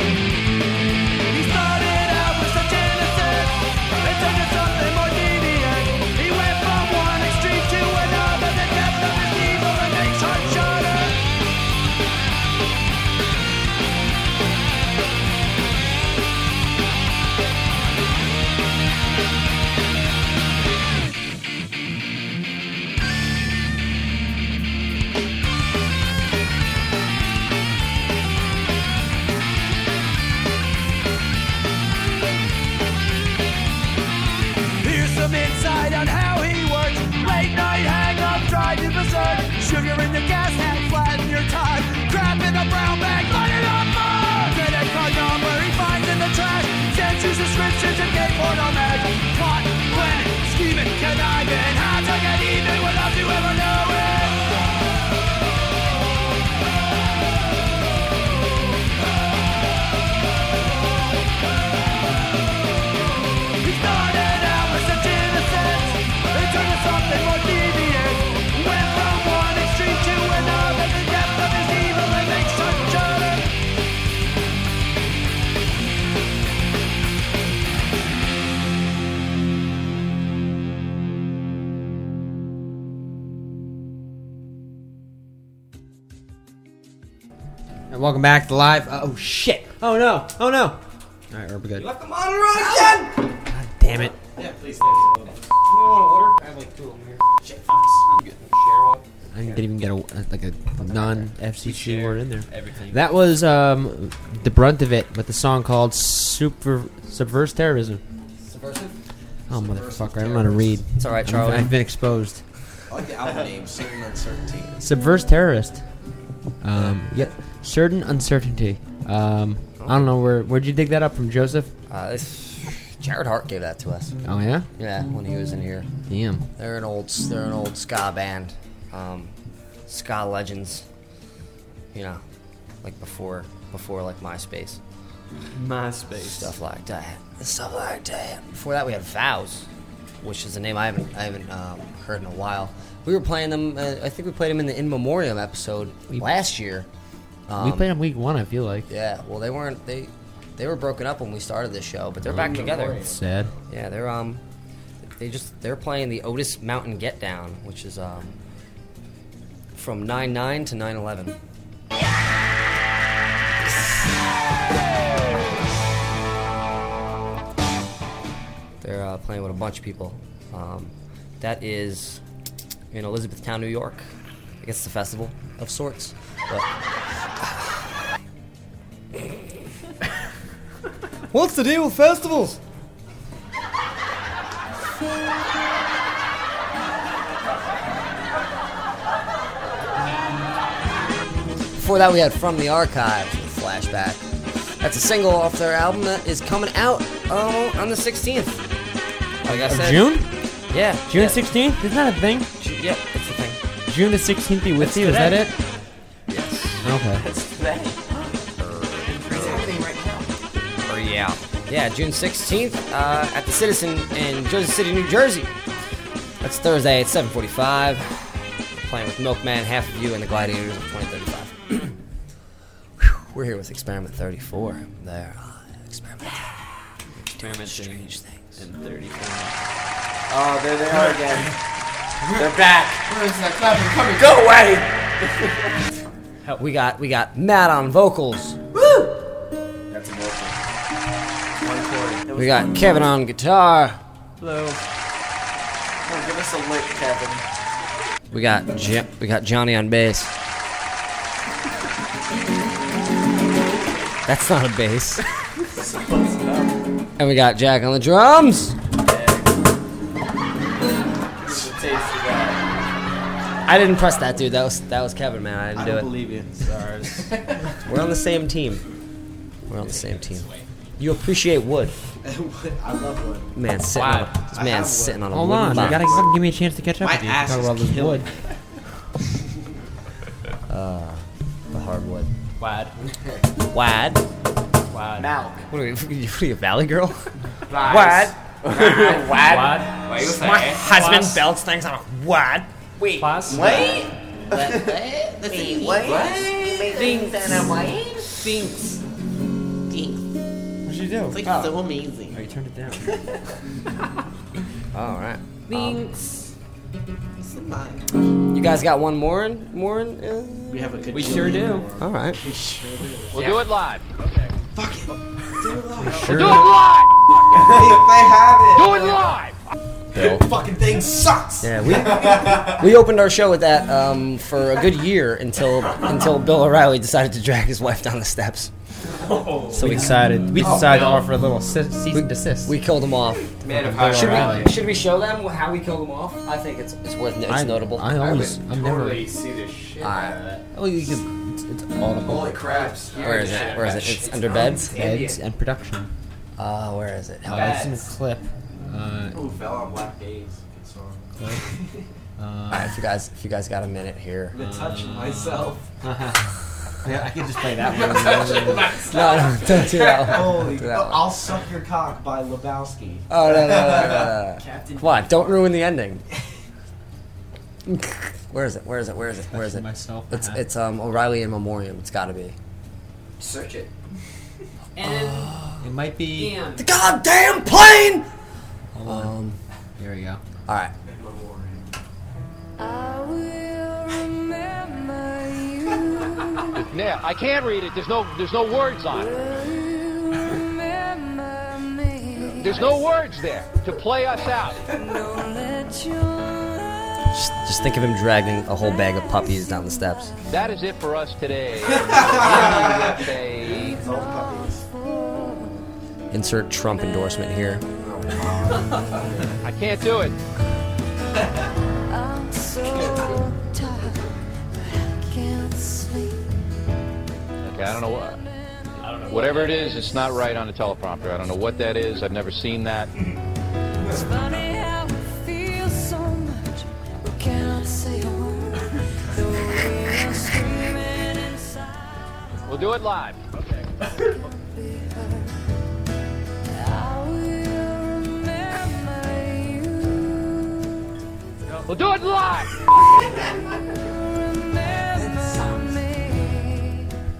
He started out with such innocence. It turned to something more deviant. He went from one extreme to another. The depth of his evil that makes hearts shudder. Here's some insight on how he works. Late night hang up, drive you berserk. Sugar in your gas hat, flatten your tire. Crap in a brown bag, light it on fire. Credit card number he finds in the trash. Censors, subscriptions, and gay porno mag. Caught, planning, scheming, conniving. How to get even without you ever knowing. He started out with such innocence. It turned to something more deviant. Went from one extreme to another. The depth of his evil that makes us shudder.
And welcome back to live. oh shit! Oh no! Oh no! All right, we're good.
the monitor on again!
Damn it!
Yeah, please, thanks. You want water? I have like two of them here. Shit, fucks. I'm good. Share one.
I didn't even get a like a non FCC word in there.
everything.
That was um, the brunt of it with the song called "Super Subverse Terrorism."
Subversive?
Oh motherfucker! I don't know how to read.
It's all right,
I'm-
Charlie.
I've been exposed.
I like the album name, Certain Uncertainty.
Subverse terrorist. Um, yeah, certain uncertainty. Um, I don't know where where'd you dig that up from, Joseph?
Uh, this, Jared Hart gave that to us.
Oh yeah.
Yeah, when he was in here.
Damn.
They're an old, they're an old ska band, um, ska legends. You know, like before, before like MySpace,
MySpace
stuff like that. Stuff like that. Before that, we had Vows, which is a name I haven't, I haven't um, heard in a while. We were playing them. Uh, I think we played them in the In Memoriam episode last year.
we
Um,
played him week one. I feel like.
Yeah. Well, they weren't. They they were broken up when we started this show, but they're back
Oh.
together.
Sad.
Yeah, they're um, they just they're playing the Otis Mountain Get Down, which is um, from nine nine to nine eleven. They're uh, playing with a bunch of people. Um, that is in Elizabethtown, New York. I guess it's a festival of sorts. But What's the deal with festivals? Before that, we had From the Archives with Flashback. That's a single off their album that is coming out oh, on the 16th. Like I
Of
said,
Oh, June?
Yeah.
June
yeah.
sixteenth. Isn't that a thing?
Yeah, that's the thing.
June the sixteenth. Be with
That's
you. Is that
today.
it?
Yes.
Okay.
Or yeah. Yeah, June 16th uh, at the Citizen in Jersey City, New Jersey. That's Thursday at 7:45. Playing with Milkman, Half of You, and the Gladiators at 2035. Whew, We're here with Experiment 34. There, uh, Experiment. Experiment strange things.
And 34.
Oh, there they are again.
They're back.
Where is that clapping coming?
Go away! We got we got Matt on vocals.
That's a vocal. One chord.
We got Kevin on guitar.
Hello. Oh, give us a lick, Kevin.
We got Je- we got Johnny on bass. That's not a bass. and we got Jack on the drums. I didn't press that dude. That was that was Kevin, man. I didn't
I
do
don't
it.
believe you. Sorry.
We're on the same team. We're on the same team. You appreciate wood.
I love wood.
Man sitting on a, this man's sitting on a
Hold
wooden
on, you
box.
gotta fucking give me a chance to catch up
My
with you.
ass
Talk
is
about this
killing
wood.
Uh, the hardwood.
Wad.
Wad.
Wad.
Malk. What are you, what are you, what are you, a valley girl?
Wad.
Wad.
Wad. Why you say
My
it?
husband
Plus.
belts things on a wad.
Wait,
Plus.
what?
What?
The thing
What?
Things and I'm like, things.
What'd you do?
It's like so amazing.
Oh, you turned it down.
All right.
Things. It's the mind.
You guys got one more in? More in? Uh, we have a
We sure do.
All right. We
sure
We'll do it live. Okay.
Fuck it. Do it live.
sure
We'll do it live.
they have it.
Do it live.
Bill.
Fucking thing sucks.
Yeah, we we opened our show with that um, for a good year until until Bill O'Reilly decided to drag his wife down the steps.
So we decided we
Oh,
decided to
Bill.
offer a little se- cease and desist.
We killed him off.
Man of
should,
O'Reilly.
we, should we show them how we killed him off? I think it's, it's worth it's
I-
notable.
I always- I would I'm never-
totally see the shit out of that.
Oh, you can. It's, it's audible.
Holy craps.
Where is it? Where is it? It's under beds.
Beds and production.
Ah, where is it? How
Uh, it's
bad?
in a clip. Uh,
Ooh, fell on black days. Good song.
All right, if you guys if you guys got a minute here.
I've been touching myself.
yeah, I could just play that
I'm touching
one.
myself.
No, no, don't do that one.
Holy,
Don't do that one.
I'll suck your cock by Lebowski.
Oh no no no no! no, no.
Captain.
Come on, don't ruin the ending. Where is it? Where is it? Where is it? Where is it?
Touching myself.
It's it's um O'Reilly in memoriam. It's got to be.
Search it.
It might be.
The goddamn plane!
Hold on.
Um.
Here we go.
All right.
Yeah, I can't read it. There's no there's no words on it. There's no words there to play us out.
Just, just think of him dragging a whole bag of puppies down the steps.
That is it for us today.
Insert Trump endorsement here.
I can't do it.
I'm so tired, but I can't sleep.
Okay, I don't know what. Whatever it is, it's not right on the teleprompter. I don't know what that is. I've never seen that.
It's funny how we feel so much. We cannot say a word. Though we are screaming inside.
We'll do it live.
I will remember you.
We'll do it live.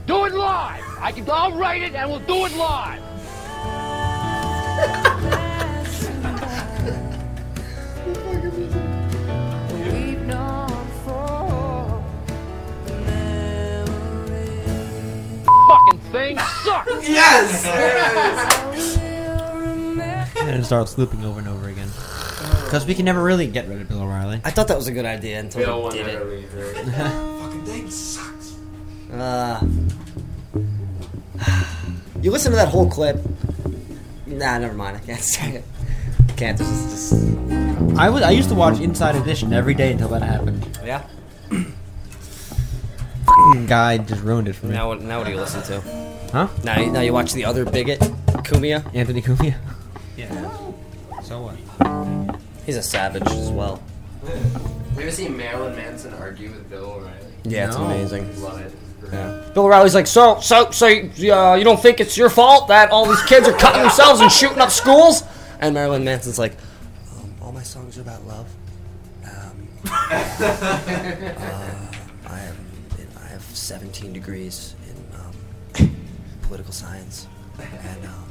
Do it live. I can. I'll write it and we'll do it live.
We've known for
Fucking thing sucks.
Yes!
And it starts looping over and over again. Because we can never really get rid of Bill O'Reilly.
I thought that was a good idea until
Bill
we
won
did
that
it.
Fucking thing sucks.
Uh, you listen to that whole clip. Nah, never mind. I can't say it. Can't. This is just.
I was I used to watch Inside Edition every day until that happened.
Yeah.
Guy just ruined it for me.
Now, what- now what do you listen to?
Huh?
Now, you- now you watch the other bigot, Kumia.
Anthony Cumia.
So what? He's a savage as well.
Have you ever seen Marilyn Manson argue with Bill O'Reilly?
Yeah, it's No. amazing.
Love it.
Bill O'Reilly's like, so, so, so, uh, you don't think it's your fault that all these kids are cutting themselves and shooting up schools? And Marilyn Manson's like, um, all my songs are about love. Um, uh, I have, I have 17 degrees in um, political science, and um,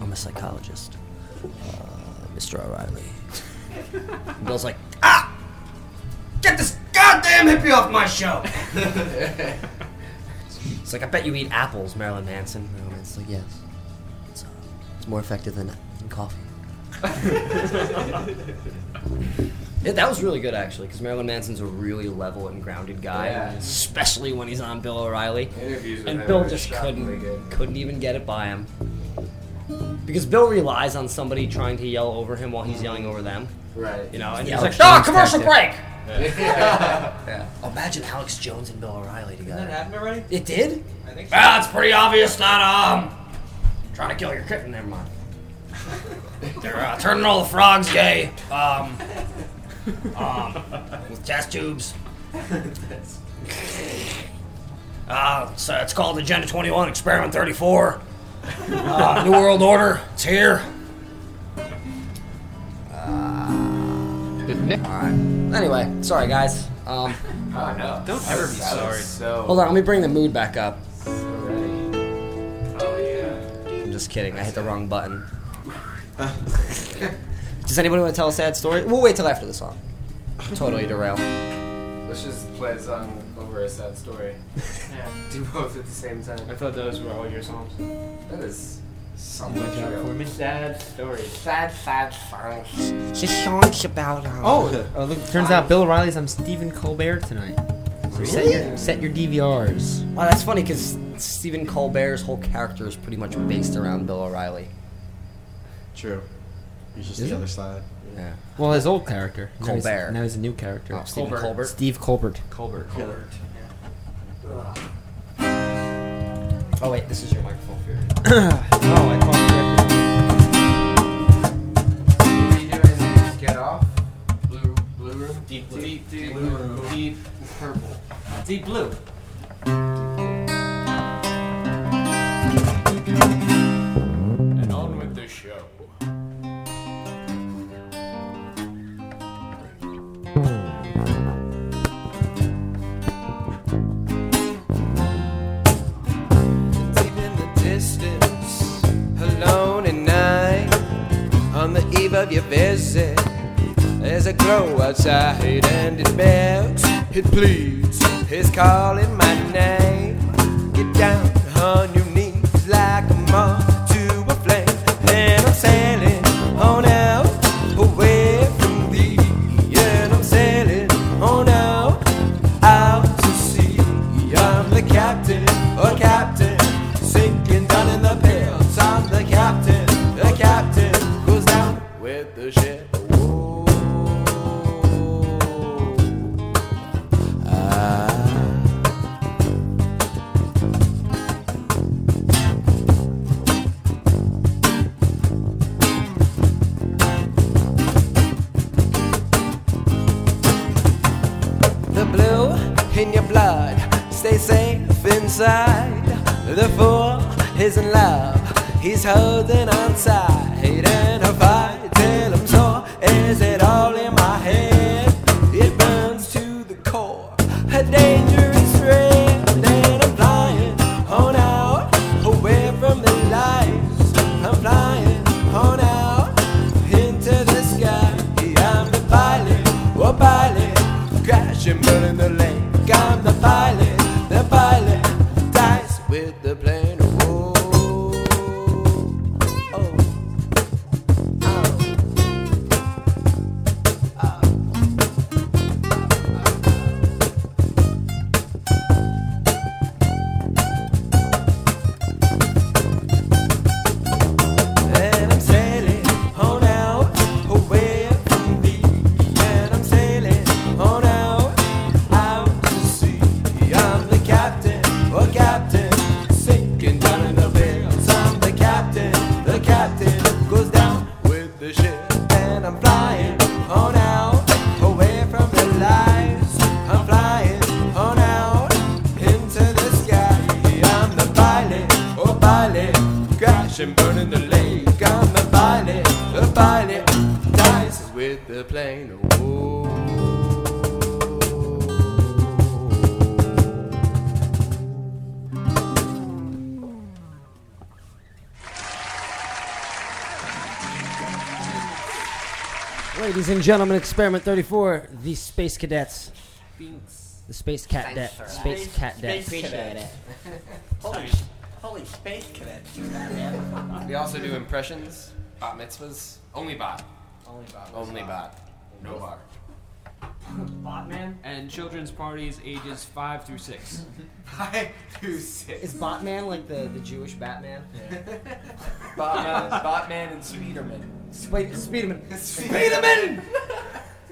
I'm a psychologist, uh, Mr. O'Reilly. Bill's like, ah, get this goddamn hippie off my show. It's like, I bet you eat apples, Marilyn Manson. Marilyn Manson's like, yes. It's, uh, it's more effective than, than coffee. Yeah, that was really good actually, because Marilyn Manson's a really level and grounded guy,
Yeah.
especially when he's on Bill O'Reilly.
Interviews with
and
him
Bill
are
just
shockingly
couldn't couldn't even get it by him because Bill relies on somebody trying to yell over him while he's yelling over them.
Right.
You know, and
The
he's
Alex
like, "Ah,
Jones
commercial break."
tactic.
Yeah.
Yeah.
Imagine Alex Jones and Bill O'Reilly together.
that happen already?
It did.
I think so.
Well, it's pretty obvious that um, trying to kill your kitten. Never mind. They're uh, turning all the frogs gay. Um, um, with test tubes. Uh, so it's called Agenda 21, Experiment 34. Uh, New World Order, it's here. Alright. Anyway, sorry guys. Um,
Oh, no.
Don't
That
ever
was-
be
that
sorry.
was So
Hold on, let me bring the mood back up.
Oh yeah.
I'm just kidding, I hit the wrong button. Does anybody want to tell a sad story? We'll wait till after the song. Totally derail.
Let's just play a song over a sad story. Yeah. Do both at the same time. I thought those were all your songs. That is somewhat true. Sad story. Sad, sad songs.
This song's about. oh, uh, look, turns out Bill O'Reilly's on Stephen Colbert tonight. So set, your,
Really?
set your DVRs.
Well, that's funny because Stephen Colbert's whole character is pretty much based around Bill O'Reilly.
True. He's just
Is
the
it?
other side.
Yeah.
Well, his old character. Now he's-
Colbert.
Now he's a new character.
Oh, Stephen Colbert. Colbert?
Steve Colbert.
Colbert.
Colbert.
Oh wait, this is your microphone.
oh, I called correctly.
What you do is get off. Blue, blue room.
Deep
blue. Deep, deep,
Blue room.
Deep purple.
Deep blue.
And on with the show.
deep in the distance, alone at night. On the eve of your visit, there's a glow outside and it melts, it bleeds, it's calling my name. Get down on your knees like a moth to a flame, and I'm sailing on out away from thee, and I'm sailing on out out to sea. I'm the captain, oh captain, sinking down in the pits. I'm the captain, the captain goes down with the ship. Whoa. Ah. the blue in your blood. Stay safe inside. The fool is in love. He's holding on tight and I fight till I'm sore. Is it all in my head? It burns to the core. A dangerous friend, and I'm flying on out away from the lights. I'm flying on out into the sky. I'm the pilot, oh pilot crashing, burning the lake. I'm the pilot, the pilot dies with the plane. Whoa. And I'm sailing on out away from thee. And I'm sailing on out out to sea. I'm the captain, oh captain, sinking down in the bills. I'm the captain, the captain goes down with the ship. And I'm flying on out away from the lies. I'm flying on out into the sky. I'm the pilot, oh pilot, crashing, burning the lake. I'm the pilot, the pilot dies with the plane.
Ladies and gentlemen, Experiment 34, the Space Cadets.
Thanks.
The Space Cat
Thanks
Debt.
for
Space
that.
Cat Debt.
Space Appreciate Cadet.
Holy, holy space cadet.
We also do impressions, bat mitzvahs. Only bot.
Only bot.
Only bot. No bar.
Botman?
And children's parties ages five through six.
Five through six.
Is Botman like the, the Jewish Batman?
Batman, Batman and Speederman.
Sp- Speederman.
Speederman!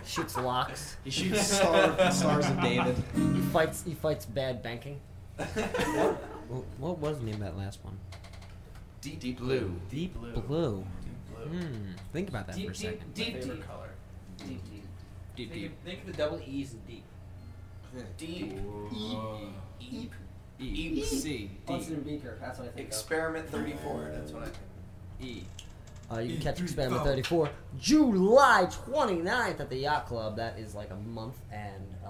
Shoots locks.
He shoots Star- Stars of David.
He fights. He fights bad banking.
Well, what was the name of that last one?
Deep, blue.
Deep blue.
Deep
blue. Hmm. Think about that
deep,
for a second.
Deep, deep,
favorite
deep.
color.
Deep, deep.
Deep,
think, Of, think of the double E's in deep.
Deep.
Eep.
E.
Eep.
C.
Hudson Beaker. That's what I think.
Experiment 34. That's what I.
E.
Uh, you can catch
Oh.
Experiment 34 July 29th at the Yacht Club. That is like a month and uh,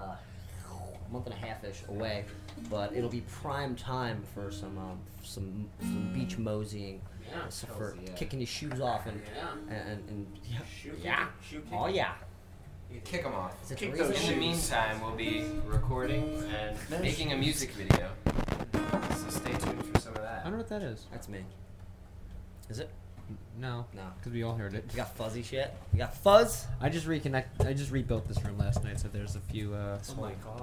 a month and a half ish away, but it'll be prime time for some um, some, some beach moseying,
Yeah,
so for
Chelsea, yeah.
kicking your shoes off and
Yeah.
and, and, yeah,
Shoe
yeah.
kicking, shoe
oh
kicking.
yeah.
You kick them off.
Is it
Kick
the reason-
those In the meantime, we'll be recording and making a music video. So stay tuned for some of
I
that.
wonder what that is.
That's me. Is it?
No.
No.
Because we all heard it.
We got fuzzy shit. We got fuzz.
I just reconnect. I just rebuilt this room last night, so there's a few uh,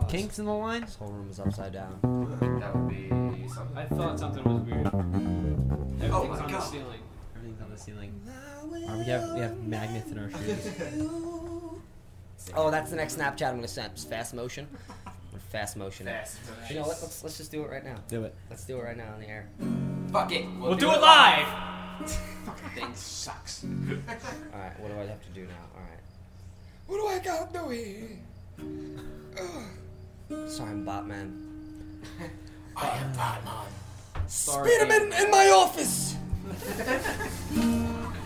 kinks in the line. This
whole room is upside down.
That would be something.
I thought something was weird. Everything's
Oh my
on the
God.
ceiling.
Everything's on the ceiling. Are we have we have magnets in our shoes.
Oh, that's the next Snapchat I'm gonna send. Just fast motion. We're fast motion. it.
Fast motion.
You know what? Let's let's just do it right now.
Do it.
Let's do it right now on the air.
Fuck it.
We'll do it live.
Thing sucks.
All right. What do I have to do now? All right.
What do I gotta do here?
Uh,
Sorry, I'm Batman.
I am Batman.
Sorry.
Speederman in my office.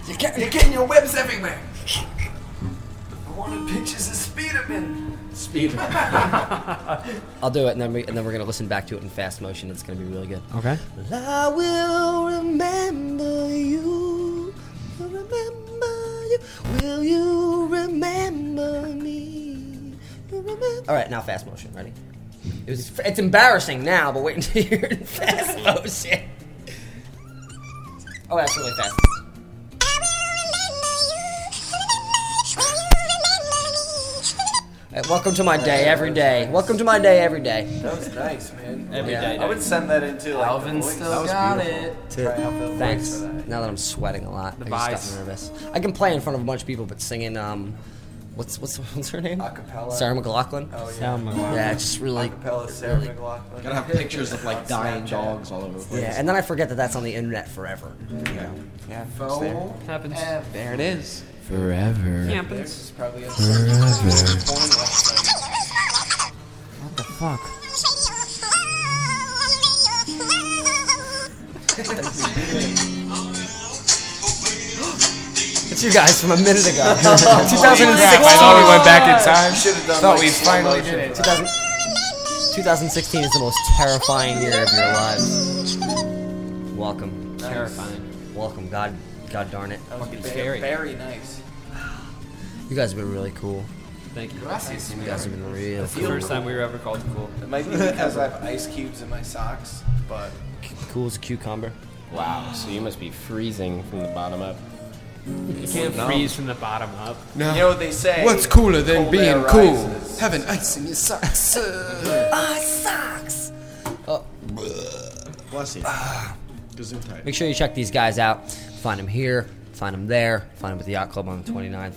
you get, you're getting your webs everywhere. I wanted pictures of Speederman. Speederman.
I'll do it, and then we and then we're gonna listen back to it in fast motion. It's gonna be really good.
Okay.
I will remember you. Will Remember you. Will you remember me? You remember-
All right. Now fast motion. Ready? It was. It's embarrassing now, but wait until you're in fast motion. Oh, that's really fast. Hey, welcome to my day every day. Welcome to my day every day.
That was nice, man.
Every
yeah.
day,
I would send that into like
Alvin
the voice.
still
That was
got
beautiful.
it.
To-
Try out the voice
thanks.
for that.
Now that I'm sweating a lot,
The
I just
buys.
got nervous. I can play in front of a bunch of people, but singing um, what's what's what's her name?
Acapella.
Sarah McLaughlin.
Oh, yeah.
Sarah
Sarah
McLaughlin.
McLachlan.
Yeah, it's just really.
Acapella
it
Sarah
really-
McLachlan.
Gotta have pictures of like dying dogs all over the place.
Yeah, and then I forget that that's on the internet forever.
Yeah.
Yeah, it's there.
Happens.
There it is.
Forever.
This is probably a
What the fuck?
It's you guys from a minute ago.
Holy
2016.
crap, I thought we went back in time. Should've done, Thought like, we slow finally motion. did it.
2000 2016 is the most terrifying year of your lives. Welcome.
Nice. Terrifying.
Welcome. God. God darn it.
That was
Fucking
very,
scary.
very nice.
You guys have been really cool.
Thank you.
Gracias,
You guys have been real.
That's the first time we were ever called cool.
It might be because I have ice cubes in my socks, but
Cool as a cucumber.
Wow, so you must be freezing from the bottom up.
You can't
No.
freeze from the bottom up.
you know what they say.
What's cooler than
cold air
being cool?
rises.
Having ice in your socks.
Ah, socks.
Bless you. Gesundheit.
Make sure you check these guys out. Find them here. Find them there. Find them at the yacht club on the 29th.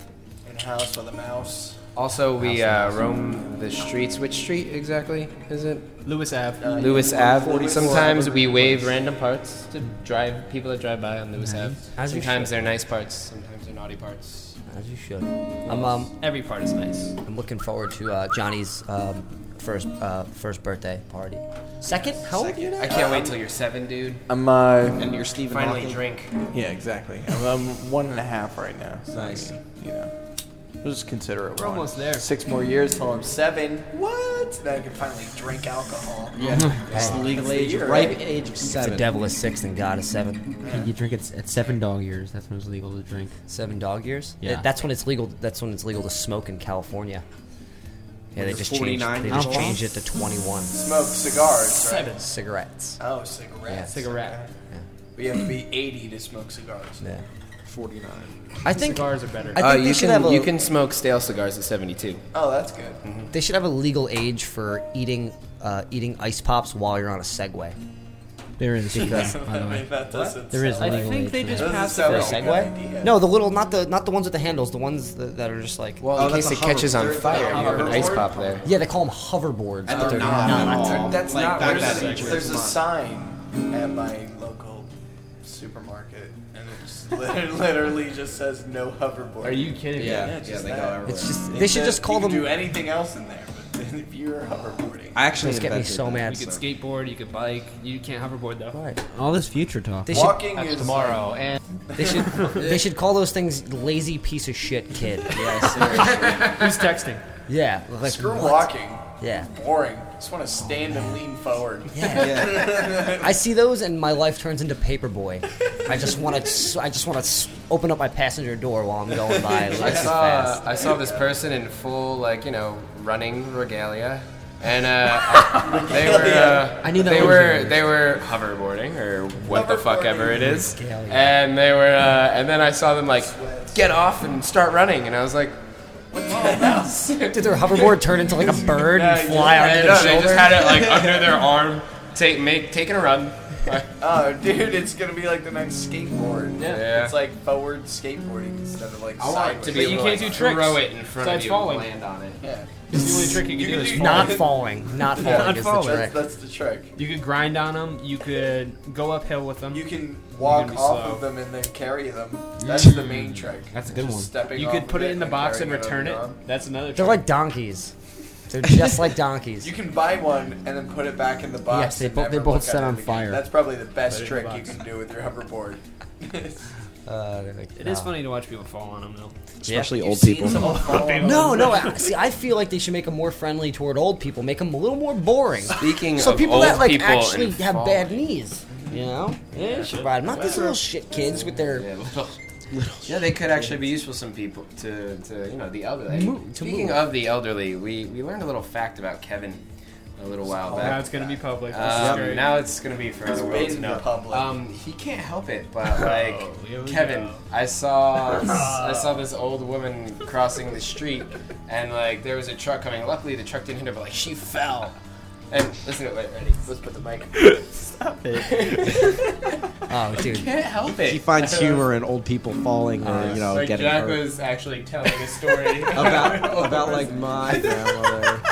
In house with a mouse.
Also, we uh, roam the streets. Which street exactly is it?
Lewis Ave.
Uh,
Lewis Ave.
44.
Sometimes we wave random parts to drive people that drive by on Lewis Ave.
As you
Sometimes they're nice parts. Sometimes they're naughty parts.
As you should. I'm um.
Every part is nice.
I'm looking forward to uh, Johnny's um, first uh, first birthday party. Second? How old are you now?
I can't wait till you're seven, dude.
I'm uh.
And you're Stephen Finally Hawking. drink.
Yeah, exactly. I'm, I'm one and a half right now. So nice. you know, we'll just consider it.
We're
one.
almost there.
Six more years till I'm seven. What? Then I can finally drink alcohol.
It's
Hey.
legal
That's the
age,
year,
ripe
right?
age of
The
seven.
devil is six and God is seven.
You drink it s- at seven dog years. That's when it's legal to drink.
Seven dog years?
Yeah.
That's when it's legal. That's when it's legal to smoke in California. Yeah, they
Under
just changed.
49
They just
years old?
changed it to 21.
Smoke cigars, right?
Seven.
Cigarettes.
Oh, cigarettes.
Yeah,
cigarette.
We have to be 80 to smoke cigars.
Yeah.
forty nine.
I think
Cigars are better.
I think
Uh,
they
you
should
can
have a, Mm-hmm.
you can smoke stale cigars at 72.
Oh, that's good.
They should have a legal age for eating uh, eating ice pops while you're on a Segway.
There is,
Because-
yeah, by the way. That doesn't There is sound legal like- age for that.
For
Doesn't sound like a good idea.
No, the little, not the not the ones with the handles, the ones that, that are just like.
Well, In that's case a it catches on hoverboard. fire, you have an ice pop there.
Yeah, they call them hoverboards.
And
but
they're not at all.
That's
Like,
not
back
real
that
estate.
picture.
There's a
Come on.
sign at my local supermarket, and it just lit- literally just says no hoverboard.
Are you kidding me?
Yeah,
Yeah,
it's
yeah,
just
they go
that.
everywhere.
It's just-
It
they should
says
just call
you can
them-
do anything else in there, but if you're hoverboarding,
I actually
Just get me invented so that. mad,
You could
so-
skateboard, you could bike, you can't hoverboard though.
Right.
All this future talk.
They should-
That's tomorrow, and
They should they should call those things lazy piece of shit kid. Yeah, seriously.
Who's texting?
Yeah. Like,
Screw
what?
walking.
Yeah.
Boring. Just want to stand and lean forward.
Yeah. I see those and my life turns into paperboy. I just want to. I just want to open up my passenger door while I'm going by.
I
Like, too
saw,
fast.
I saw this person in full, like, you know, running regalia. And uh, they were uh,
I knew that
they
was
were
yours.
they were hoverboarding or what the fuck ever it is,
Regalia.
and they were uh, and then I saw them like get off and start running, and I was like,
Did their hoverboard turn into like a bird and fly
Yeah,
onto
no,
their shoulder?
they just had it like under their arm, take make taking a run.
oh, dude, it's gonna be like the next skateboard.
Yeah. Yeah.
It's like forward skateboarding instead of like
I
sideways.
want it to be But you able to, can't like, do tricks. throw it in front of
Besides
you and land on it.
Yeah.
It's the only trick you can do is
not
fall.
falling. Not falling is the
That's,
trick.
that's the trick.
You could grind on them. You could go uphill with them.
You can
can
Walk
be
off
slow.
of them and then carry them. That's the main trick.
That's
a good
Just
one.
Stepping
You
off
could
of
put it in the box and
carrying
return
over
it.
your arm.
That's another.
They're like donkeys. They're just like donkeys.
You can buy one and then put it back in the box.
Yes, they
and
both- they
never
both
look
set
at it
on
again.
fire.
That's probably the best
Put it in
trick
the
you
box.
can do with your hoverboard.
Uh, they're like,
It is
nah.
funny to watch people fall on them though.
Especially
Yeah.
old people.
No, no. I, see, I feel like they should make them more friendly toward old people. Make them a little more boring.
Speaking
so
of
people
old
that like
people
actually
and
have
falling.
bad knees, you know, yeah, should ride 'em. Not these little shit kids with their
Yeah, they could actually be useful some people to, to you know the elderly.
Mo- to
Speaking
move.
of the elderly, we, we learned a little fact about Kevin a little while
Oh,
back.
now it's gonna be public. This is
Um,
great.
now it's gonna be for
It's
the world
been
to know.
public.
Um, he can't help it, but like
Oh, we always
Kevin,
know.
I saw I saw this old woman crossing the street, and like there was a truck coming. Luckily, the truck didn't hit her, but like she fell. And listen to it. Wait, ready? Let's put the mic. Stop it.
Oh, dude.
I can't help it.
She finds humor in old people falling or you know
like
getting
Jack
hurt.
was actually telling a story
about about like my grandmother.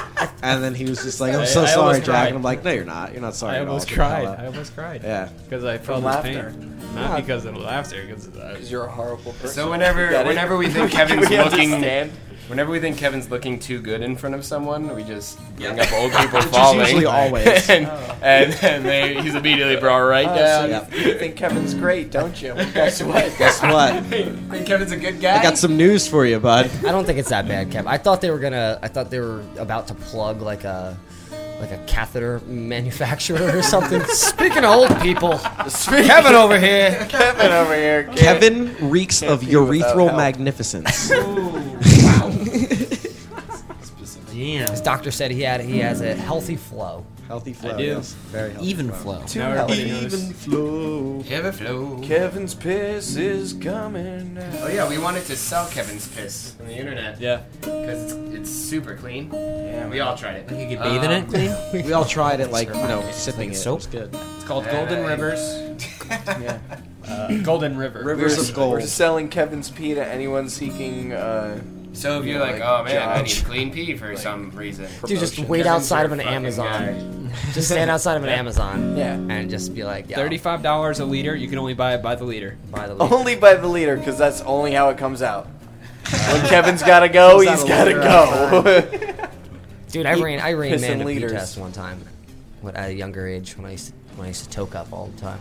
And then he was just like,
I-
"I'm so
I
sorry,
almost
Jack."
cried.
And I'm like, "No, you're not. You're not
I
sorry." at all.
almost
Get the hell
cried.
out."
I almost cried.
Yeah.
Because I felt his
From
pain.
laughter.
Not
Yeah.
because of the laughter, because of that.
you're a horrible person.
So whenever,
You got it?
whenever we think
Do
Kevin's
we
looking,
understand?
whenever we think Kevin's looking too good in front of someone, we just bring
Yeah.
up old people
Which is
falling.
usually always.
and,
Oh.
and then they, he's immediately brought right
Oh, so
down.
you think Kevin's great, don't you? Well, guess what?
Guess what?
think Kevin's a good guy.
I got some news for you, bud.
I don't think it's that bad, Kev. I thought they were gonna. I thought they were about to plug like a like a catheter manufacturer or something. Speaking of old people, Kevin over here.
Kevin over here. kid.
Kevin reeks
Can't
of
do without
urethral
help.
magnificence.
Damn. His doctor said he had he has a healthy flow.
Healthy
flow.
do. yes. Very healthy
Even
flow.
flow.
Too Now everybody healthy. knows.
flow.
Kevin flow.
Kevin's piss is coming out.
Oh yeah, we wanted to sell Kevin's piss on the internet.
Yeah.
Because it's, it's super clean. Yeah. We all tried it. Um,
You could bathe in
Um,
it, clean. We all tried it, like you know, sipping it.
soap.
It's good.
It's called Golden Rivers.
yeah.
Uh, Golden River.
Rivers
we're,
of gold.
We're selling Kevin's pee to anyone seeking. Uh,
So if
you
you're
know,
like, oh man, I
jobs.
need clean pee for some reason.
Dude, just
Promotion.
wait
Kevin's
outside
your
of an
fucking
Amazon.
guy.
Just stand outside of an
Yeah.
Amazon.
Yeah.
And just be like, yeah.
Thirty-five dollars a liter. You can only buy it by the liter.
By
Oh
the
Only by the leader, because that's only how it comes out. When Kevin's gotta go,
Comes
he's
out a
gotta
leader
go.
Dude, I ran I ran
Pissing
man a pee
leaders.
test one time when, at a younger age when I used to, when I used to toke up all the time.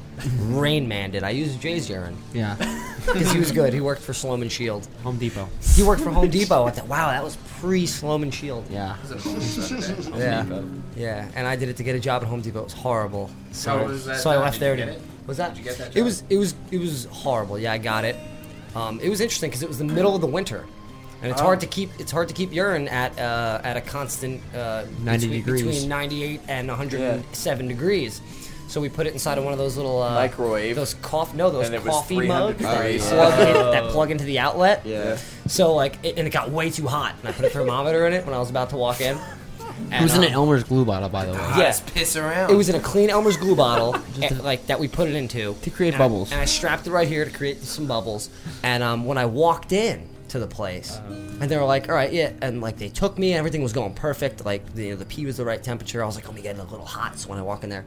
Rain Man did. I used Jay's urine.
Yeah.
Because he was good. He worked for Sloman Shield.
Home Depot.
He worked for Home Depot. I thought, wow, that was pre Sloman Shield.
Yeah.
Home
yeah.
Depot.
Yeah. And I did it to get a job at Home Depot. It was horrible. So,
How was that
so I
job? Did
left
you
there
get
to-
it?
Was that?
Did you get that
It
job?
was. It was. It was horrible. Yeah, I got it. Um, it was interesting because it was the middle of the winter, and it's
Oh.
hard to keep. It's hard to keep urine at uh, at a constant uh,
90
between,
degrees.
between 98 and 107 degrees. So we put it inside of one of those little uh,
Microwave.
Those coffee, no, those
And it was
coffee
300
mugs that,
degrees.
plug in,
Oh.
that plug into the outlet.
Yeah.
So like, it, and it got way too hot, and I put a thermometer in it when I was about to walk in.
it was in
um,
an Elmer's glue bottle, by the way.
yeah.
piss around.
It was in a clean Elmer's glue bottle, eh, like that we put it into to
create bubbles.
and I strapped it right here to create some bubbles. And um, when I walked in to the place,
Uh-huh.
and they were like, "All right, yeah," and like they took me, and everything was going perfect. Like the the pee was the right temperature. I was like, "Let me get it a little hot." So when I walk in there,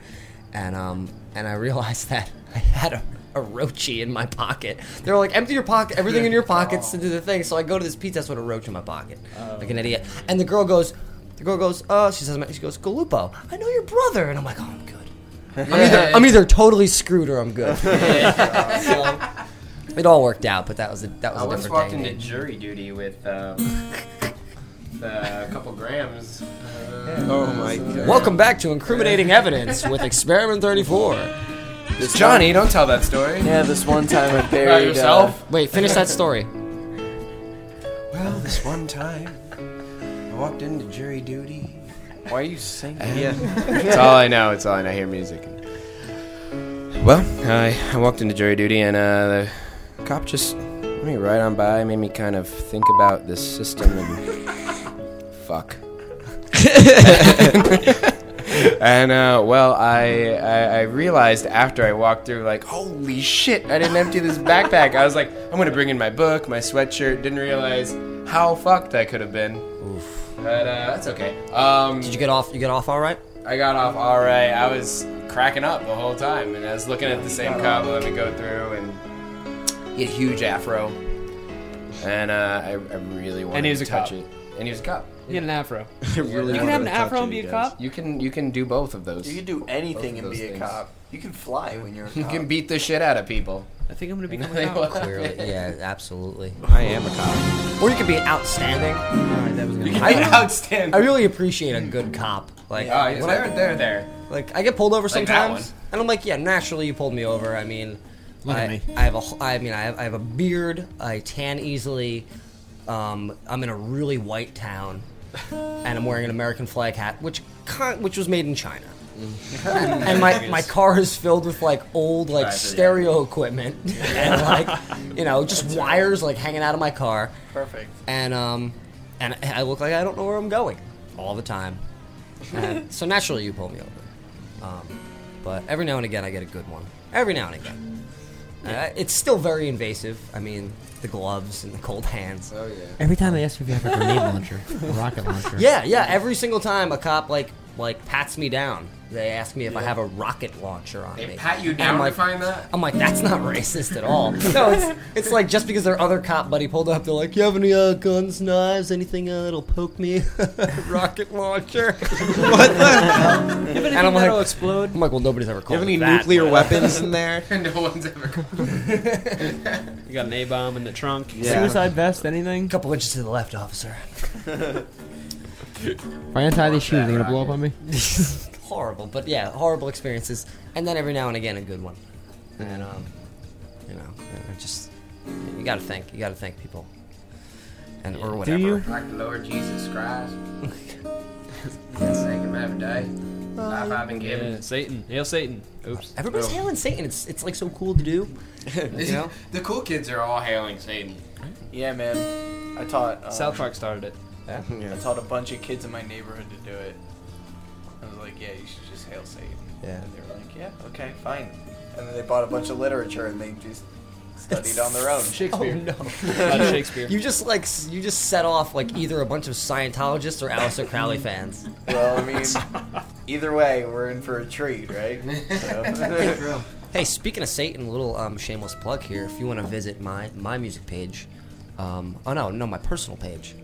and um, and I realized that I had a. A roachy in my pocket. They were like, empty your pocket, everything in your pockets into the thing. So I go to this pizza that's with a roach in my pocket,
Oh.
like an idiot. And the girl goes, the girl goes, uh, she says, she goes, Galupo, I know your brother. And I'm like, oh, I'm good. I'm either, I'm either totally screwed or I'm good. So, it all worked out, but that was a, that was
I
a
once
different
walked
thing.
into jury duty with um, the, a couple grams. Uh,
Oh my god.
Welcome back to Incriminating Evidence with Experiment 34.
This Johnny, don't tell that story. Yeah, this one time I buried uh,
Wait, finish that story.
Well, this one time, I walked into jury duty.
Why are you singing?
it's all I know. It's all I know. I hear music. Well, I, I walked into jury duty and uh, the cop just let me right on by, made me kind of think about this system and fuck. and uh, well, I, I I realized after I walked through, like, holy shit, I didn't empty this backpack. I was like, I'm gonna bring in my book, my sweatshirt. Didn't realize how fucked I could have been. But uh, that's okay. Um,
Did you get off? You get off all right?
I got off all right. I was cracking up the whole time, and I was looking at the same cop let me go through, and he had a huge afro, and uh, I, I really wanted
he was
to
a
touch
cop.
it. And he was a cop.
He had an afro.
I really
You can have
wanted
an
to
afro
touch
and
it,
be a
you
cop?
guys. You can you can do both of those.
You can do anything and
those
be a
things.
cop. You can fly when you're a cop.
You can beat the shit out of people.
I think I'm gonna
become a cop.
Clearly, yeah, absolutely.
I am a cop.
Or you could be outstanding. that was
be outstanding.
I really appreciate a good cop. Like,
Yeah. Oh, yeah,
when
they're-
I-
they're there.
Like, I get pulled over
Like that
sometimes, and I'm like, yeah, naturally you pulled me over. I mean,
Look
I,
at me.
I have a, wh- I mean, I have, I have a beard. I tan easily. Um, I'm in a really white town, and I'm wearing an American flag hat, which con- which was made in China.
Mm-hmm.
and my, my car is filled with like old like
Right, yeah.
stereo equipment and like you know just wires like hanging out of my car
Perfect.
and um and I look like I don't know where I'm going all the time. And so naturally you pull me over. Um, but every now and again I get a good one. Every now and again. Uh, it's still very invasive. I mean, the gloves and the cold hands. Oh yeah.
Every time I ask you if you have a grenade launcher, a rocket launcher.
Yeah, yeah. Every single time a cop like like pats me down, they ask me if I
Yeah.
have a rocket launcher on
They
me.
pat you
And
down
I'm
to
like,
find that?
I'm like, that's not racist at all. no, it's it's like just because their other cop buddy pulled up, they're like, you have any uh, guns, knives, anything uh, that'll poke me? rocket launcher. what the hell?
anything
And I'm like,
that'll explode?
I'm like, well, nobody's ever called.
have
me
any
that,
nuclear
but-
weapons in
there?
no one's ever.
You got an A bomb in the trunk.
Suicide vest, anything?
Couple inches to the left, officer.
If I untie these shoes, they're gonna blow up on me.
horrible, but yeah, horrible experiences, and then every now and again a good one. And um, you know, I just you got to thank you got to thank people, and or whatever.
Like the Lord Jesus Christ. yes, thank him every day. Life I've been given.
Yeah, Satan. Hail Satan. Oops.
Everybody's
Oh.
hailing Satan. It's it's like so cool to do. you know,
the cool kids are all hailing Satan.
Yeah, man. I taught. Um,
South Park started it.
I taught a bunch of kids in my neighborhood to do it. I was like, yeah, you should just hail Satan.
Yeah.
And they were like, yeah, okay, fine. And then they bought a bunch of literature and they just studied on their own.
Oh, no. You just like s- you just set off like either a bunch of Scientologists or Aleister Crowley fans.
Well, I mean, either way, we're in for a treat, right? So.
hey, speaking of Satan, little um, shameless plug here. If you want to visit my my music page, um, oh no, no, my personal page.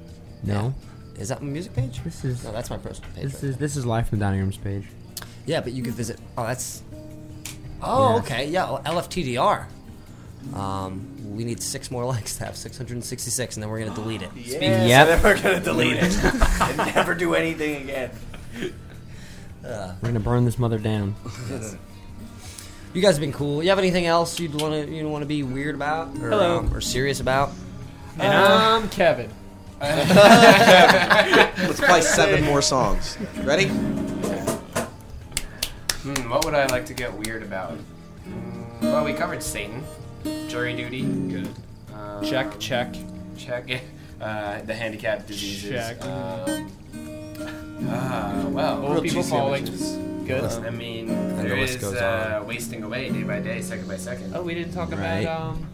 No.
Is that my music page?
This is-
no, that's my personal page.
This
right
is
there.
this is life in the dining room's page.
yeah, but you could visit. Oh, that's.
Yeah.
Oh, okay, yeah, well, LFTDR. Um, we need six more likes to have 666, and then we're gonna delete it.
Yeah,
Speaking of-
so then we're gonna delete it and never do anything again. Uh,
Ugh.
We're gonna burn this mother down.
You guys have been cool. You have anything else you'd want to you want to be weird about or,
Hello.
um, or serious about? Uh,
And I'm Kevin.
Let's play seven more songs. Ready?
Hmm, what would I like to get weird about? Hmm, well, we covered Satan, jury duty, good. Um,
Check, check,
check. Uh, the handicap diseases.
Check.
Um, uh, well, old
Grilled
people
cheese
falling.
sandwiches.
Good.
Listen,
I mean,
and the
there
list
is
goes
uh, wasting away day by day, second by second.
Oh, we didn't talk
Right.
about um,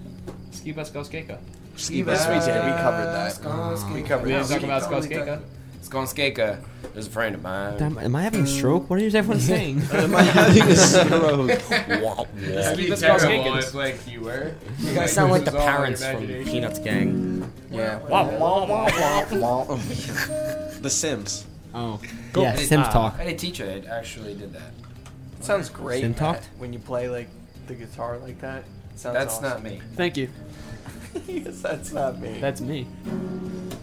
Ski Bus Go Skeka.
Ski bus. We did. We covered that. We covered.
We
that.
didn't talk about Skoskeka.
Skonskeka is a friend of mine.
Damn, am I having a stroke? What is everyone saying?
Am I having a stroke?
Wah,
That'd be
wah.
terrible if, like, you were.
You guys sound like the parents from Peanuts Gang.
Yeah.
the Sims.
Oh. Yeah, Sims
Ah.
talk.
I had a teacher that actually did that.
It sounds great.
Sim
Matt,
talked?
when you play like the guitar like that. It sounds
That's not
awesome.
me.
Thank you.
yes, that's not me.
That's me.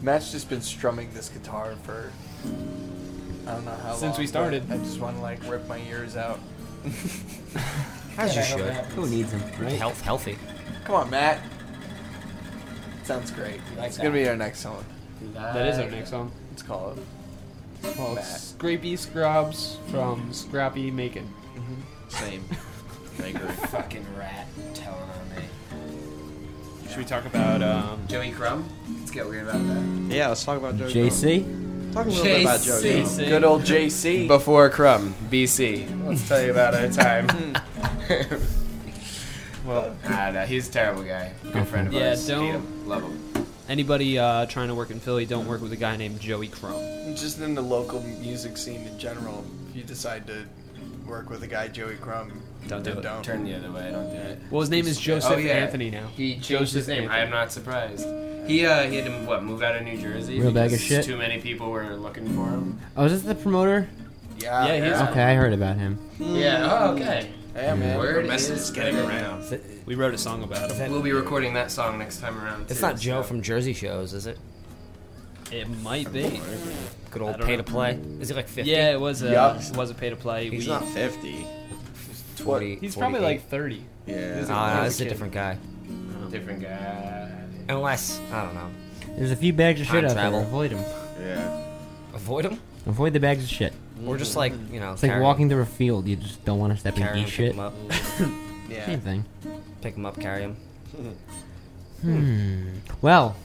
Matt's just been strumming this guitar for I don't know how
Since
long,
we started.
but I just want to like rip my ears out.
As you should.
Who needs them, right?
Health, healthy.
Come on, Matt. Sounds great. it's gonna be our next song.
That is our next song.
Let's call it.
Well,
Matt.
it's Scrapey Scrubs from Scrappy Macon. Mm-hmm.
Same.
I agree. Fucking rat telling on me.
Should we talk about um,
Joey Crumb? Let's get weird about that.
Yeah, let's talk about Joe. Talk a little
JC.
bit about Joe.
JC.
Good old JC.
Before Crumb, BC. Let's tell you about our time. well, ah, no, he's a terrible guy. Good friend of
Yeah,
ours. Hate
don't-
him. Love him.
anybody uh, trying to work in Philly? Don't work with a guy named Joey Crumb.
Just in the local music scene in general, if you decide to work with a guy Joey Crumb,
Don't do
then
it.
don't.
Turn the other way. Don't do it.
Well, his name is Joseph
Oh, yeah.
Anthony now.
He changed
Joseph
his name.
Anthony.
I am not surprised. He uh, he had to what move out of New Jersey.
Real bag of
because
shit.
Too many people were looking for him.
Oh, is this the promoter?
Yeah. Yeah. He's,
Okay, I heard about him.
Hmm.
Yeah. Oh, okay.
Yeah, man.
Word
The message
is
getting
getting
around.
around.
We wrote a song about him.
We'll be recording that song next time around.
It's
too,
not Joe
so.
from Jersey Shows, is it?
It might be.
Good
I
old
don't
pay
know.
to play. Is he like 50?
Yeah, it was a
Yup.
it was a pay to play.
He's
We-
not 50.
40,
He's probably
48.
like thirty.
Yeah.
He's
Oh,
he's
no, this is a
kid.
different guy.
Different guy.
Unless, I don't know.
There's a few bags of
Time
shit out
travel.
there. Avoid them.
Yeah.
Avoid him?
Avoid the bags of shit.
Or just like, you know,
It's like
carry 'em.
walking through a field. You just don't want to step
Carry
in
'em,
eat
pick
shit.
'em up.
Yeah.
Same thing.
Pick him up, carry him.
Hmm. Well,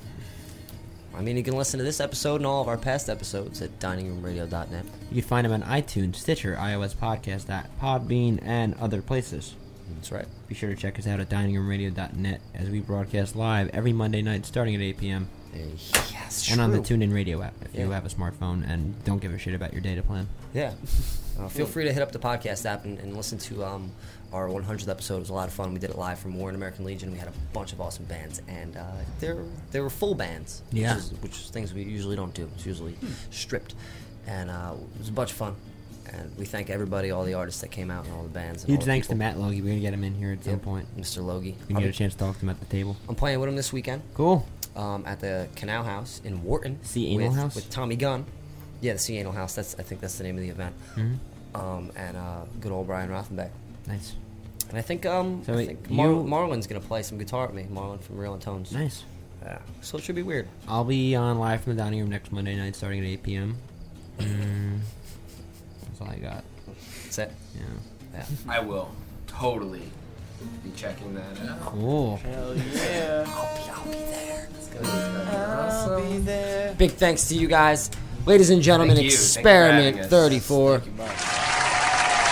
I mean, you can listen to this episode and all of our past episodes at diningroomradio.net.
you can find them on iTunes, Stitcher, iOS Podcast, at Podbean, and other places.
That's right.
Be sure to check us out at diningroomradio.net as we broadcast live every Monday night starting at 8 p.m.
Eh, Yes,
and on the
true.
TuneIn Radio app if you
Yeah.
have a smartphone and don't give a shit about your data plan.
Yeah. Uh, feel free to hit up the podcast app and, and listen to um, our 100th episode. It was a lot of fun. We did it live from War and American Legion. We had a bunch of awesome bands, and uh, there there were full bands,
Yeah. Hmm.
which, is, which is things we usually don't do. It's usually stripped, and uh, it was a bunch of fun. And we thank everybody, all the artists that came out, and all the bands. And
Huge
all the
thanks to
people.
Matt Logie. We're going to get him in here at some
Yep.
point.
Mr. Logie.
We can
I'll
get a
be-
chance to talk to him at the table.
I'm playing with him this weekend
Cool.
um, at the Canal House in Wharton.
Sea Anal
with,
House?
with Tommy Gunn. Yeah, the Sea Anal House. That's I think that's the name of the event.
Mhm.
Um, and uh, good old Brian Rothenbeck.
Nice.
And I think um,
So
I
wait,
think Mar-
you-
Marlon's gonna play some guitar with me. Marlon from Real and Tones.
Nice.
Yeah. So it should be weird.
I'll be on live from the dining room next Monday night starting at 8 p.m. Mm, that's all I got.
That's it.
Yeah.
Yeah.
I will totally be checking that out.
Cool.
Hell yeah. I'll be there.
Big thanks to you guys, ladies and gentlemen.
Thank you. Thank you for
Experiment
having us.
34.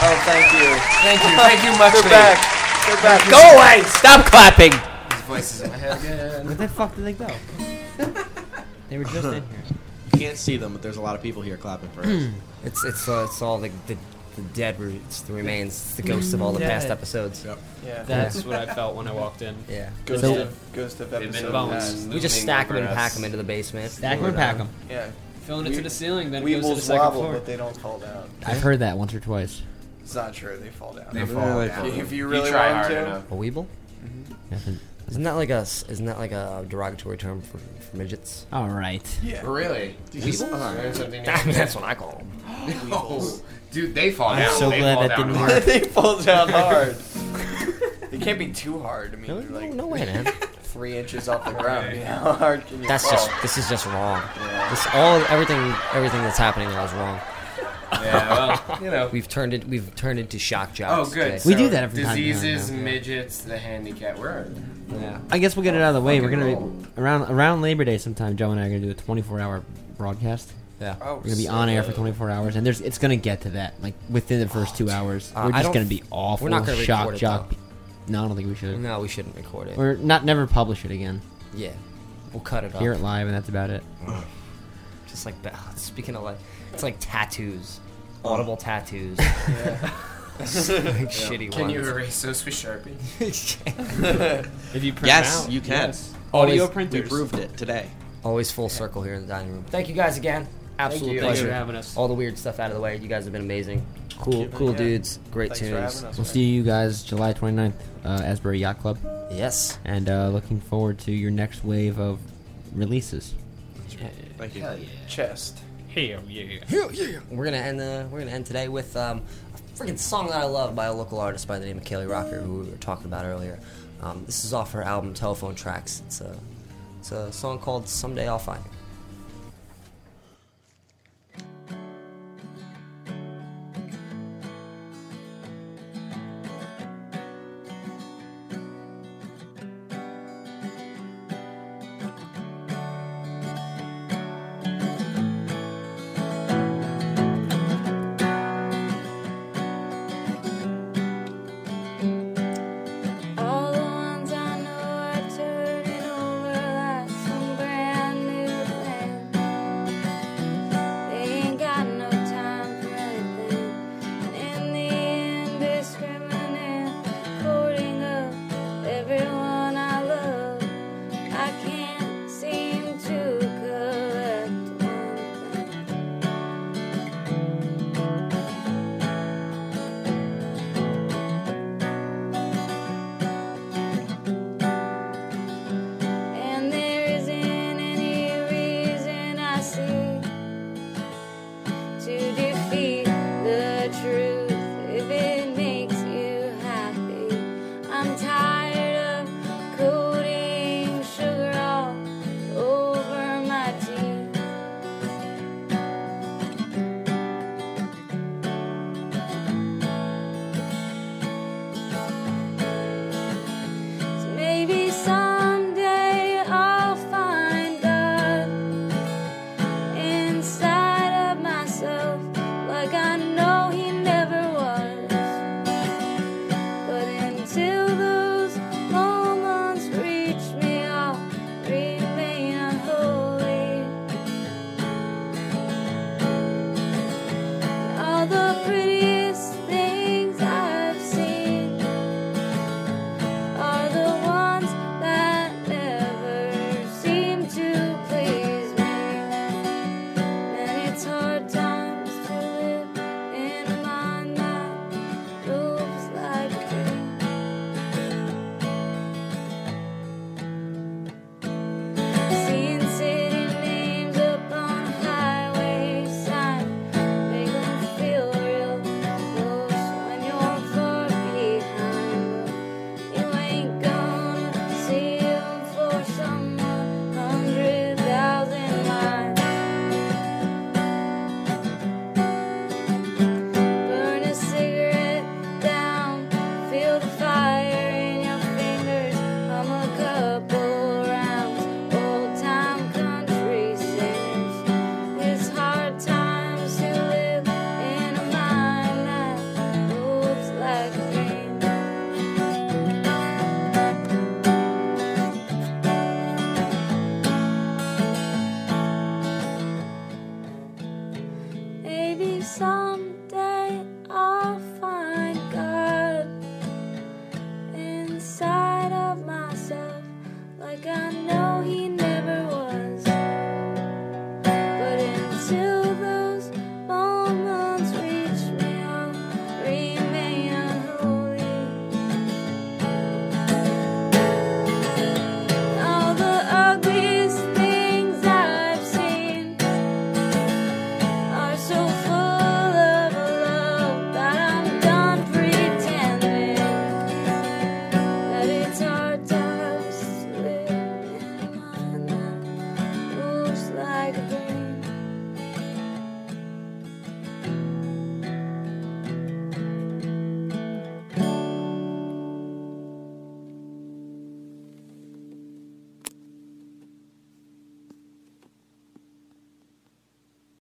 Oh, thank you.
Thank you. Thank you much.
They're
babe.
back. They're back.
Go away! Stop clapping.
His voice is in my head again.
Where the fuck did they go? they were just in here.
You can't see them, but there's a lot of people here clapping for us.
It's it's uh, it's all the, the the dead roots, the remains, it's the ghosts of all the past
Dead.
episodes.
Yep.
Yeah.
That's what I felt when I walked in.
Yeah.
Ghost
So-
of Ghost of
They've been
episode.
bones.
nine.
We just
Looming
stack them and
over
pack
us.
them into the basement.
Stack 'em and pack 'em.
Yeah.
Filling it
We-
to the ceiling, then it goes to the
Weebles
second
wobble,
floor.
but they don't fall down.
I've heard that once or twice.
It's not true. They fall down.
They fall
they
down.
fall.
If you really
try
want
hard
to.
enough.
A weeble?
Mm-hmm.
Nothing.
Isn't that like a s- isn't that like a derogatory term for, for midgets?
All right.
Yeah.
Really?
uh,
Learn something new.
That's what I call them.
Oh, dude, they fall
I'm
down.
so
they
glad
fall
that
down
didn't
hard.
work.
they fall down hard. it can't be too hard. I mean,
No,
you're
no,
like
no way, man.
three inches off the ground. You know, How hard can you
That's
fall?
just this is just wrong. This all everything everything that's happening now is wrong.
Yeah, well, you know.
We've turned it. We've turned into shock
Oh,
jobs.
good.
today.
We do that every time now,
Diseases, midgets, the handicap. Where are we? Yeah.
I guess we'll get it out of the way. We're gonna around around Labor Day sometime. Joe and I are gonna do a 24 hour broadcast.
Yeah. Oh,
we're gonna be on air for 24 hours, and there's it's gonna get to that. Like within the first two hours,
Uh,
we're
I
just
don't-
gonna be awful.
we're not gonna
shock
record it,
jock. No, I don't think we should.
No, we shouldn't record it.
Or not never publish it again.
Yeah, we'll cut it
Hear
up.
it live, and that's about it.
Just like ba- speaking of like, it's like tattoos,
Oh.
audible tattoos. Like shitty
Can
ones.
you erase those with Sharpie?
If you print
Yes,
out,
you can.
yes.
Always-
Audio
we
printers.
proved it today. Always full circle here in the dining room. Thank you guys again. Absolute
you. Thanks
pleasure.
for having us.
All the weird stuff out of the way. You guys have been amazing. Cool,
you.
cool
Yeah.
dudes. Great
Thanks for
tunes.
having
We'll see you guys July 29th, uh, Asbury Yacht Club.
Yes.
And uh, looking forward to your next wave of releases.
Like chest.
Hell yeah.
Hell yeah. We're gonna end the we're gonna end today with um, a freaking song that I love by a local artist by the name of Kaylee Rocker, who we were talking about earlier. Um, this is off her album Telephone Tracks. It's a it's a song called Someday I'll Find You.